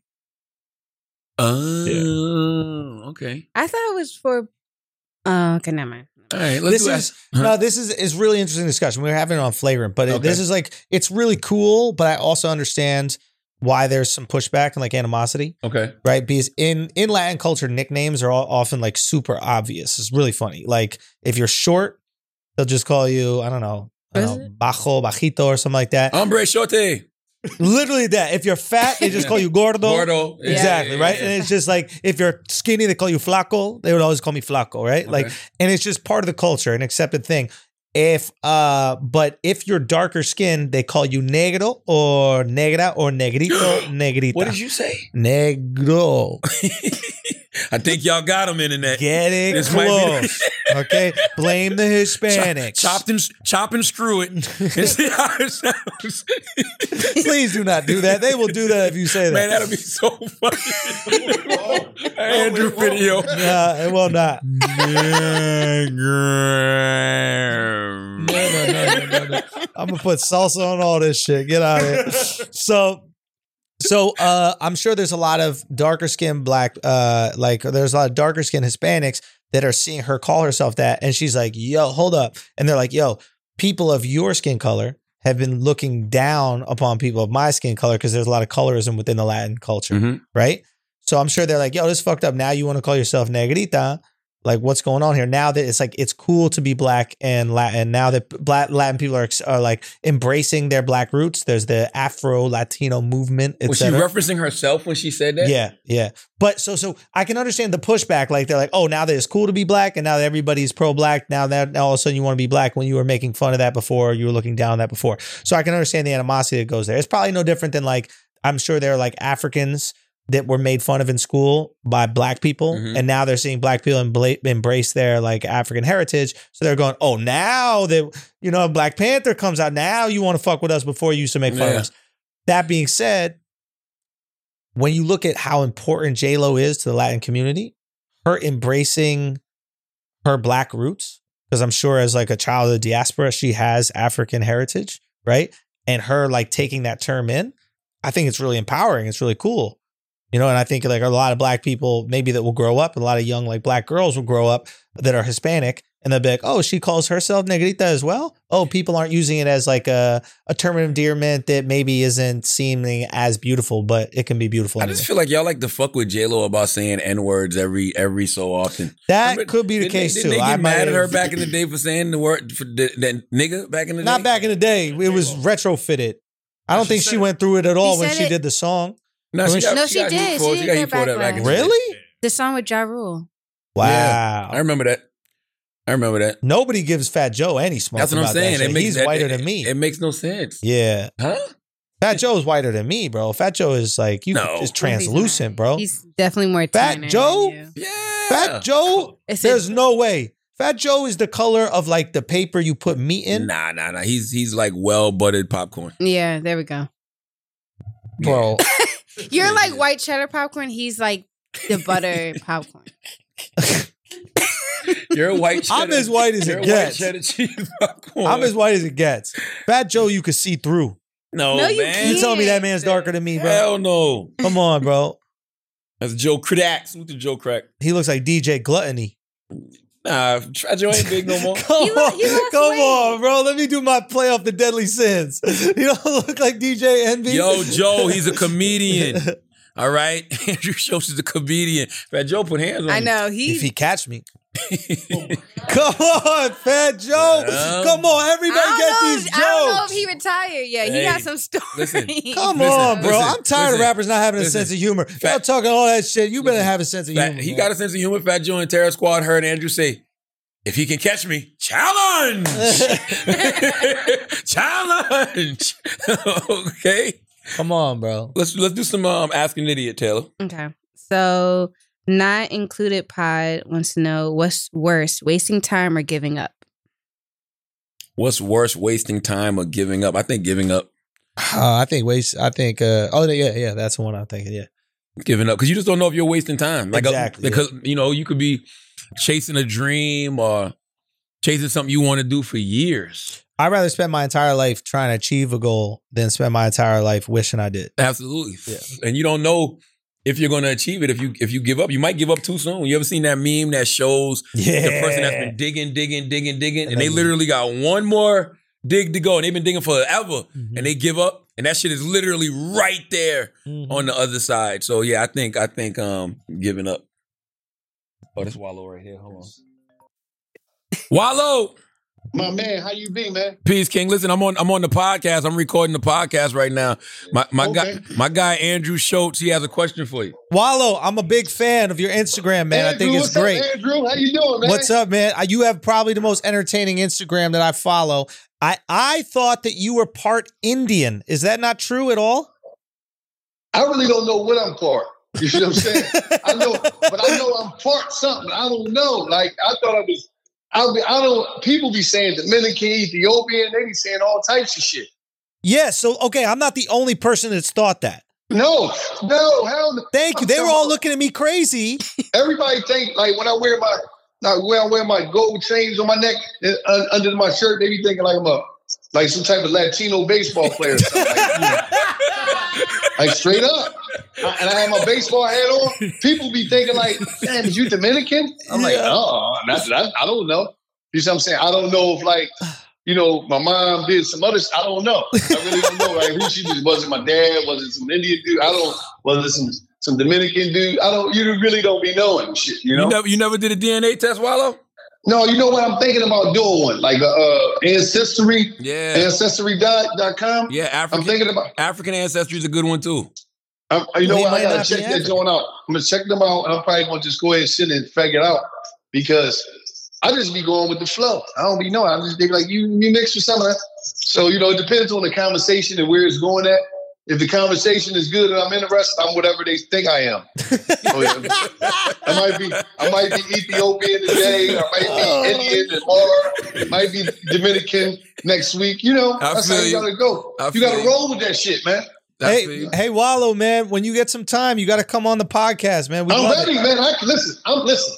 [SPEAKER 3] Oh, okay.
[SPEAKER 5] I thought it was for. Oh, okay, never mind.
[SPEAKER 3] All right. Let's
[SPEAKER 4] this
[SPEAKER 3] do
[SPEAKER 4] is
[SPEAKER 3] *laughs* Huh?
[SPEAKER 4] no, this is is really interesting discussion. We were having it on flavoring, but it,
[SPEAKER 3] Okay.
[SPEAKER 4] this is like it's really cool. But I also understand why there's some pushback and like animosity,
[SPEAKER 3] Okay.
[SPEAKER 4] right? Because in in Latin culture, nicknames are all, often like super obvious. It's really funny. Like if you're short, they'll just call you I don't know, I don't know bajo, bajito, or something like that.
[SPEAKER 3] Hombre shorty.
[SPEAKER 4] Literally that. If you're fat, they just call you
[SPEAKER 3] *laughs*
[SPEAKER 4] gordo.
[SPEAKER 3] Gordo. Yeah,
[SPEAKER 4] Exactly,
[SPEAKER 3] yeah,
[SPEAKER 4] right?
[SPEAKER 3] yeah.
[SPEAKER 4] And it's just like if you're skinny, they call you flaco. They would always call me flaco, right? Like
[SPEAKER 3] Okay.
[SPEAKER 4] and it's just part of the culture, an accepted thing. If uh, but if you're darker skinned, they call you negro or negra or negrito,
[SPEAKER 3] *gasps*
[SPEAKER 4] negrita.
[SPEAKER 3] What did you
[SPEAKER 4] *laughs*
[SPEAKER 3] say? *laughs*
[SPEAKER 4] negro?
[SPEAKER 3] I think y'all got him in that.
[SPEAKER 4] Get it
[SPEAKER 3] This might be the-
[SPEAKER 4] close,
[SPEAKER 3] *laughs*
[SPEAKER 4] okay? Blame the Hispanics.
[SPEAKER 3] Chopped and chop and
[SPEAKER 4] *laughs*
[SPEAKER 3] screw it and see how it sounds.
[SPEAKER 4] Please do not do that. They will do that if you say
[SPEAKER 3] Man,
[SPEAKER 4] that.
[SPEAKER 3] that'll be so *laughs* funny. Andrew video.
[SPEAKER 4] *laughs* Nah, it will not.
[SPEAKER 3] *laughs* Negro.
[SPEAKER 4] I'm gonna put salsa on all this shit. Get out of here. So, so uh, I'm sure there's a lot of darker skinned black, uh, like there's a lot of darker skinned Hispanics that are seeing her call herself that, and she's like, "Yo, hold up," and they're like, "Yo, people of your skin color." Have been looking down upon people of my skin color because there's a lot of colorism within the Latin culture,
[SPEAKER 3] Mhm.
[SPEAKER 4] right? So I'm sure they're like, "Yo, this fucked up." Now you want to call yourself negrita? like what's going on here now that it's like it's cool to be black and latin now that black latin people are, ex- are like embracing their black roots there's the afro latino movement
[SPEAKER 3] Was she
[SPEAKER 4] etc
[SPEAKER 3] referencing herself when she said that?
[SPEAKER 4] yeah yeah but so so i can understand the pushback like they're like oh now that it's cool to be black and now that everybody's pro-black now that now all of a sudden you want to be black when you were making fun of that before you were looking down on that before so i can understand the animosity that goes there it's probably no different than like i'm sure there are like africans that were made fun of in school by black people
[SPEAKER 3] Mhm.
[SPEAKER 4] and now they're seeing black people embla- embrace their like african heritage so they're going oh now that you know black panther comes out now you want to fuck with us before you used to make fun
[SPEAKER 3] Yeah.
[SPEAKER 4] of us that being said when you look at how important j-lo is to the latin community her embracing her black roots because i'm sure as like a child of the diaspora she has african heritage right and her like taking that term in i think it's really empowering it's really cool you know and i think like a lot of black people maybe that will grow up and a lot of young like black girls will grow up that are hispanic and they'll be like oh she calls herself negrita as well oh people aren't using it as like a, a term of endearment that maybe isn't seeming as beautiful but it can be beautiful
[SPEAKER 3] I
[SPEAKER 4] anyway.
[SPEAKER 3] just feel like y'all like to fuck with J Lo about saying n words every every so often.
[SPEAKER 4] that
[SPEAKER 3] Remember-
[SPEAKER 4] could be the
[SPEAKER 3] Didn't they-
[SPEAKER 4] case
[SPEAKER 3] didn't
[SPEAKER 4] too
[SPEAKER 3] They get
[SPEAKER 4] I might
[SPEAKER 3] mad at her
[SPEAKER 4] have-
[SPEAKER 3] back in the day for saying the word for the, that nigga back in the
[SPEAKER 4] not
[SPEAKER 3] day.
[SPEAKER 4] back in the day it was retrofitted i don't
[SPEAKER 6] She
[SPEAKER 4] think she
[SPEAKER 6] said it.
[SPEAKER 4] went through it at all when
[SPEAKER 5] said
[SPEAKER 4] she
[SPEAKER 5] it.
[SPEAKER 4] did the song
[SPEAKER 3] No, she, got,
[SPEAKER 5] No, she
[SPEAKER 3] got
[SPEAKER 5] did.
[SPEAKER 3] heat for-
[SPEAKER 5] She did
[SPEAKER 3] got
[SPEAKER 5] get
[SPEAKER 3] heat for that back in the day.
[SPEAKER 4] really
[SPEAKER 5] The song with Ja Rule.
[SPEAKER 4] wow
[SPEAKER 3] I remember that. I remember that.
[SPEAKER 4] nobody gives fat joe any smoke
[SPEAKER 3] That's what I'm
[SPEAKER 4] about that
[SPEAKER 3] saying.
[SPEAKER 4] shit.
[SPEAKER 3] It makes
[SPEAKER 4] he's
[SPEAKER 3] that-
[SPEAKER 4] whiter
[SPEAKER 3] it-
[SPEAKER 4] than me
[SPEAKER 3] It makes no sense.
[SPEAKER 4] yeah
[SPEAKER 3] Huh?
[SPEAKER 4] Fat Joe's whiter than me, bro. Fat Joe is like you
[SPEAKER 3] No.
[SPEAKER 4] is
[SPEAKER 5] No, he's
[SPEAKER 4] translucent,
[SPEAKER 5] not.
[SPEAKER 4] bro.
[SPEAKER 5] He's definitely more
[SPEAKER 4] Fat
[SPEAKER 5] tanner
[SPEAKER 4] Joe?
[SPEAKER 5] than you.
[SPEAKER 3] Yeah.
[SPEAKER 4] Fat Joe,
[SPEAKER 5] It's
[SPEAKER 4] there's
[SPEAKER 5] a-
[SPEAKER 4] no way. Fat Joe is the color of like the paper you put meat in,
[SPEAKER 3] Nah, nah, nah. He's he's like well buttered popcorn.
[SPEAKER 5] Yeah, there we go.
[SPEAKER 4] bro.
[SPEAKER 5] You're like white cheddar popcorn. He's like the
[SPEAKER 4] *laughs*
[SPEAKER 5] butter popcorn.
[SPEAKER 3] *laughs* You're a white.
[SPEAKER 4] I'm
[SPEAKER 3] cheddar-
[SPEAKER 4] as white as it
[SPEAKER 3] you're a
[SPEAKER 4] gets.
[SPEAKER 3] White cheddar cheese popcorn.
[SPEAKER 4] I'm as white as it gets. Fat Joe, you could see through.
[SPEAKER 3] No,
[SPEAKER 5] No, you
[SPEAKER 3] man.
[SPEAKER 4] You tell me that
[SPEAKER 5] Yes.
[SPEAKER 4] man's darker than me, bro.
[SPEAKER 3] Hell no.
[SPEAKER 4] Come on, bro.
[SPEAKER 3] That's Joe Crack. Salute to Joe Crack.
[SPEAKER 4] He looks like DJ Gluttony.
[SPEAKER 3] Nah, Fat Joe ain't big no *laughs* more.
[SPEAKER 4] *laughs* Come
[SPEAKER 5] You lo-
[SPEAKER 4] on,
[SPEAKER 5] you lost
[SPEAKER 4] come
[SPEAKER 5] weight.
[SPEAKER 4] on, bro. Let me do my play off the deadly sins. *laughs* You don't look like DJ
[SPEAKER 3] *laughs*
[SPEAKER 4] Envy.
[SPEAKER 3] Yo, Joe,
[SPEAKER 4] *laughs*
[SPEAKER 3] he's a comedian. All right, *laughs* Andrew Schultz is a comedian. Fat Joe put hands on.
[SPEAKER 5] I
[SPEAKER 3] him.
[SPEAKER 5] know.
[SPEAKER 4] if he *laughs*
[SPEAKER 5] He.
[SPEAKER 4] catch me. Come on, Fat Joe.
[SPEAKER 3] Yeah.
[SPEAKER 4] Come on,
[SPEAKER 5] I
[SPEAKER 4] everybody
[SPEAKER 5] don't,
[SPEAKER 4] get
[SPEAKER 5] know,
[SPEAKER 4] these
[SPEAKER 5] if-
[SPEAKER 4] jokes.
[SPEAKER 5] I don't know if he retired yet.
[SPEAKER 3] Hey,
[SPEAKER 5] he got some stories. *laughs*
[SPEAKER 3] listen.
[SPEAKER 4] Come
[SPEAKER 3] Listen,
[SPEAKER 4] on, bro.
[SPEAKER 3] listen,
[SPEAKER 4] I'm tired of
[SPEAKER 3] listen,
[SPEAKER 4] rappers not having
[SPEAKER 3] listen.
[SPEAKER 4] a sense of humor. Y'all talking all that shit. You better
[SPEAKER 3] Listen,
[SPEAKER 4] have a sense of
[SPEAKER 3] Fat,
[SPEAKER 4] humor.
[SPEAKER 3] he
[SPEAKER 4] man.
[SPEAKER 3] got a sense of humor. Fat Joe and Terror Squad heard Andrew say, "If he can catch me, challenge, challenge." *laughs* okay,
[SPEAKER 4] Come on, bro.
[SPEAKER 3] let's let's do some um, asking idiot Taylor.
[SPEAKER 5] Okay. So, not included pod wants to know what's worse, wasting time or giving up?
[SPEAKER 3] What's worse, wasting time or giving up? I think giving up,
[SPEAKER 4] Uh, *sighs* I think waste. I think. Uh, oh yeah, yeah. That's the one I'm thinking. Yeah.
[SPEAKER 3] giving up, because you just don't know if you're wasting time. Like, uh,
[SPEAKER 4] Exactly, yeah.
[SPEAKER 3] because you know you could be chasing a dream or chasing something you want to do for years.
[SPEAKER 4] I'd rather spend my entire life trying to achieve a goal than spend my entire life wishing I did.
[SPEAKER 3] Absolutely.
[SPEAKER 4] Yeah.
[SPEAKER 3] And you don't know if you're going to achieve it if you if you give up. You might give up too soon. You ever seen that meme that shows
[SPEAKER 4] Yeah.
[SPEAKER 3] the person that's been digging, digging, digging, digging, and,
[SPEAKER 4] And
[SPEAKER 3] they
[SPEAKER 4] then-
[SPEAKER 3] literally got one more dig to go, and they've been digging forever,
[SPEAKER 4] Mhm.
[SPEAKER 3] and they give up, and that shit is literally right there
[SPEAKER 4] Mhm.
[SPEAKER 3] on the other side. So yeah, I think I think um giving up. Oh, this Wallow right here. Hold on. Wallow,
[SPEAKER 9] My man, how you been, man?
[SPEAKER 3] peace, King. Listen, I'm on. I'm on the podcast. I'm recording the podcast right now. My my guy,
[SPEAKER 9] Okay.
[SPEAKER 3] my guy Andrew Schultz. He has a question for you.
[SPEAKER 4] Wallow, I'm a big fan of your Instagram, man. I think
[SPEAKER 9] Andrew,
[SPEAKER 4] it's
[SPEAKER 9] what's up,
[SPEAKER 4] great.
[SPEAKER 9] Andrew, how you doing, man?
[SPEAKER 4] What's up, man? Uh, You have probably the most entertaining Instagram that I follow. I I thought that you were part Indian. Is that not true at
[SPEAKER 9] *laughs*
[SPEAKER 4] all?
[SPEAKER 9] I really don't know what I'm part. You see what I'm saying?
[SPEAKER 4] *laughs*
[SPEAKER 9] I know, but I know I'm part something. I don't know. Like I thought I was. I, be, I don't. People be saying Dominican, Ethiopian. They be saying all types of shit.
[SPEAKER 4] Yeah, so okay, I'm not the only person that's thought that.
[SPEAKER 9] No, no, hell. no.
[SPEAKER 4] Thank you. They were all looking at me crazy.
[SPEAKER 9] Everybody think like when I wear my like when I wear my gold chains on my neck and, uh, under my shirt, they be thinking like I'm a like some type of Latino baseball player. Or something. Like, like, straight up. I- and I have my baseball hat on. People be thinking like, "Damn, is you Dominican?" I'm like, "Oh, not, not, I don't know." You see what I'm saying? I don't know if like. You know, my mom did some other. I don't know. I really don't know. Like who she was. Was it my dad? Was it some Indian dude? I don't. Was it some some Dominican dude? I don't. You really don't be knowing shit. You
[SPEAKER 3] You,
[SPEAKER 9] know.
[SPEAKER 3] never you never did a DNA test, Wallow?
[SPEAKER 9] No, you know what I'm thinking about doing one like uh, uh ancestry
[SPEAKER 3] Yeah,
[SPEAKER 9] ancestry dot, dot com.
[SPEAKER 3] yeah.
[SPEAKER 9] I'm
[SPEAKER 3] African
[SPEAKER 9] thinking about.
[SPEAKER 3] African ancestry is a good one too.
[SPEAKER 9] I'm, you know
[SPEAKER 4] Well, he
[SPEAKER 9] what? I
[SPEAKER 4] might
[SPEAKER 9] gotta
[SPEAKER 4] not be
[SPEAKER 9] check that
[SPEAKER 4] African.
[SPEAKER 9] joint out. I'm gonna check them out. And I'm probably gonna just go ahead and send it and figure it out because I just be going with the flow. I don't be knowing. I'm just thinking like you you mixed with something. So you know it depends on the conversation and where it's going at. If the conversation is good and I'm interested, I'm whatever they think
[SPEAKER 4] *laughs*
[SPEAKER 9] I am. Oh, yeah. I might be I might be Ethiopian today, I
[SPEAKER 4] Oh.
[SPEAKER 9] might be Indian tomorrow, I might be Dominican next week. You know,
[SPEAKER 3] I
[SPEAKER 9] that's how
[SPEAKER 3] feel
[SPEAKER 9] you
[SPEAKER 3] you.
[SPEAKER 9] gotta go.
[SPEAKER 3] I
[SPEAKER 9] you
[SPEAKER 3] feel
[SPEAKER 9] gotta
[SPEAKER 3] you.
[SPEAKER 9] roll with that shit, man.
[SPEAKER 3] That's
[SPEAKER 4] hey,
[SPEAKER 3] it.
[SPEAKER 4] hey, Wallow, man. When you get some time, you got to come on the podcast, man. We
[SPEAKER 9] I'm
[SPEAKER 4] love
[SPEAKER 9] ready,
[SPEAKER 4] it.
[SPEAKER 9] man. I can listen. I'm listen.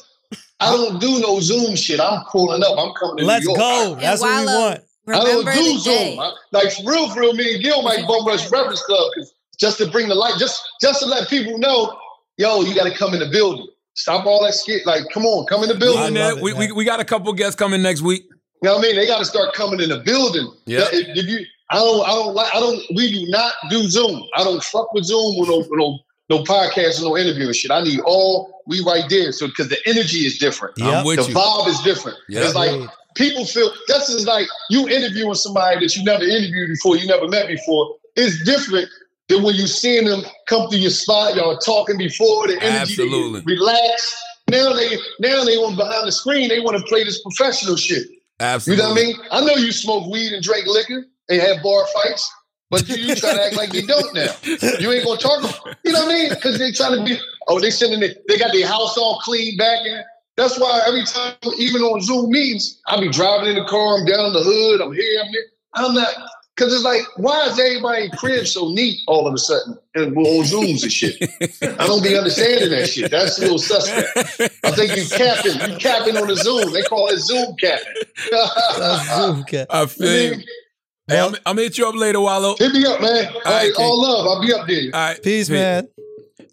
[SPEAKER 9] I don't do no Zoom shit. I'm calling up. I'm coming to
[SPEAKER 4] Let's
[SPEAKER 9] New York.
[SPEAKER 4] go. That's what we
[SPEAKER 5] Wallow,
[SPEAKER 4] want.
[SPEAKER 9] I don't
[SPEAKER 5] Remember
[SPEAKER 9] do
[SPEAKER 5] the
[SPEAKER 9] Zoom.
[SPEAKER 5] day.
[SPEAKER 9] I, like for real, for real, me and Gil might bum rush Breakfast Club 'cause just to bring the light, just just to let people know, yo, you got to come in the building. Stop all that shit. Like, come on, come in the building.
[SPEAKER 4] I
[SPEAKER 3] Isn't that-
[SPEAKER 4] love it,
[SPEAKER 3] we, we,
[SPEAKER 4] man.
[SPEAKER 3] we got a couple guests coming next week.
[SPEAKER 9] You know what I mean? They got to start coming in the building.
[SPEAKER 3] Yeah.
[SPEAKER 9] If, if you, I don't, I don't like, I don't. We do not do Zoom. I don't fuck with Zoom with no, with no, no podcast and no interview and shit. I need all we right there. So because the energy is different,
[SPEAKER 3] I'm
[SPEAKER 9] *laughs*
[SPEAKER 4] Yep.
[SPEAKER 3] with
[SPEAKER 9] the
[SPEAKER 3] you.
[SPEAKER 9] vibe is different.
[SPEAKER 3] Yeah.
[SPEAKER 9] It's like people feel that's just like you interviewing somebody that you never interviewed before, you never met before. It's different than when you seeing them come through your spot, y'all talking before the energy, they
[SPEAKER 3] Absolutely.
[SPEAKER 9] relaxed. Now they now they want behind the screen, they want to play this professional shit. You
[SPEAKER 3] Absolutely.
[SPEAKER 9] know what I mean? I know you smoke weed and drink liquor and have bar fights, but you, you try to act like you don't now. You ain't gonna talk. You know what I mean? Because they trying to be. Oh, they sitting there. They got their house all clean back in. That's why every time, even on Zoom meetings, I be driving in the car. I'm down the hood. I'm here. I'm there. I'm not. Cause it's like, why is everybody crib so neat all of a sudden and we're on Zooms and shit? I don't be understanding that shit. That's a little suspect. I think you capping, you capping on the Zoom. They call it Zoom
[SPEAKER 4] That's
[SPEAKER 9] *laughs* capping.
[SPEAKER 4] Zoom, *laughs* okay.
[SPEAKER 3] *laughs* I feel you.
[SPEAKER 9] Man,
[SPEAKER 3] Hey, I'm, I'm gonna hit you up later, Wallow. All
[SPEAKER 9] Hit me up, man. All,
[SPEAKER 3] right,
[SPEAKER 9] right,
[SPEAKER 3] King.
[SPEAKER 9] all love. I'll be up there.
[SPEAKER 3] right,
[SPEAKER 4] Peace, man. Uh,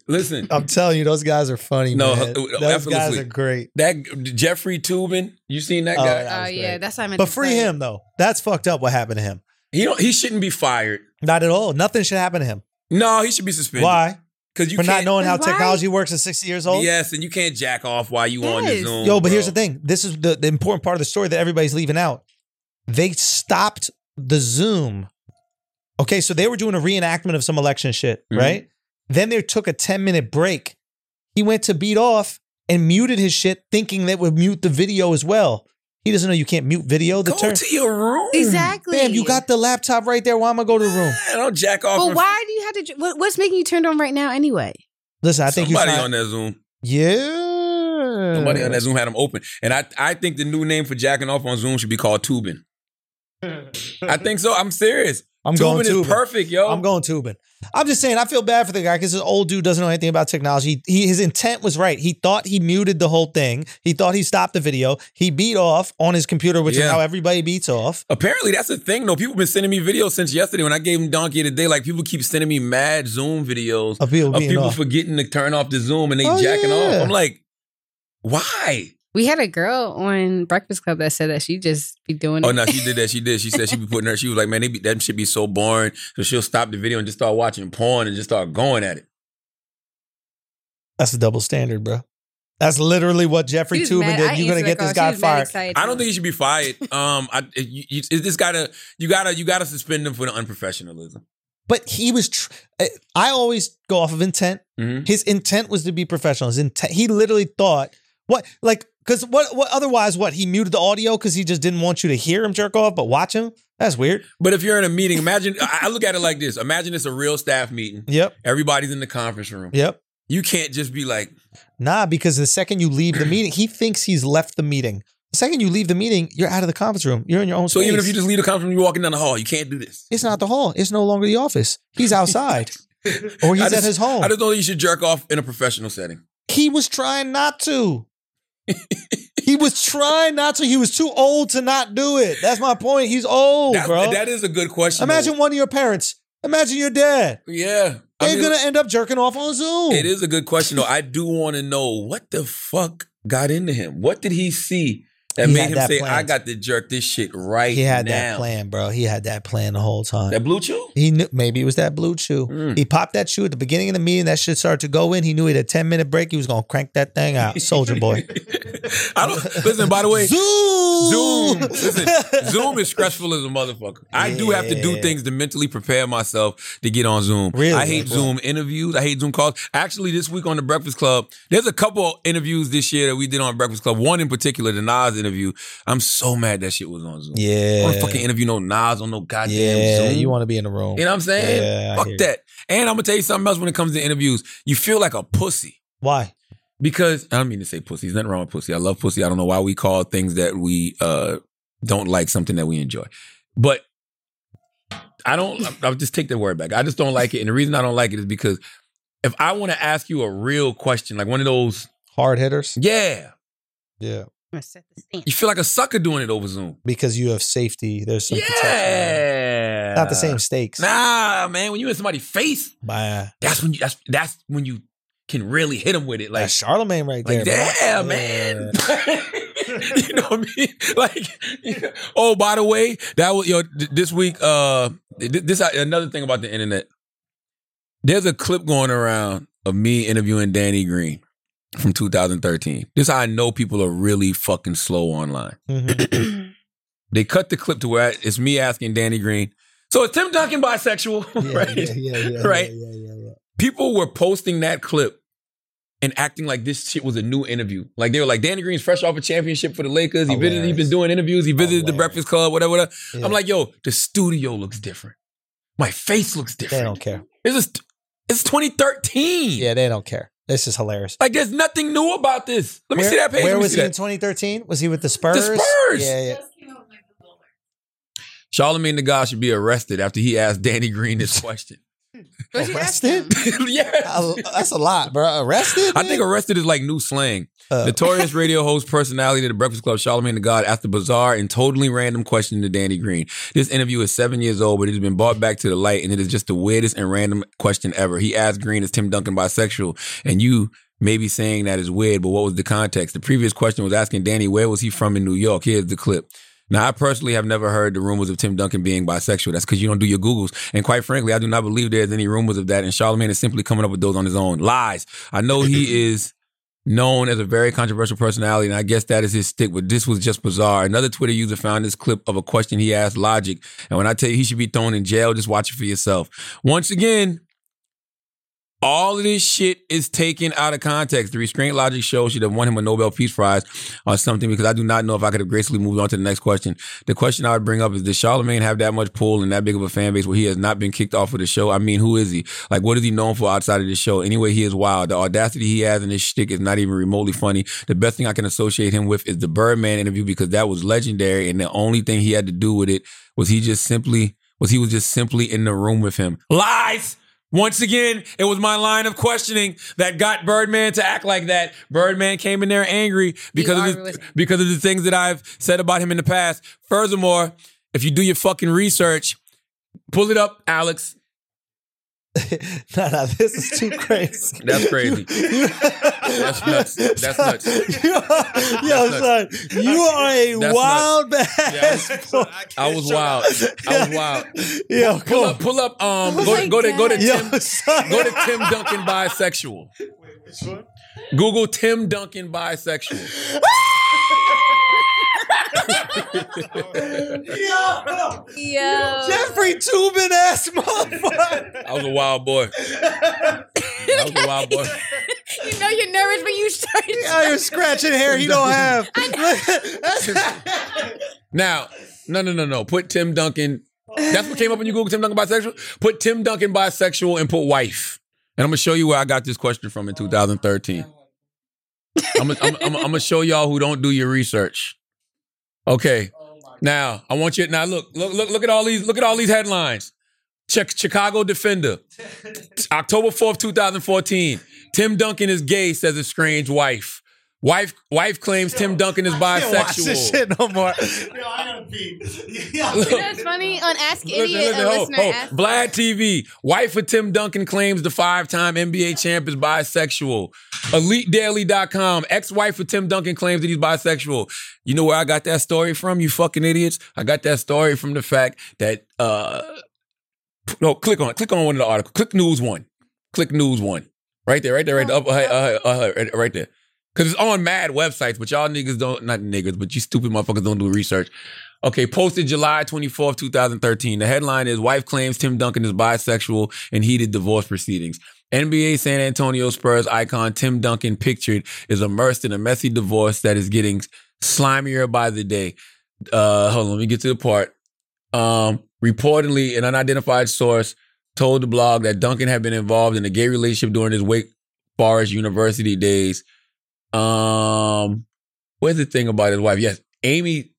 [SPEAKER 3] Listen,
[SPEAKER 4] I'm telling you, those guys are funny.
[SPEAKER 3] No,
[SPEAKER 4] man.
[SPEAKER 3] uh,
[SPEAKER 4] those guys
[SPEAKER 3] effortlessly.
[SPEAKER 4] are great.
[SPEAKER 3] that Jeffrey Tubin, you seen that
[SPEAKER 4] Oh,
[SPEAKER 3] guy?
[SPEAKER 4] that
[SPEAKER 5] Oh
[SPEAKER 4] was
[SPEAKER 5] yeah,
[SPEAKER 4] great.
[SPEAKER 5] that's what I meant.
[SPEAKER 4] But
[SPEAKER 5] to
[SPEAKER 4] free
[SPEAKER 5] say.
[SPEAKER 4] him though. That's fucked up. What happened to him?
[SPEAKER 3] He don't. He shouldn't be fired.
[SPEAKER 4] Not at all. Nothing should happen to him.
[SPEAKER 3] No, he should be suspended.
[SPEAKER 4] Why?
[SPEAKER 3] Because you
[SPEAKER 4] For not
[SPEAKER 3] can't.
[SPEAKER 4] knowing how
[SPEAKER 5] Why?
[SPEAKER 4] technology works at 60 years old.
[SPEAKER 3] yes, and you can't jack off while you on the
[SPEAKER 5] Yes.
[SPEAKER 3] Zoom.
[SPEAKER 4] Yo, but here's the
[SPEAKER 3] bro.
[SPEAKER 4] thing. This is the, the important part of the story that everybody's leaving out. They stopped the Zoom. Okay, so they were doing a reenactment of some election shit,
[SPEAKER 3] Mhm.
[SPEAKER 4] right? Then they took a 10 minute break. He went to beat off and muted his shit, thinking that would mute the video as well. He doesn't know you can't mute video. The
[SPEAKER 3] Go
[SPEAKER 4] term.
[SPEAKER 3] to your room.
[SPEAKER 4] Mm.
[SPEAKER 5] Exactly.
[SPEAKER 4] Damn, you got the laptop right there. Why am I go to
[SPEAKER 3] *gasps*
[SPEAKER 4] the room?
[SPEAKER 3] Man, don't jack off.
[SPEAKER 5] But
[SPEAKER 3] in-
[SPEAKER 5] why do you have to? dr- What, what's making you turned on right now anyway?
[SPEAKER 4] Listen, I think you
[SPEAKER 3] Somebody
[SPEAKER 4] signed-
[SPEAKER 3] on that Zoom.
[SPEAKER 4] Yeah.
[SPEAKER 3] Somebody on that Zoom had him open. And I, I think the new name for jacking off on Zoom should be called tubing. I think so. I'm serious.
[SPEAKER 4] *laughs* I'm
[SPEAKER 3] Tubin
[SPEAKER 4] going
[SPEAKER 3] is
[SPEAKER 4] tubing.
[SPEAKER 3] perfect, yo.
[SPEAKER 4] I'm going tubing. I'm just saying, I feel bad for the guy because this old dude doesn't know anything about technology. He, his intent was right. He thought he muted the whole thing. He thought he stopped the video. He beat off on his computer, which
[SPEAKER 3] Yeah.
[SPEAKER 4] is how everybody beats off.
[SPEAKER 3] Apparently that's the thing though. People been sending me videos since yesterday when I gave them Donkey today. Like people keep sending me mad Zoom videos
[SPEAKER 4] Of people
[SPEAKER 3] of
[SPEAKER 4] beating
[SPEAKER 3] people
[SPEAKER 4] Oh, off.
[SPEAKER 3] forgetting to turn off the Zoom and they
[SPEAKER 4] Oh,
[SPEAKER 3] jacking
[SPEAKER 4] yeah.
[SPEAKER 3] off. I'm like, why?
[SPEAKER 5] We had a girl on Breakfast Club that said that she just be doing
[SPEAKER 3] Oh
[SPEAKER 5] it.
[SPEAKER 3] no, she did that. She did. She said she be putting her. She was like, man, they be, that should be so boring. So she'll stop the video and just start watching porn and just start going at it.
[SPEAKER 4] That's a double standard, bro. That's literally what Jeffrey
[SPEAKER 5] She was
[SPEAKER 4] Tubin
[SPEAKER 5] mad- I
[SPEAKER 4] did. You're gonna
[SPEAKER 5] answered
[SPEAKER 4] get
[SPEAKER 5] her
[SPEAKER 4] this
[SPEAKER 5] call.
[SPEAKER 4] guy
[SPEAKER 5] She was mad
[SPEAKER 4] fired.
[SPEAKER 5] excited.
[SPEAKER 3] I don't think he should be fired. Um, I it- you, you, it's just gotta you gotta you gotta suspend him for the unprofessionalism.
[SPEAKER 4] But he was. Tr- I- I always go off of intent.
[SPEAKER 3] Mhm.
[SPEAKER 4] His intent was to be professional. His intent. He literally thought what like because what what otherwise what he muted the audio because he just didn't want you to hear him jerk off but watch him. That's weird.
[SPEAKER 3] But if you're in a meeting, imagine I I look at it like this. Imagine it's a real staff meeting.
[SPEAKER 4] Yep.
[SPEAKER 3] Everybody's in the conference room.
[SPEAKER 4] Yep.
[SPEAKER 3] You can't just be like,
[SPEAKER 4] Nah, because the second you leave the meeting, he thinks he's left the meeting. The second you leave the meeting, you're out of the conference room. You're in your own
[SPEAKER 3] so
[SPEAKER 4] space.
[SPEAKER 3] even if you just leave the conference room, you're walking down the hall, you can't do this.
[SPEAKER 4] it's not the hall. It's no longer the office.
[SPEAKER 3] *laughs*
[SPEAKER 4] He's outside, or he's
[SPEAKER 3] I just-
[SPEAKER 4] at his home.
[SPEAKER 3] I just don't think you should jerk off in a professional setting.
[SPEAKER 4] He was trying not to. he was trying not to. He was too old to not do it. That's my point. He's old,
[SPEAKER 3] That-
[SPEAKER 4] bro.
[SPEAKER 3] that is a good question.
[SPEAKER 4] Imagine one of your parents. Imagine your dad.
[SPEAKER 3] though. Yeah. I
[SPEAKER 4] They're
[SPEAKER 3] mean,
[SPEAKER 4] gonna end up jerking off on Zoom.
[SPEAKER 3] It is a good question though. I do want to know what the fuck got into him. What did he see that
[SPEAKER 4] He
[SPEAKER 3] made
[SPEAKER 4] had
[SPEAKER 3] him
[SPEAKER 4] that
[SPEAKER 3] say,
[SPEAKER 4] planned.
[SPEAKER 3] "I got to jerk this shit right
[SPEAKER 4] He had
[SPEAKER 3] now"?
[SPEAKER 4] that plan, bro. He had that plan the whole time.
[SPEAKER 3] That blue chew.
[SPEAKER 4] He knew maybe it was that blue chew.
[SPEAKER 3] Mm.
[SPEAKER 4] He popped that chew at the beginning of the meeting. That shit started to go in. He knew he had a 10 minute break. He was going to crank that thing out.
[SPEAKER 3] *laughs*
[SPEAKER 4] Soldier boy.
[SPEAKER 3] I don't listen. By the way,
[SPEAKER 4] Zoom. *laughs*
[SPEAKER 3] Zoom. Listen, Zoom is stressful as a motherfucker. I do have to do
[SPEAKER 4] Yeah.
[SPEAKER 3] things to mentally prepare myself to get on Zoom.
[SPEAKER 4] Really?
[SPEAKER 3] I hate
[SPEAKER 4] Like what?
[SPEAKER 3] Zoom interviews. I hate Zoom calls. Actually, this week on the Breakfast Club, there's a couple interviews this year that we did on Breakfast Club. One in particular, the Nas interview. I'm so mad that shit was on Zoom. I
[SPEAKER 4] Yeah.
[SPEAKER 3] don't fucking interview no Nas on no goddamn
[SPEAKER 4] yeah.
[SPEAKER 3] Zoom.
[SPEAKER 4] You want to be in the room.
[SPEAKER 3] you know what I'm saying?
[SPEAKER 4] Yeah, I
[SPEAKER 3] Fuck
[SPEAKER 4] hear you.
[SPEAKER 3] that. And I'm gonna tell you something else when it comes to interviews. You feel like a pussy.
[SPEAKER 4] Why?
[SPEAKER 3] Because I don't mean to say pussy. There's nothing wrong with pussy. I love pussy. I don't know why we call things that we uh, don't like something that we enjoy. But I don't. I- I'll just take that word back. I just don't like it, and the reason I don't like it is because if I want to ask you a real question, like one of those,
[SPEAKER 4] Hard hitters?
[SPEAKER 3] yeah,
[SPEAKER 4] Yeah.
[SPEAKER 5] I'm gonna set the scene.
[SPEAKER 3] you feel like a sucker doing it over Zoom.
[SPEAKER 4] Because you have safety. There's some protection.
[SPEAKER 3] Yeah,
[SPEAKER 4] Not the same stakes. uh,
[SPEAKER 3] Nah, man. When you in somebody's face,
[SPEAKER 4] Nah.
[SPEAKER 3] that's when you. That's that's when you can really hit them with it. Like *laughs*
[SPEAKER 4] That's Charlemagne right
[SPEAKER 3] Like,
[SPEAKER 4] there.
[SPEAKER 3] damn,
[SPEAKER 4] bro.
[SPEAKER 3] man.
[SPEAKER 4] Yeah.
[SPEAKER 3] you
[SPEAKER 4] *laughs*
[SPEAKER 3] know what I mean? Like, *laughs* oh, by the way, that was yo. th- This week, uh, th- this another thing about the internet. There's a clip going around of me interviewing Danny Green from 2013. This how I know people are really fucking slow online. *laughs*
[SPEAKER 4] Mhm.
[SPEAKER 3] They cut the clip to where it's me asking Danny Green. So is Tim Duncan bisexual? *laughs*
[SPEAKER 4] Yeah,
[SPEAKER 3] right?
[SPEAKER 4] yeah, yeah, yeah, yeah,
[SPEAKER 3] Right?
[SPEAKER 4] Yeah, yeah, yeah.
[SPEAKER 3] people were posting that clip and acting like this shit was a new interview. Like they were like, Danny Green's fresh off a championship for the Lakers. He visited, he's been
[SPEAKER 4] Hilarious.
[SPEAKER 3] doing interviews. He visited the
[SPEAKER 4] Hilarious.
[SPEAKER 3] Breakfast Club, whatever, whatever.
[SPEAKER 4] Yeah.
[SPEAKER 3] I'm like, yo, the studio looks different. My face looks
[SPEAKER 4] they
[SPEAKER 3] different. *laughs*
[SPEAKER 4] don't care.
[SPEAKER 3] It's just, it's 2013.
[SPEAKER 4] Yeah, they don't care. This is hilarious.
[SPEAKER 3] Like there's nothing new about this. Let me
[SPEAKER 4] where,
[SPEAKER 3] see that page.
[SPEAKER 4] Where
[SPEAKER 3] Let me
[SPEAKER 4] was
[SPEAKER 3] see
[SPEAKER 4] he in
[SPEAKER 3] that.
[SPEAKER 4] 2013? Was he with the Spurs?
[SPEAKER 3] Spurs!
[SPEAKER 4] Yeah, yeah.
[SPEAKER 3] Charlemagne the God should be arrested after he asked Danny Green this question. *laughs*
[SPEAKER 5] What'd you ask
[SPEAKER 4] Arrested?
[SPEAKER 5] him?
[SPEAKER 4] Uh,
[SPEAKER 3] yeah.
[SPEAKER 4] that's a lot, bro. Arrested?
[SPEAKER 3] I think
[SPEAKER 4] man?
[SPEAKER 3] arrested is like new slang.
[SPEAKER 4] Uh,
[SPEAKER 3] Notorious radio host personality to the Breakfast Club, Charlemagne the God, asked a bizarre and totally random question to Danny Green. This interview is seven years old, but it has been brought back to the light, and it is just the weirdest and random question ever. He asked Green, "Is Tim Duncan bisexual?" And you may be saying that is weird, but what was the context? The previous question was asking Danny, "Where was he from in New York?" Here's the clip. Now, I personally have never heard the rumors of Tim Duncan being bisexual. That's because you don't do your Googles. And quite frankly, I do not believe there's any rumors of that. And Charlemagne is simply coming up with those on his own. Lies. I know he is known as a very controversial personality, and I guess that is his stick, but this was just bizarre. Another Twitter user found this clip of a question he asked Logic. And when I tell you he should be thrown in jail, just watch it for yourself. Once again, all of this shit is taken out of context. The restraint logic show should have won him a Nobel Peace Prize or something because I do not know if I could have gracefully moved on to the next question. The question I would bring up is Does Charlemagne have that much pull and that big of a fan base where he has not been kicked off of the show? I mean, who is he? Like, what is he known for outside of this show? Anyway, he is wild. The audacity he has in his shtick is not even remotely funny. The best thing I can associate him with is the Birdman interview because that was legendary and the only thing he had to do with it was he just simply was he was just simply in the room with him. Lies! Once again, it was my line of questioning that got Birdman to act like that. Birdman came in there angry because
[SPEAKER 5] argued
[SPEAKER 3] of
[SPEAKER 5] with
[SPEAKER 3] the, because of the things that I've said about him in the past. Furthermore, if you do your fucking research, pull it up, Alex.
[SPEAKER 4] *laughs* no, no, Oh. this is too crazy.
[SPEAKER 3] That's crazy.
[SPEAKER 4] That's
[SPEAKER 3] nuts. *laughs* That's nuts.
[SPEAKER 4] You are, *laughs* yo, son, you are a
[SPEAKER 3] That's
[SPEAKER 4] wild
[SPEAKER 3] That's-
[SPEAKER 4] ass. boy.
[SPEAKER 3] I was wild. I was wild.
[SPEAKER 4] *laughs* Yo,
[SPEAKER 3] Pull
[SPEAKER 4] come
[SPEAKER 3] up,
[SPEAKER 4] on.
[SPEAKER 3] pull up. Um,
[SPEAKER 5] Oh
[SPEAKER 3] go,
[SPEAKER 5] my
[SPEAKER 3] to go to go to
[SPEAKER 5] God.
[SPEAKER 3] Tim.
[SPEAKER 4] Yo, son.
[SPEAKER 3] Go to Tim Duncan bisexual. Google Tim Duncan bisexual.
[SPEAKER 5] *laughs* Yo.
[SPEAKER 4] Jeffrey Tubin ass motherfucker.
[SPEAKER 3] I was a wild boy. I was a wild boy.
[SPEAKER 5] you know you're nervous when you start.
[SPEAKER 4] Out here scratching hair he don't
[SPEAKER 3] *laughs*
[SPEAKER 4] have. *laughs*
[SPEAKER 3] Now, no, no, no, no. Put Tim Duncan. That's what came up when you Google Tim Duncan bisexual. Put Tim Duncan bisexual and put wife. And I'm gonna show you where I got this question from in 2013. I'm gonna, I'm, I'm, I'm gonna show y'all who don't do your research. Okay. Now I want you. Now look, look, look, look at all these. Look at all these headlines. Check Chicago Defender, October 4th, 2014. Tim Duncan is gay, says estranged wife. Wife, wife claims Tim Duncan is
[SPEAKER 6] I can't watch
[SPEAKER 4] Watch
[SPEAKER 3] bisexual.
[SPEAKER 4] this shit no more.
[SPEAKER 6] Yo, I gotta
[SPEAKER 5] *laughs*
[SPEAKER 6] pee. *laughs*
[SPEAKER 5] You know what's funny? On Ask Idiot,
[SPEAKER 3] Listen,
[SPEAKER 5] a
[SPEAKER 3] listen,
[SPEAKER 5] listener
[SPEAKER 3] oh, oh,
[SPEAKER 5] asked.
[SPEAKER 3] Vlad TV. Wife of Tim Duncan claims the five-time NBA champ is bisexual. EliteDaily.com. Ex-wife of Tim Duncan claims that he's bisexual. You know where I got that story from? You fucking idiots! I got that story from the fact that uh no, click on click on one of the articles. Click news one. Click news one. Right there, right there, right there, up, uh, uh, uh, right- right there. Cause it's on mad websites, but y'all niggas don't not niggas, but you stupid motherfuckers don't do research. Okay, posted July 24th, 2013. The headline is Wife claims Tim Duncan is bisexual and heated divorce proceedings. NBA San Antonio Spurs icon Tim Duncan pictured is immersed in a messy divorce that is getting slimier by the day. Uh hold on, let me get to the part. Um, reportedly, an unidentified source told the blog that Duncan had been involved in a gay relationship during his Wake Forest University days. Um, where's the thing about his wife? Yes, Amy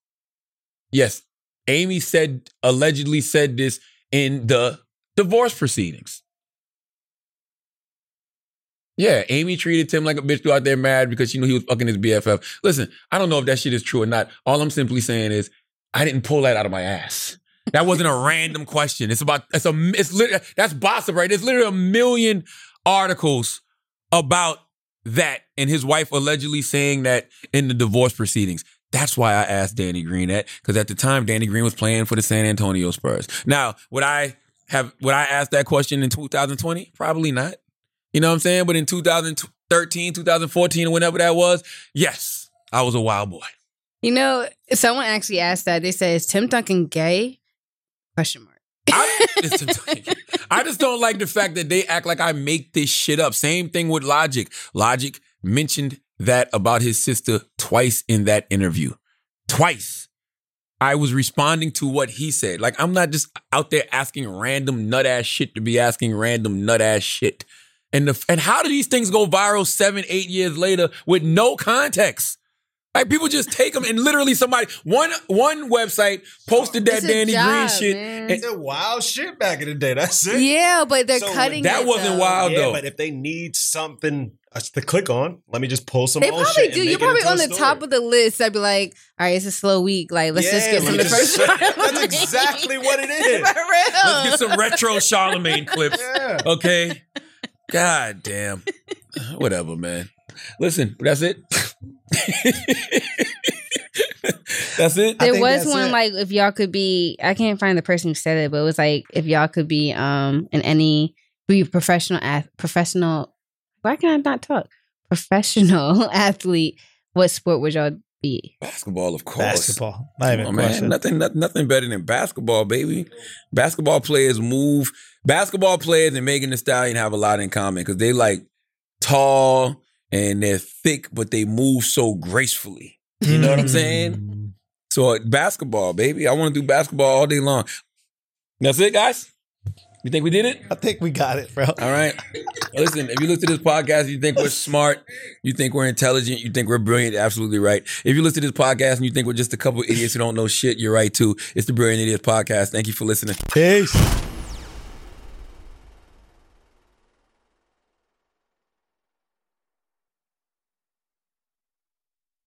[SPEAKER 3] Yes, Amy said allegedly said this in the divorce proceedings. Yeah, Amy treated Tim like a bitch throughout their marriage because she knew he was fucking his BFF. Listen, I don't know if that shit is true or not. All I'm simply saying is I didn't pull that out of my ass. That wasn't a random question. It's about it's a it's lit, that's gossip, right? There's literally a million articles about that and his wife allegedly saying that in the divorce proceedings. That's why I asked Danny Green that because at the time Danny Green was playing for the San Antonio Spurs. Now, would I have would I ask that question in 2020? Probably not. You know what I'm saying? But in 2013, 2014, or whenever that was, yes, I was a wild boy.
[SPEAKER 5] You know, someone actually asked that. They said, "Is Tim Duncan gay?" Question mark. *laughs*
[SPEAKER 3] I, listen, *laughs* I just don't like the fact that they act like I make this shit up. Same thing with Logic. Logic mentioned that about his sister twice in that interview. Twice. I was responding to what he said. Like, I'm not just out there asking random nut ass shit to be asking random nut ass shit. And, the, and how do these things go viral seven, eight years later with no context? Like people just take them and literally somebody one one website posted that
[SPEAKER 5] It's a
[SPEAKER 3] Danny Green
[SPEAKER 5] job,
[SPEAKER 3] shit
[SPEAKER 5] man.
[SPEAKER 3] and-
[SPEAKER 6] It's wild shit back in the day. That's it.
[SPEAKER 5] Yeah, but they're
[SPEAKER 6] So
[SPEAKER 5] cutting.
[SPEAKER 3] that
[SPEAKER 5] it,
[SPEAKER 3] wasn't
[SPEAKER 5] though.
[SPEAKER 3] wild.
[SPEAKER 6] Yeah,
[SPEAKER 3] though.
[SPEAKER 6] but if they need something uh, to click on, let me just pull some.
[SPEAKER 5] They
[SPEAKER 6] old
[SPEAKER 5] probably
[SPEAKER 6] shit
[SPEAKER 5] do. You're probably on the top of the list. I'd be like, "All right, it's a slow week. Like, let's just get
[SPEAKER 6] from
[SPEAKER 5] from the first one."
[SPEAKER 6] That's
[SPEAKER 5] *laughs*
[SPEAKER 6] exactly what it
[SPEAKER 5] For
[SPEAKER 6] is.
[SPEAKER 5] real.
[SPEAKER 3] Let's get some retro Charlemagne clips.
[SPEAKER 6] Yeah.
[SPEAKER 3] Okay. God damn. Whatever, man. Listen, that's it. *laughs* that's it.
[SPEAKER 4] I
[SPEAKER 5] there
[SPEAKER 4] think
[SPEAKER 5] was
[SPEAKER 4] that's
[SPEAKER 5] one
[SPEAKER 4] it.
[SPEAKER 5] like if y'all could be I can't find the person who said it, but it was like if y'all could be um in any be professional ath- professional why can I not talk? Professional *laughs* athlete, what sport would y'all be?
[SPEAKER 3] Basketball, of course.
[SPEAKER 4] Basketball. Not
[SPEAKER 3] Come
[SPEAKER 4] even a
[SPEAKER 3] on, man.
[SPEAKER 4] question.
[SPEAKER 3] Nothing, nothing, nothing better than basketball, baby. Basketball players move. Basketball players and Megan Thee Stallion have a lot in common because they like tall and they're thick, but they move so gracefully. You know what
[SPEAKER 4] Mm.
[SPEAKER 3] I'm
[SPEAKER 4] Mm-hmm.
[SPEAKER 3] saying? So uh, basketball, baby. I want to do basketball all day long. That's it, guys. You think we did it?
[SPEAKER 4] I think we got it, bro.
[SPEAKER 3] All right. Listen, if you look to this podcast, you think we're smart, you think we're intelligent, you think we're brilliant, absolutely right. If you listen to this podcast and you think we're just a couple of idiots who don't know shit, you're right too. It's the Brilliant Idiots Podcast. Thank you for listening.
[SPEAKER 4] Peace.